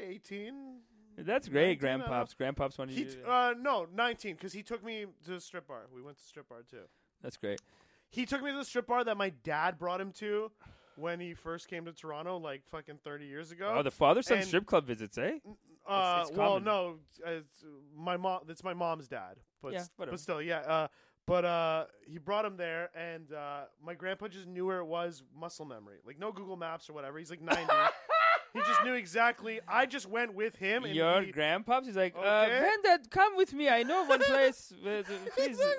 Speaker 1: you?
Speaker 2: uh, eighteen.
Speaker 1: That's great,
Speaker 2: 19, I don't
Speaker 1: grandpops. Grandpops wanted
Speaker 2: He
Speaker 1: you.
Speaker 2: t-
Speaker 1: to-
Speaker 2: uh, no, nineteen, because he took me to the strip bar. We went to strip bar too.
Speaker 1: That's great.
Speaker 2: He took me to the strip bar that my dad brought him to when he first came to Toronto, like fucking thirty years ago.
Speaker 1: Oh, the father son
Speaker 2: and-
Speaker 1: strip club visits, eh?
Speaker 2: Uh,
Speaker 1: it's
Speaker 2: well,
Speaker 1: common.
Speaker 2: no, it's uh, my mom. That's my mom's dad. But
Speaker 1: Yeah,
Speaker 2: s-
Speaker 1: whatever.
Speaker 2: but still, yeah. Uh, but uh, he brought him there, and uh, my grandpa just knew where it was. Muscle memory, like no Google Maps or whatever. He's like ninety. he just knew exactly. I just went with him. And
Speaker 1: Your
Speaker 2: he-
Speaker 1: grandpops is like, uh,
Speaker 2: Okay.
Speaker 1: Vendad, come with me. I know one place. where the- Please, uh,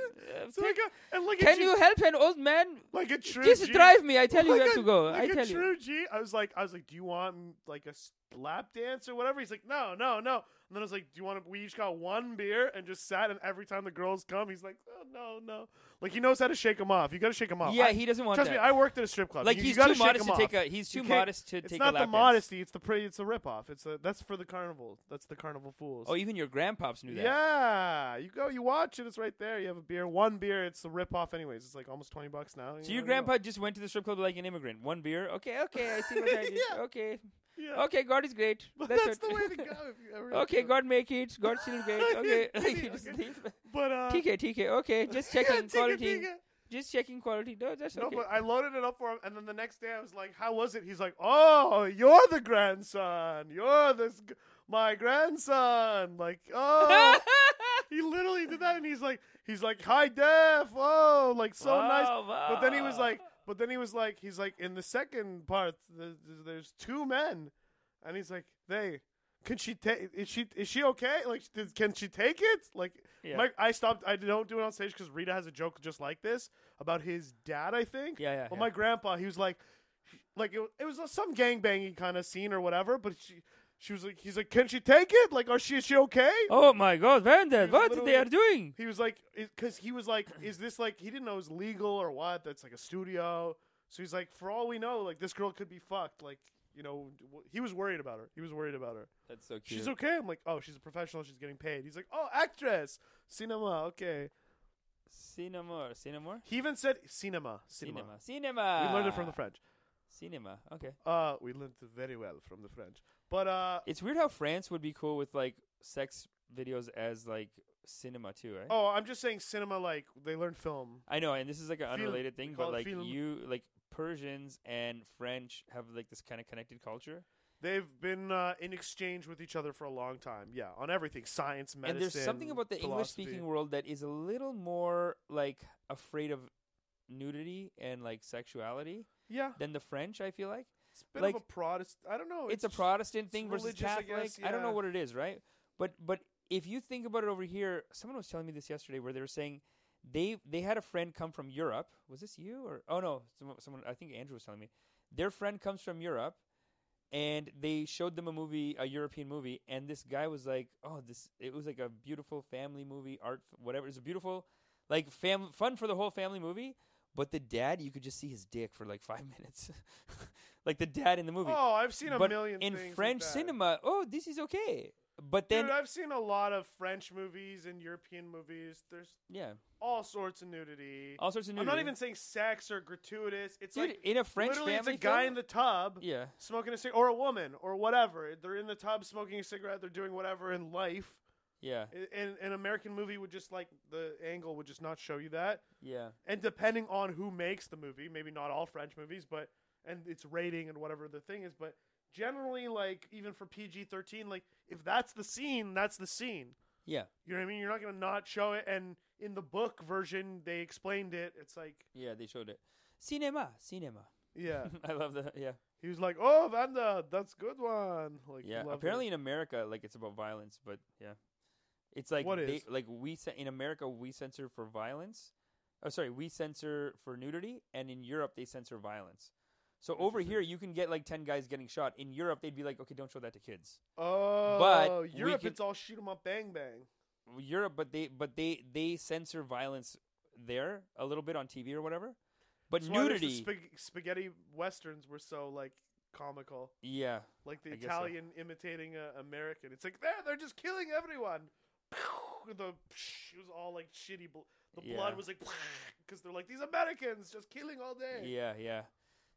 Speaker 2: so like
Speaker 1: take-
Speaker 2: a, and like a
Speaker 1: can
Speaker 2: G-
Speaker 1: you help an old man?
Speaker 2: like a true
Speaker 1: Just
Speaker 2: G,
Speaker 1: drive me. I tell you
Speaker 2: like
Speaker 1: where
Speaker 2: a-
Speaker 1: to go.
Speaker 2: Like
Speaker 1: I
Speaker 2: a
Speaker 1: tell you.
Speaker 2: true G. I was like, I was like, do you want like a s- lap dance or whatever? He's like, no, no, no. And then I was like, do you want? To, we each got one beer and just sat. And every time the girls come, he's like, oh, no, no. Like he knows how to shake them off. You got to shake them off.
Speaker 1: Yeah,
Speaker 2: I-
Speaker 1: he doesn't want
Speaker 2: trust
Speaker 1: that.
Speaker 2: me. I worked at a strip club.
Speaker 1: like
Speaker 2: you,
Speaker 1: he's
Speaker 2: you
Speaker 1: too modest to take
Speaker 2: off.
Speaker 1: a. He's
Speaker 2: You
Speaker 1: too
Speaker 2: can't-
Speaker 1: modest to
Speaker 2: It's
Speaker 1: take
Speaker 2: not
Speaker 1: a
Speaker 2: the
Speaker 1: lap dance.
Speaker 2: modesty. It's the pretty. It's the rip off. It's a, that's for the carnival. That's the carnival fools.
Speaker 1: Oh, even your grandpops knew that.
Speaker 2: yeah, you go, you watch it. It's right there. You have a beer, one beer. It's the rip off, anyways. It's like almost twenty bucks now.
Speaker 1: So your
Speaker 2: You know, you go.
Speaker 1: grandpa just went to the strip club like an immigrant. One beer. Okay, okay, I see what I did.
Speaker 2: Yeah.
Speaker 1: Okay,
Speaker 2: Yeah.
Speaker 1: okay, God is great.
Speaker 2: But
Speaker 1: That's,
Speaker 2: that's,
Speaker 1: what-
Speaker 2: the way to go. If you ever
Speaker 1: okay, God make it. God still great. Okay, like you just
Speaker 2: Okay.
Speaker 1: leave.
Speaker 2: But uh,
Speaker 1: TK, TK. Okay, just checking
Speaker 2: yeah, Tika,
Speaker 1: quality.
Speaker 2: Tika.
Speaker 1: Just checking quality. No, that's
Speaker 2: No,
Speaker 1: okay.
Speaker 2: but I loaded it up for him, and then the next day I was like, "How was it?" He's like, "Oh, you're the grandson. You're this g- my grandson." Like, oh, he literally did that, and he's like, he's like, hi def, oh, like so nice. But then he was like, but then he was like, he's like, in the second part, th- th- there's two men, and he's like, they, can she take? Is she is she okay? Like, did, can she take it? Like,
Speaker 1: Yeah.
Speaker 2: Mike, I stopped. I don't do it on stage because Rita has a joke just like this about his dad. I think.
Speaker 1: Yeah, yeah, yeah.
Speaker 2: Well, my grandpa, he was like, like it, wa- it was some gangbanging kind of scene or whatever. But she, she was like, he's like, can she take it? Like, are she is she okay?
Speaker 1: "Oh my God, Vander,
Speaker 2: He was
Speaker 1: what they
Speaker 2: literally-
Speaker 1: are doing?"
Speaker 2: He was like, because he was like, is this like he didn't know it was legal or what? That's like a studio. So he's like, for all we know, like this girl could be fucked. Like, you know, w- he was worried about her. He was worried about her.
Speaker 3: That's so cute.
Speaker 2: She's okay. I'm like, oh, she's a professional. She's getting paid. He's like, oh, actress, cinema. Okay.
Speaker 1: Cinema, more, cinema, more?
Speaker 2: He even said cinema, cinema.
Speaker 1: cinema, Ah. cinema.
Speaker 2: We learned it from the French.
Speaker 1: Cinema. Okay.
Speaker 2: Uh, we learned it very well from the French. But uh,
Speaker 1: It's weird how France would be cool with like sex videos as like cinema too, right?
Speaker 2: oh, I'm just saying cinema. Like they learned film.
Speaker 1: I know, and this is like an
Speaker 2: Film.
Speaker 1: unrelated thing,
Speaker 2: We
Speaker 1: but
Speaker 2: call it
Speaker 1: like
Speaker 2: film.
Speaker 1: you, like Persians and French have like this kind of connected culture,
Speaker 2: They've been uh, in exchange with each other for a long time. Yeah, on everything, science, medicine.
Speaker 1: and there's something about the
Speaker 2: philosophy.
Speaker 1: English-speaking world that is a little more like afraid of nudity and like sexuality
Speaker 2: Yeah,
Speaker 1: than the French. I feel like
Speaker 2: it's a bit
Speaker 1: like-
Speaker 2: of a Protest. I don't know.
Speaker 1: it's a
Speaker 2: just-
Speaker 1: Protestant thing versus
Speaker 2: religious, I
Speaker 1: Catholic. I,
Speaker 2: guess,
Speaker 1: don't know
Speaker 2: yeah.
Speaker 1: what it is, right? But but if you think about it over here, someone was telling me this yesterday, where they were saying they they had a friend come from Europe. Was this you or oh no, someone, someone I think Andrew was telling me their friend comes from Europe, and they showed them a movie, a European movie, and this guy was like, oh this it was like a beautiful family movie, art whatever. It's a beautiful like fam fun for the whole family movie. But the dad, you could just see his dick for like five minutes, like the dad in the movie
Speaker 2: Oh, I've seen a
Speaker 1: but
Speaker 2: million
Speaker 1: in
Speaker 2: things like
Speaker 1: French
Speaker 2: that.
Speaker 1: cinema. Oh, this is okay. But then,
Speaker 2: Dude, I've seen a lot of French movies and European movies. There's
Speaker 1: yeah,
Speaker 2: all sorts of nudity.
Speaker 1: all sorts of.
Speaker 2: I'm not
Speaker 1: nudity.
Speaker 2: even saying sex or gratuitous. It's
Speaker 1: dude
Speaker 2: like
Speaker 1: in a French
Speaker 2: literally,
Speaker 1: family.
Speaker 2: it's a guy
Speaker 1: film?
Speaker 2: in the tub
Speaker 1: yeah,
Speaker 2: smoking a cigarette, or a woman, or whatever. They're in the tub smoking a cigarette. They're doing whatever in life.
Speaker 1: yeah,
Speaker 2: I- And an American movie would just like the angle would just not show you that.
Speaker 1: yeah.
Speaker 2: And depending on who makes the movie, maybe not all French movies, but and its rating and whatever the thing is, but generally, like even for PG thirteen, like if that's the scene, that's the scene.
Speaker 1: Yeah.
Speaker 2: You know what I mean? You're not gonna not show it. And in the book version, they explained it. It's like,
Speaker 1: Yeah, they showed it. Cinema, cinema.
Speaker 2: yeah.
Speaker 1: I love that. Yeah,
Speaker 2: He was like, "Oh, Vanda, that's good one." Like,
Speaker 1: yeah.
Speaker 2: loved it.
Speaker 1: Apparently in America, like it's about violence, but yeah, it's like
Speaker 2: What
Speaker 1: they,
Speaker 2: is?
Speaker 1: like we ce- in America we censor for violence. Oh, sorry, we censor for nudity, and in Europe they censor violence. So over
Speaker 2: Interesting.
Speaker 1: here you can get like ten guys getting shot. In Europe they'd be like, okay, don't show that to kids.
Speaker 2: oh,
Speaker 1: But we
Speaker 2: Europe,
Speaker 1: can-
Speaker 2: it's all shoot 'em up, bang bang.
Speaker 1: Europe, but they but they they censor violence there a little bit on TV or whatever. But
Speaker 2: That's why there's the
Speaker 1: nudity,
Speaker 2: spag- spaghetti westerns were so like comical,
Speaker 1: yeah,
Speaker 2: like the
Speaker 1: I guess so.
Speaker 2: Italian imitating a American. It's like there, they're just killing everyone. The it was all like shitty. Bl- the
Speaker 1: Yeah.
Speaker 2: blood was like because they're like these Americans just killing all day.
Speaker 1: yeah, yeah.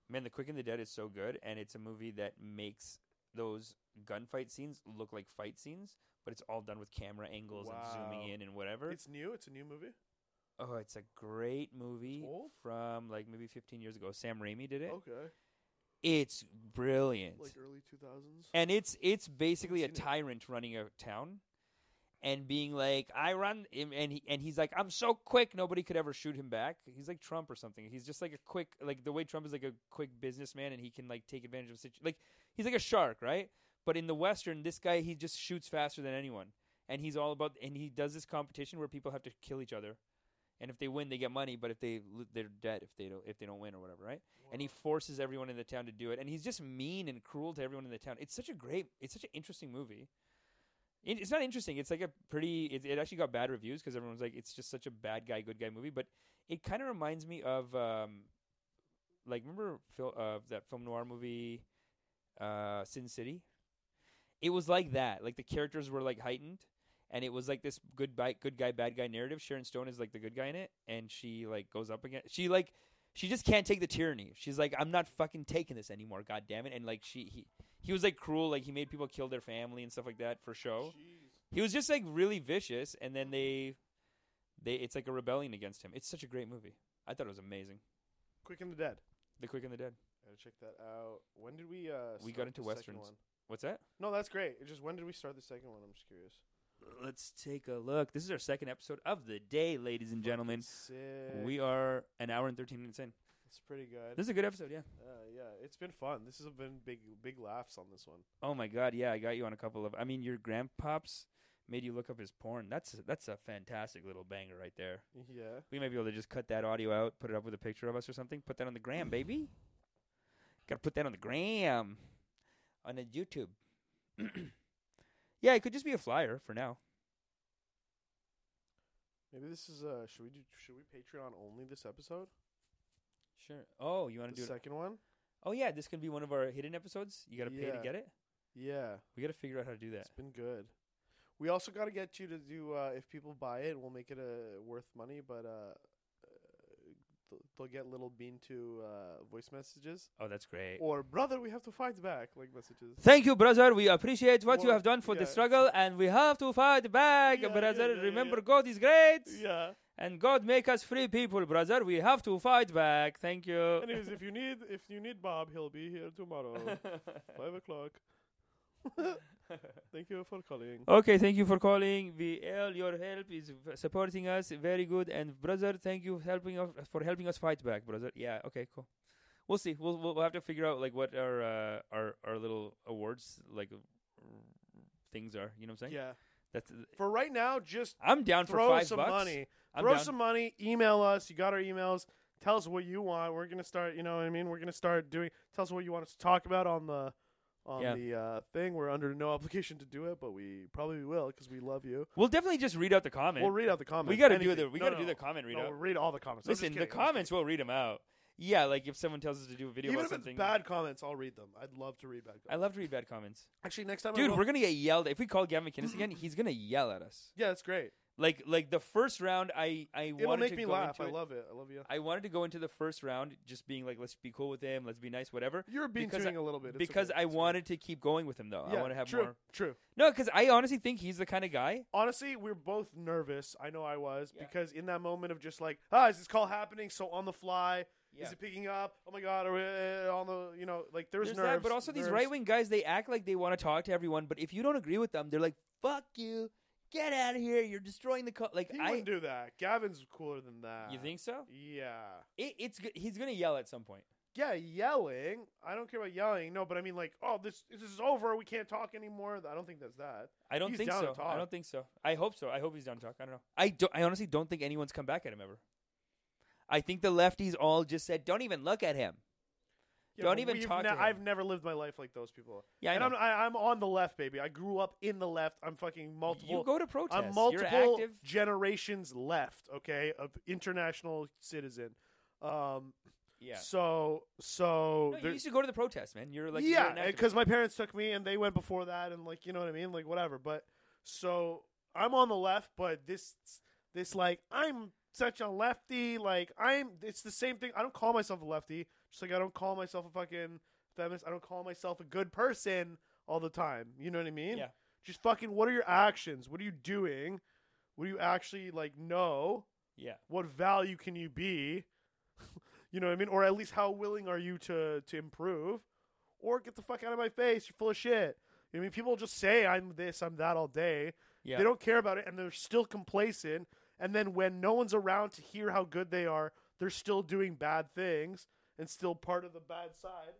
Speaker 1: Man, The Quick and the Dead is so good, and it's a movie that makes those gunfight scenes look like fight scenes, but it's all done with camera angles and
Speaker 2: Wow.
Speaker 1: zooming in and whatever.
Speaker 2: It's new. It's a new movie.
Speaker 1: oh, it's a great movie
Speaker 2: old?
Speaker 1: from like maybe 15 years ago. Sam Raimi did it.
Speaker 2: Okay,
Speaker 1: It's brilliant.
Speaker 2: like early two thousands.
Speaker 1: and it's it's basically a
Speaker 2: seen it.
Speaker 1: tyrant running a town and being like i run him and he, and he's like i'm so quick nobody could ever shoot him back he's like trump or something he's just like a quick like the way trump is like a quick businessman and he can like take advantage of situ- like he's like a shark right but in the western this guy he just shoots faster than anyone and he's all about and he does this competition where people have to kill each other and if they win they get money but if they lo- they're dead if they don't if they don't win or whatever right and he forces everyone in the town to do it and he's just mean and cruel to everyone in the town it's such a great it's such an interesting movie it, it's not interesting it's like a pretty it, it actually got bad reviews because everyone's like it's just such a bad guy good guy movie but it kind of reminds me of um like remember fil- uh, that film noir movie uh sin city it was like that like the characters were like heightened and it was like this good guy, good guy, bad guy narrative. Sharon Stone is like the good guy in it, and she like goes up against. She like she just can't take the tyranny. She's like, I'm not fucking taking this anymore. God damn it! And like she he he was like cruel. Like he made people kill their family and stuff like that for show. He was just like really vicious, and then they they it's like a rebellion against him. It's such a great movie. I thought it was amazing.
Speaker 2: Quick and the Dead.
Speaker 1: The Quick and the Dead.
Speaker 2: Gotta check that out. When did we? uh
Speaker 1: We
Speaker 2: start
Speaker 1: got into
Speaker 2: the second
Speaker 1: westerns.
Speaker 2: one?
Speaker 1: What's that?
Speaker 2: No, that's great. It's just when did we start the second one? I'm just curious.
Speaker 1: let's take a look. This is our second episode of the day, ladies and gentlemen.
Speaker 2: Sick.
Speaker 1: We are an hour and 13 minutes in.
Speaker 2: it's pretty good.
Speaker 1: This is a good episode, yeah.
Speaker 2: uh, yeah, it's been fun. This has been big, big laughs on this one.
Speaker 1: Oh my god, yeah, I got you on a couple of I mean your grandpops made you look up his porn. That's that's a fantastic little banger right there.
Speaker 2: Yeah.
Speaker 1: We might be able to just cut that audio out, put it up with a picture of us or something. Put that on the gram, baby. Got to put that on the gram, on the YouTube. yeah, it could just be a flyer for now.
Speaker 2: Maybe this is uh should we do should we Patreon only this episode?
Speaker 1: Sure. Oh, you want
Speaker 2: The
Speaker 1: to do it?
Speaker 2: second one?
Speaker 1: Oh yeah, this could be one of our hidden episodes. You got to pay to
Speaker 2: Yeah.
Speaker 1: get it.
Speaker 2: Yeah.
Speaker 1: We got to figure out how to do that.
Speaker 2: It's been good. We also got to get you to do uh if people buy it, we'll make it uh, worth money, but uh uh, they'll get little bean to uh, voice messages
Speaker 1: Oh, that's great.
Speaker 2: or brother we have to fight back like messages
Speaker 1: Thank you, brother. We appreciate what you
Speaker 2: Well,
Speaker 1: have done for the
Speaker 2: yeah.
Speaker 1: struggle, and we have to fight back,
Speaker 2: Yeah, yeah,
Speaker 1: brother.
Speaker 2: yeah, yeah,
Speaker 1: Remember,
Speaker 2: yeah.
Speaker 1: God is great,
Speaker 2: yeah
Speaker 1: and God make us free people, brother. We have to fight back. Thank you.
Speaker 2: anyways if you need if you need bob he'll be here tomorrow five o'clock thank you for calling
Speaker 1: Okay, thank you for calling. VL, your help is v- supporting us. Very good. And brother, thank you for helping us for helping us fight back, brother. Yeah. Okay. Cool. We'll see. We'll we'll, we'll have to figure out like what our uh, our our little awards like uh, things are. You know what I'm saying?
Speaker 2: yeah
Speaker 1: That's.
Speaker 2: for right now just
Speaker 1: I'm down
Speaker 2: throw
Speaker 1: for five
Speaker 2: some
Speaker 1: bucks.
Speaker 2: money
Speaker 1: I'm
Speaker 2: throw
Speaker 1: down.
Speaker 2: some money email us you got our emails tell us what you want we're gonna start you know what i mean we're gonna start doing tell us what you want us to talk about on the on
Speaker 1: Yeah.
Speaker 2: the uh, thing we're under no obligation to do it but we probably will because we love you
Speaker 1: We'll definitely just read out the comment.
Speaker 2: we'll read out the comments
Speaker 1: we gotta do
Speaker 2: anything.
Speaker 1: the we
Speaker 2: No,
Speaker 1: gotta
Speaker 2: no,
Speaker 1: do the
Speaker 2: no.
Speaker 1: comment read
Speaker 2: No,
Speaker 1: out.
Speaker 2: we'll read all the comments I'm just
Speaker 1: Listen, the
Speaker 2: kidding, I'm just
Speaker 1: comments we'll read them out. Yeah, like if someone tells us to do a video
Speaker 2: Even
Speaker 1: about
Speaker 2: if
Speaker 1: something.
Speaker 2: it's bad comments, I'll read them. I'd love to read bad comments.
Speaker 1: I love to read bad comments.
Speaker 2: Actually, next time, I
Speaker 1: Dude,
Speaker 2: will-
Speaker 1: we're gonna get yelled. If we call Gavin McInnes again, he's gonna yell at us.
Speaker 2: yeah, it's great.
Speaker 1: Like like the first round, I I
Speaker 2: It'll
Speaker 1: wanted
Speaker 2: make
Speaker 1: to
Speaker 2: me
Speaker 1: go
Speaker 2: laugh.
Speaker 1: into
Speaker 2: I
Speaker 1: it-
Speaker 2: love it. I love you.
Speaker 1: I wanted to go into the first round just being like, let's be cool with him, let's be nice, whatever.
Speaker 2: You're being
Speaker 1: because I-
Speaker 2: tuning a little bit It's
Speaker 1: because
Speaker 2: okay.
Speaker 1: I
Speaker 2: It's okay.
Speaker 1: wanted to keep going with him though. I
Speaker 2: Yeah,
Speaker 1: want to have
Speaker 2: true,
Speaker 1: more.
Speaker 2: True.
Speaker 1: No, because I honestly think he's the kind of guy.
Speaker 2: Honestly, we're both nervous. I know I was
Speaker 1: Yeah.
Speaker 2: because in that moment of just like, ah, is this call happening? So on the fly,
Speaker 1: Yeah.
Speaker 2: is it picking up? Oh my god, are we uh, on the you know like there's,
Speaker 1: There's
Speaker 2: nerves,
Speaker 1: that, but also these
Speaker 2: nerves.
Speaker 1: right wing guys, they act like they want to talk to everyone, but if you don't agree with them, they're like, "Fuck you, get out of here! You're destroying the co-. like."
Speaker 2: He
Speaker 1: I
Speaker 2: wouldn't do that. Gavin's cooler than that.
Speaker 1: you think so?
Speaker 2: Yeah.
Speaker 1: It, it's go- he's gonna yell at some point.
Speaker 2: Yeah, yelling. I don't care about yelling. No, but I mean, like, oh, this this is over. We can't talk anymore. I don't think that's that.
Speaker 1: I don't
Speaker 2: He's
Speaker 1: think
Speaker 2: down to
Speaker 1: so. I
Speaker 2: talk.
Speaker 1: don't think so. I hope so. I hope he's down to talk. I don't know. I do, I honestly don't think anyone's come back at him ever. I think the lefties all just said, "Don't even look at him."
Speaker 2: Yeah,
Speaker 1: Don't
Speaker 2: but
Speaker 1: even
Speaker 2: we've
Speaker 1: talk to him.
Speaker 2: I've never lived my life like those people.
Speaker 1: Yeah, I
Speaker 2: and
Speaker 1: know.
Speaker 2: I'm I, I'm on the left, baby. I grew up in the left. I'm fucking multiple.
Speaker 1: you go to protest.
Speaker 2: I'm multiple
Speaker 1: You're active.
Speaker 2: generations left. Okay, of international citizen. Um.
Speaker 1: Yeah.
Speaker 2: So so.
Speaker 1: No, you
Speaker 2: there-
Speaker 1: used to go to the protest, man. You're like you're an
Speaker 2: yeah,
Speaker 1: activist.
Speaker 2: because my parents took me and they went before that and like you know what I mean, like whatever. But so I'm on the left, but this this like I'm such a lefty, like I'm it's the same thing. I don't call myself a lefty, just like I don't call myself a fucking feminist. I don't call myself a good person all the time. You know what I mean?
Speaker 1: Yeah.
Speaker 2: Just fucking what are your actions? What are you doing? What do you actually like know?
Speaker 1: yeah.
Speaker 2: What value can you be? you know what I mean? Or at least how willing are you to to improve? Or get the fuck out of my face, you're full of shit. You know what I mean, people just say I'm this, I'm that all day.
Speaker 1: Yeah.
Speaker 2: They don't care about it and they're still complacent. And then when no one's around to hear how good they are, they're still doing bad things and still part of the bad side.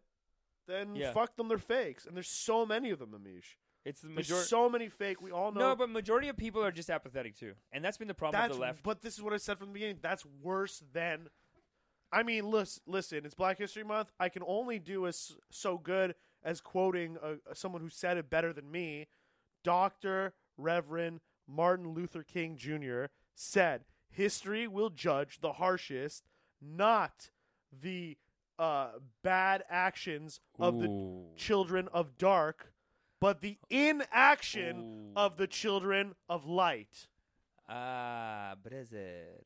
Speaker 2: Then
Speaker 1: Yeah.
Speaker 2: fuck them, they're fakes. And there's so many of them, Amish.
Speaker 1: It's the
Speaker 2: There's
Speaker 1: majority.
Speaker 2: so many fake. We all know
Speaker 1: no, but majority of people are just apathetic too, and that's been the problem
Speaker 2: that's,
Speaker 1: with the left.
Speaker 2: But this is what I said from the beginning. That's worse than. I mean, listen, listen. It's Black History Month. I can only do as so good as quoting a, someone who said it better than me. Doctor Reverend Martin Luther King Jr. said, "History will judge the harshest, not the uh, bad actions of the children of dark, but the inaction of the children of light."
Speaker 1: ah, Eh, Brazil,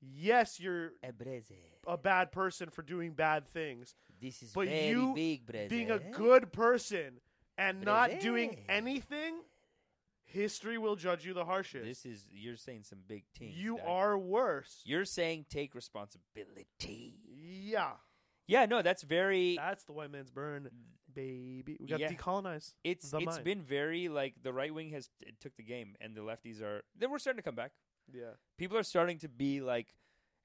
Speaker 2: yes, you're
Speaker 1: a Brazil.
Speaker 2: a bad person for doing bad things.
Speaker 1: This is
Speaker 2: But very you
Speaker 1: big Eh? Brazil.
Speaker 2: Being a good person and not
Speaker 1: Brazil.
Speaker 2: doing anything, history will judge you the harshest.
Speaker 1: This is you're saying some big things.
Speaker 2: you
Speaker 1: dog.
Speaker 2: are worse.
Speaker 1: You're saying take responsibility.
Speaker 2: yeah.
Speaker 1: Yeah, no, that's very
Speaker 2: That's the white man's burn. baby. We got to
Speaker 1: Yeah.
Speaker 2: decolonize.
Speaker 1: It's
Speaker 2: The
Speaker 1: it's
Speaker 2: mind.
Speaker 1: been very like the right wing has t- took the game, and the lefties are they were starting to come back.
Speaker 2: Yeah.
Speaker 1: People are starting to be like,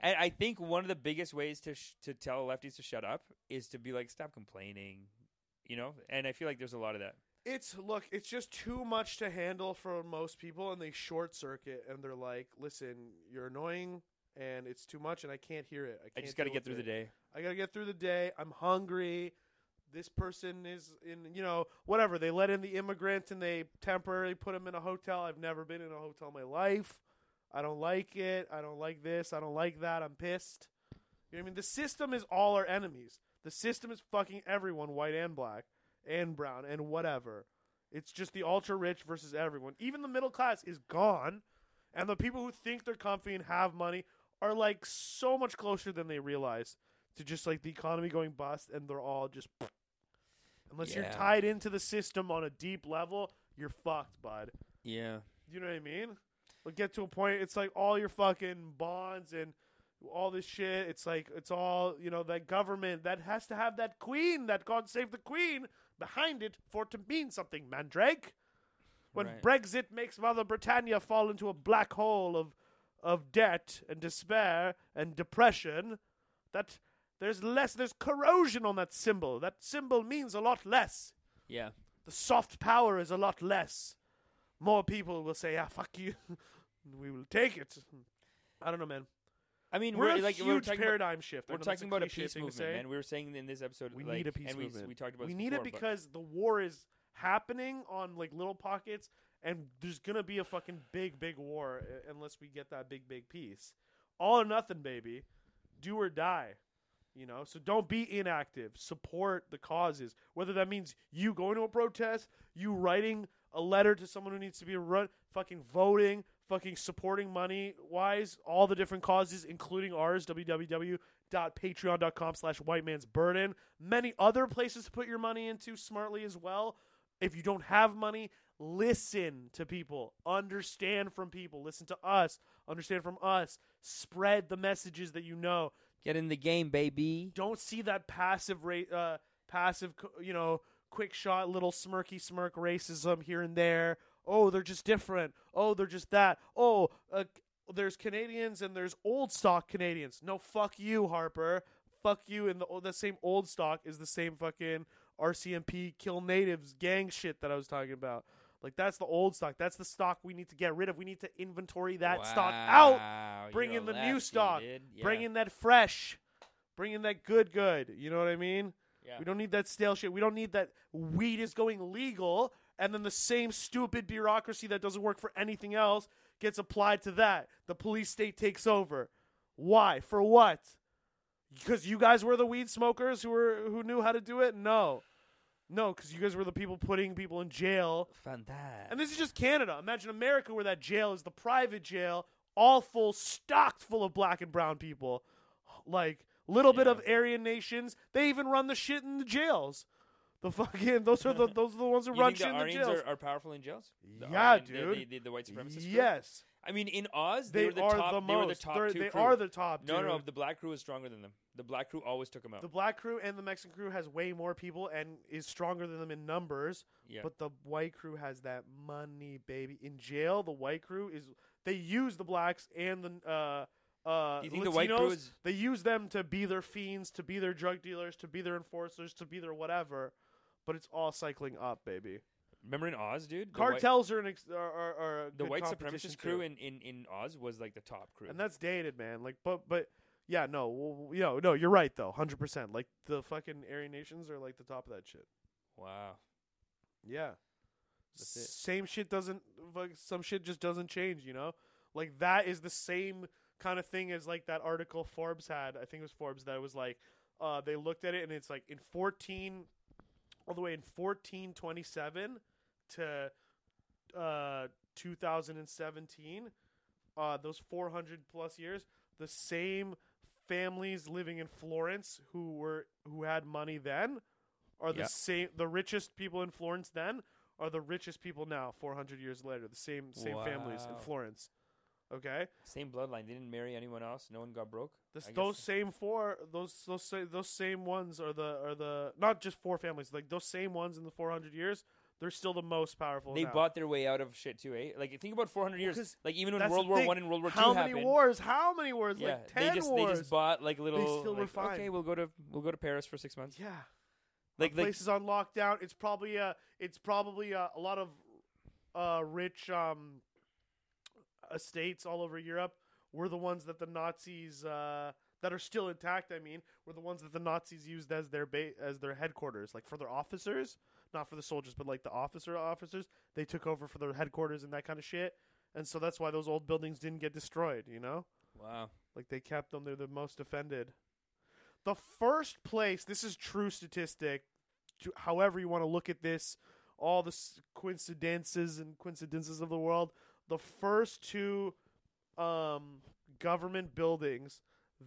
Speaker 1: and I think one of the biggest ways to sh- to tell lefties to shut up is to be like, stop complaining, you know. And I feel like there's a lot of that.
Speaker 2: It's look, it's just too much to handle for most people, and they short circuit and they're like, "Listen, you're annoying, and it's too much, and I can't hear it. I,
Speaker 1: I
Speaker 2: can't
Speaker 1: just got to
Speaker 2: deal
Speaker 1: get
Speaker 2: with
Speaker 1: through
Speaker 2: it.
Speaker 1: the day.
Speaker 2: I gotta get through the day. I'm hungry. This person is in, you know, whatever. They let in the immigrant and they temporarily put him in a hotel. I've never been in a hotel in my life. I don't like it. I don't like this. I don't like that. I'm pissed. You know what I mean? The system is all our enemies. The system is fucking everyone, white and black and brown and whatever. It's just the ultra rich versus everyone. Even the middle class is gone. And the people who think they're comfy and have money are like so much closer than they realize to just like the economy going bust and they're all just unless you're
Speaker 1: Yeah.
Speaker 2: tied into the system on a deep level you're fucked bud
Speaker 1: Yeah,
Speaker 2: you know what i mean we'll get to a point it's like all your fucking bonds and all this shit it's like it's all you know that government that has to have that queen that god save the queen behind it for it to mean something mandrake when
Speaker 1: Right.
Speaker 2: brexit makes mother britannia fall into a black hole of of debt and despair and depression that there's less there's corrosion on that symbol that symbol means a lot less
Speaker 1: yeah.
Speaker 2: the soft power is a lot less more people will say ah fuck you we will take it i don't know man
Speaker 1: I mean,
Speaker 2: we're,
Speaker 1: we're,
Speaker 2: a
Speaker 1: like
Speaker 2: huge
Speaker 1: we we're talking about,
Speaker 2: paradigm shift I
Speaker 1: we're
Speaker 2: know that's
Speaker 1: talking about a
Speaker 2: cliche
Speaker 1: peace
Speaker 2: thing to
Speaker 1: movement,
Speaker 2: say.
Speaker 1: man. We were saying in this episode,
Speaker 2: We
Speaker 1: like,
Speaker 2: need a peace
Speaker 1: and we,
Speaker 2: movement.
Speaker 1: We talked about
Speaker 2: we
Speaker 1: this
Speaker 2: need
Speaker 1: before,
Speaker 2: it
Speaker 1: but-
Speaker 2: because the war is happening on like little pockets and there's gonna be a fucking big big war uh, unless we get that big big peace all or nothing baby do or die you know so don't be inactive support the causes whether that means you going to a protest you writing a letter to someone who needs to be run fucking voting fucking supporting money wise all the different causes including ours www.patreon.com slash white man's burden many other places to put your money into smartly as well if you don't have money listen to people understand from people listen to us understand from us spread the messages that you know
Speaker 1: get in the game, baby.
Speaker 2: don't see that passive rate uh passive c- you know quick shot little smirky smirk racism here and there oh they're just different oh they're just that oh uh, there's canadians and there's old stock canadians no fuck you harper fuck you and the o- the same old stock is the same fucking rcmp kill natives gang shit that i was talking about like that's the old stock that's the stock we need to get rid of we need to inventory that stock out
Speaker 1: Wow,
Speaker 2: Bring
Speaker 1: you're
Speaker 2: in
Speaker 1: a
Speaker 2: the new
Speaker 1: lefty,
Speaker 2: stock.
Speaker 1: dude. Yeah.
Speaker 2: Bring in that fresh, bring in that good, good. You know what I mean?
Speaker 1: Yeah.
Speaker 2: We don't need that stale shit. We don't need that weed is going legal, and then the same stupid bureaucracy that doesn't work for anything else gets applied to that. The police state takes over. Why? For what? Because you guys were the weed smokers who were who knew how to do it? No. No, because you guys were the people putting people in jail
Speaker 1: Fantastic.
Speaker 2: and this is just Canada. Imagine America where that jail is the private jail, all full, stocked full of black and brown people. Like, little bit
Speaker 1: Yeah.
Speaker 2: of Aryan nations. They even run the shit in the jails. The fucking, those are the, those are the ones who
Speaker 1: you
Speaker 2: run
Speaker 1: think
Speaker 2: shit
Speaker 1: the
Speaker 2: in the
Speaker 1: Aryans
Speaker 2: jails.
Speaker 1: are, are powerful in jails? The
Speaker 2: Yeah,
Speaker 1: Aryan- the-
Speaker 2: dude.
Speaker 1: The, the, the white supremacists. group?
Speaker 2: yes.
Speaker 1: I mean, in Oz,
Speaker 2: They,
Speaker 1: were the
Speaker 2: are
Speaker 1: top.
Speaker 2: the
Speaker 1: they
Speaker 2: most.
Speaker 1: were the top
Speaker 2: They're-
Speaker 1: two
Speaker 2: they
Speaker 1: crew.
Speaker 2: are the top,
Speaker 1: no,
Speaker 2: dude.
Speaker 1: no, the black crew is stronger than them. The black crew always took them out.
Speaker 2: The black crew and the Mexican crew has way more people and is stronger than them in numbers.
Speaker 1: yeah.
Speaker 2: But the white crew has that money, baby. In jail, the white crew is they use the blacks and the uh uh
Speaker 1: Do you think the white crew
Speaker 2: Latinos,
Speaker 1: is-
Speaker 2: they use them to be their fiends, to be their drug dealers, to be their enforcers, to be their whatever. But it's all cycling up, baby.
Speaker 1: Remember in Oz, dude, the white,
Speaker 2: Cartels are an ex- are, are, are a
Speaker 1: the
Speaker 2: good
Speaker 1: white
Speaker 2: competition
Speaker 1: supremacist crew in, in, in Oz was like the top crew.
Speaker 2: and that's dated, man. Like, but but yeah, no, well, you know, no, you're right though, hundred percent. Like the fucking Aryan nations are like the top of that shit.
Speaker 1: wow.
Speaker 2: Yeah.
Speaker 1: That's it.
Speaker 2: Same shit doesn't like some shit just doesn't change, you know? Like that is the same kind of thing as like that article Forbes had. I think it was Forbes that was like uh they looked at it and it's like in 14 all the way in 1427 to uh 2017 uh those 400 plus years the same families living in Florence who were who had money then are the
Speaker 1: Yeah.
Speaker 2: same the richest people in Florence then are the richest people now 400 years later the same same families in
Speaker 1: Wow.
Speaker 2: Florence Okay,
Speaker 1: Same bloodline. They didn't marry anyone else. No one got broke.
Speaker 2: this,
Speaker 1: I guess
Speaker 2: those
Speaker 1: so.
Speaker 2: same four, those those sa- those same ones are the are the not just four families. Like those same ones in the 400 years, they're still the most powerful.
Speaker 1: They
Speaker 2: now.
Speaker 1: bought their way out of shit too, eh? Like think about 400 years.
Speaker 2: 'cause
Speaker 1: Like even when
Speaker 2: that's the
Speaker 1: World War
Speaker 2: thing.
Speaker 1: One and World War
Speaker 2: how
Speaker 1: Two
Speaker 2: many
Speaker 1: happened.
Speaker 2: wars? How many wars?
Speaker 1: yeah,
Speaker 2: like ten
Speaker 1: they just
Speaker 2: wars.
Speaker 1: they just bought like little.
Speaker 2: still were
Speaker 1: like,
Speaker 2: fine.
Speaker 1: Okay, we'll go to we'll go to Paris for six months.
Speaker 2: yeah.
Speaker 1: Like like
Speaker 2: places on lockdown. It's probably a it's probably a, a lot of uh, rich um, estates all over Europe were the ones that the Nazis uh, that are still intact. I mean, were the ones that the Nazis used as their ba- as their headquarters, like for their officers, not for the soldiers, but like the officer officers. They took over for their headquarters and that kind of shit. And so that's why those old buildings didn't get destroyed. You know.
Speaker 1: wow.
Speaker 2: Like they kept them. They're the most offended. The first place. This is true statistic. To, however you want to look at this, all the s- coincidences and coincidences of the world. The first two um, government buildings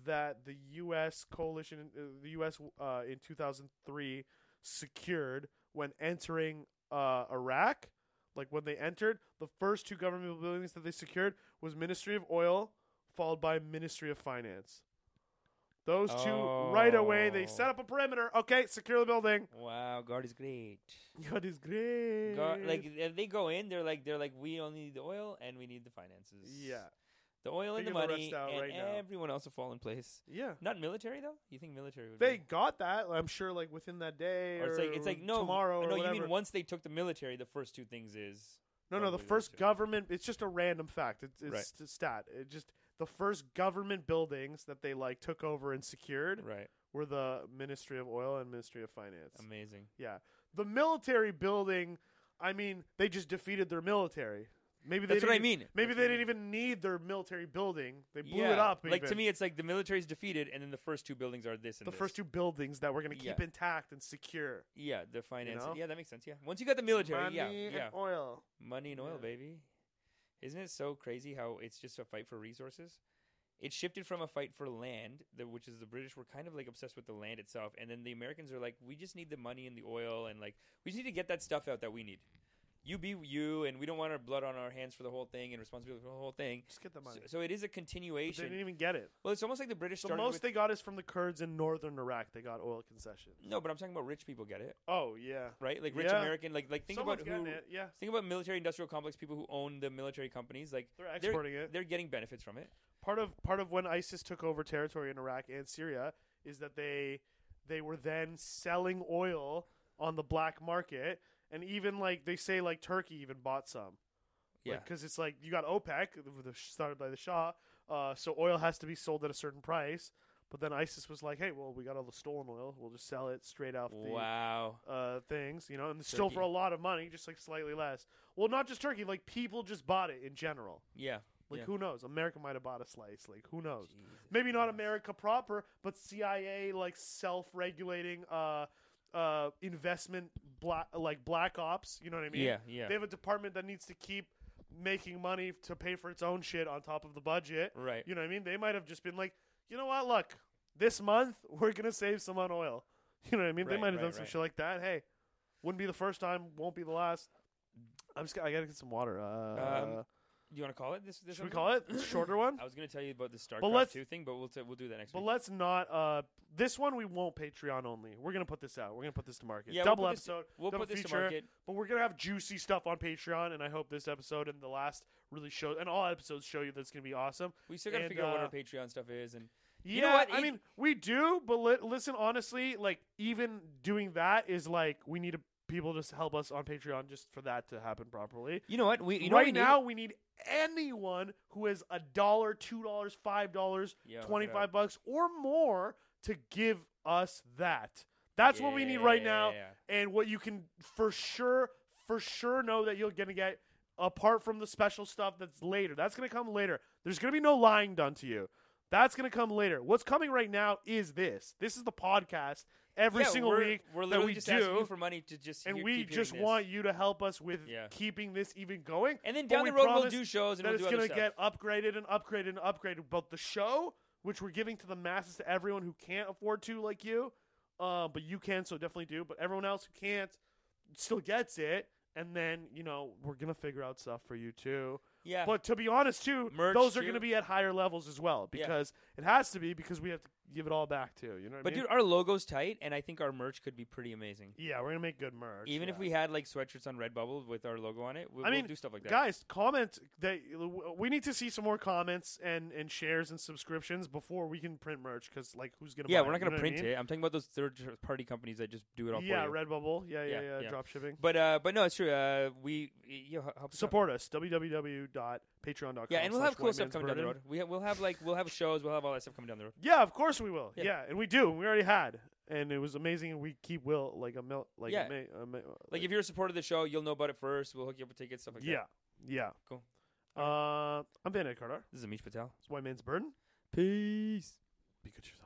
Speaker 2: that the U.S. coalition, uh, the U.S. Uh, in 2003 secured when entering uh, Iraq, like when they entered, the first two government buildings that they secured was Ministry of Oil followed by Ministry of Finance. Those two right away they
Speaker 1: Oh.
Speaker 2: set up a perimeter. Okay, secure the building.
Speaker 1: Wow, God is great.
Speaker 2: God is great.
Speaker 1: God, like if they go in, they're like they're like we only need the oil and we need the finances.
Speaker 2: yeah,
Speaker 1: the oil and the
Speaker 2: Figure the
Speaker 1: money,
Speaker 2: rest out
Speaker 1: and
Speaker 2: right now.
Speaker 1: everyone else will fall in place.
Speaker 2: yeah.
Speaker 1: Not military though. You think military would?
Speaker 2: They
Speaker 1: be.
Speaker 2: got that. I'm sure, like within that day,
Speaker 1: Or it's like it's like no
Speaker 2: tomorrow.
Speaker 1: No,
Speaker 2: or
Speaker 1: you
Speaker 2: whatever.
Speaker 1: mean once they took the military, the first two things is
Speaker 2: No, no. The
Speaker 1: Probably
Speaker 2: first
Speaker 1: those two.
Speaker 2: government. It's just a random fact. It's, it's
Speaker 1: Right.
Speaker 2: st- stat. It just the first government buildings that they like took over and secured
Speaker 1: right. Um,
Speaker 2: were the Ministry of Oil and Ministry of Finance.
Speaker 1: Amazing.
Speaker 2: yeah, the military building. I mean, they just defeated their military. Maybe they
Speaker 1: That's what I
Speaker 2: didn't-
Speaker 1: mean.
Speaker 2: Maybe
Speaker 1: That's
Speaker 2: they
Speaker 1: what I
Speaker 2: didn't
Speaker 1: mean.
Speaker 2: even need their military building. They blew it
Speaker 1: Yeah,
Speaker 2: up.
Speaker 1: Like to
Speaker 2: even.
Speaker 1: me, it's like the military's defeated, and then the first two buildings are this and
Speaker 2: the
Speaker 1: this.
Speaker 2: first two buildings that we're going to
Speaker 1: Yeah.
Speaker 2: keep intact and secure.
Speaker 1: Yeah, the finance.
Speaker 2: know?
Speaker 1: Yeah, that makes sense. Yeah, once you got the military,
Speaker 2: Money
Speaker 1: yeah,
Speaker 2: and
Speaker 1: yeah,
Speaker 2: oil.
Speaker 1: money and oil,
Speaker 2: Yeah.
Speaker 1: baby. Isn't it so crazy how it's just a fight for resources? It shifted from a fight for land, the, which is the British were kind of like obsessed with the land itself, and then the Americans are like, we just need the money and the oil, and like we just need to get that stuff out that we need. You be you, and we don't want our blood on our hands for the whole thing and responsibility for the whole thing.
Speaker 2: Just get the
Speaker 1: So,
Speaker 2: money.
Speaker 1: so it is a
Speaker 2: But they
Speaker 1: continuation.
Speaker 2: didn't even get it.
Speaker 1: well, it's almost like the British
Speaker 2: The
Speaker 1: started
Speaker 2: most
Speaker 1: with.
Speaker 2: they got is from the Kurds in northern Iraq. They got oil concessions.
Speaker 1: no, but I'm talking about rich people get it
Speaker 2: Oh yeah.
Speaker 1: right, like rich
Speaker 2: Yeah.
Speaker 1: American, like like think
Speaker 2: Someone's
Speaker 1: about who
Speaker 2: getting it. Yeah,
Speaker 1: Think about military industrial complex people who own the military companies. Like
Speaker 2: they're exporting it.
Speaker 1: they're getting benefits from it.
Speaker 2: part of part of when ISIS took over territory in Iraq and Syria is that they they were then selling oil on the black market, and even like they say, like Turkey even bought some.
Speaker 1: Yeah.
Speaker 2: because it's like you got OPEC, with the- started by the Shah, uh, so oil has to be sold at a certain price. But then ISIS was like, "Hey, well, we got all the stolen oil. We'll just sell it straight off the
Speaker 1: wow.
Speaker 2: uh, things, you know, and still for
Speaker 1: Turkey.
Speaker 2: a lot of money, just like slightly less. Well, not just Turkey, like people just bought it in general.
Speaker 1: Yeah.
Speaker 2: Like
Speaker 1: Yeah.
Speaker 2: who knows? America might have bought a slice. Like who knows? Maybe not America proper, but CIA like self-regulating uh uh investment black like black ops, you know what I mean?
Speaker 1: Yeah. Yeah.
Speaker 2: They have a department that needs to keep making money to pay for its own shit on top of the budget.
Speaker 1: right.
Speaker 2: You know what I mean? They might have just been like, you know what? Look, this month we're gonna save some on oil. You know what I mean?
Speaker 1: Right,
Speaker 2: they might have
Speaker 1: right,
Speaker 2: done some
Speaker 1: right.
Speaker 2: shit like that. Hey, wouldn't be the first time, won't be the last. I'm just. I gotta get some water. Uh,
Speaker 1: Um, Do you want to call it this? this
Speaker 2: should we call it the shorter one?
Speaker 1: I was going to tell you about the StarCraft
Speaker 2: let's-
Speaker 1: two thing, but we'll t- we'll do that next
Speaker 2: But
Speaker 1: week.
Speaker 2: let's not. Uh, this one we won't Patreon only. We're gonna put this out. We're gonna put this to market.
Speaker 1: Yeah, we'll
Speaker 2: double
Speaker 1: put this-
Speaker 2: episode.
Speaker 1: We'll
Speaker 2: double
Speaker 1: put this to
Speaker 2: feature.
Speaker 1: market.
Speaker 2: But we're gonna have juicy stuff on Patreon, and I hope this episode and the last really show and all episodes show you that's gonna be awesome.
Speaker 1: We still got to
Speaker 2: And,
Speaker 1: figure out what
Speaker 2: uh,
Speaker 1: our Patreon stuff is, and
Speaker 2: Yeah,
Speaker 1: know what?
Speaker 2: I
Speaker 1: Eith-
Speaker 2: mean, we do, but li- listen honestly, like even doing that is like we need to, people just help us on Patreon just for that to happen properly.
Speaker 1: you know what? We
Speaker 2: right now, we need anyone who has a dollar, two dollars, five dollars, twenty-five bucks, or more to give us that. That's what we need right now, and what you can for sure, for sure know that you're gonna get. Apart from the special stuff that's later, that's gonna come later. There's gonna be no lying done to you. That's going to come later. What's coming right now is this. This is the podcast every single
Speaker 1: we're,
Speaker 2: week
Speaker 1: we're
Speaker 2: that
Speaker 1: literally
Speaker 2: we
Speaker 1: just asking you
Speaker 2: do.
Speaker 1: for money to just
Speaker 2: And
Speaker 1: hear-
Speaker 2: we
Speaker 1: keep hearing
Speaker 2: just
Speaker 1: this.
Speaker 2: want you to help us with
Speaker 1: Yeah.
Speaker 2: keeping this even going.
Speaker 1: And then
Speaker 2: but
Speaker 1: down
Speaker 2: we
Speaker 1: the road we'll
Speaker 2: promise
Speaker 1: do shows and
Speaker 2: that
Speaker 1: we'll
Speaker 2: it's
Speaker 1: do other
Speaker 2: going to
Speaker 1: stuff.
Speaker 2: get upgraded and upgraded and upgraded. Both the show, which we're giving to the masses, to everyone who can't afford to, like you, uh, but you can, so definitely do. But everyone else who can't still gets it. And then, you know, we're going to figure out stuff for you too.
Speaker 1: Yeah.
Speaker 2: But to be honest, too,
Speaker 1: Merch,
Speaker 2: those are
Speaker 1: too.
Speaker 2: going to be at higher levels as well
Speaker 1: Yeah.
Speaker 2: because it has to be because we have to give it all back too. You know what
Speaker 1: but
Speaker 2: I mean?
Speaker 1: dude, our logo's tight, and I think our merch could be pretty amazing.
Speaker 2: yeah, we're gonna make good merch.
Speaker 1: Even if
Speaker 2: yeah.
Speaker 1: we had like sweatshirts on Redbubble with our logo on it, we'll,
Speaker 2: I
Speaker 1: we'll
Speaker 2: mean,
Speaker 1: do stuff like that.
Speaker 2: guys comment that we need to see some more comments and and shares and subscriptions before we can print merch because like who's gonna
Speaker 1: yeah,
Speaker 2: buy
Speaker 1: we're not
Speaker 2: it, you
Speaker 1: gonna
Speaker 2: know what I
Speaker 1: print
Speaker 2: mean?
Speaker 1: it. I'm talking about those third-party companies that just do it all
Speaker 2: yeah
Speaker 1: for you.
Speaker 2: redbubble yeah yeah
Speaker 1: Yeah,
Speaker 2: yeah,
Speaker 1: yeah.
Speaker 2: drop shipping
Speaker 1: But uh, but no, it's true. Uh, we you help us out.
Speaker 2: support us www.patreon.com
Speaker 1: Yeah, and we'll
Speaker 2: slash
Speaker 1: have cool stuff
Speaker 2: whitemansburden.
Speaker 1: coming down the road. We ha- we'll have like we'll have shows. We'll have all that stuff coming down the road.
Speaker 2: yeah of course we will yeah,
Speaker 1: Yeah.
Speaker 2: and we do and we already had and it was amazing and we keep will like a mil like
Speaker 1: Yeah.
Speaker 2: a ma- a ma-
Speaker 1: Like if you're a supporter of the show, you'll know about it first. We'll hook you up with tickets, stuff like
Speaker 2: yeah
Speaker 1: that.
Speaker 2: yeah
Speaker 1: Cool.
Speaker 2: uh, I'm Van Ed Cardar
Speaker 1: This is Amish Patel.
Speaker 2: it's White Man's Burden
Speaker 1: Peace.
Speaker 2: be good to yourself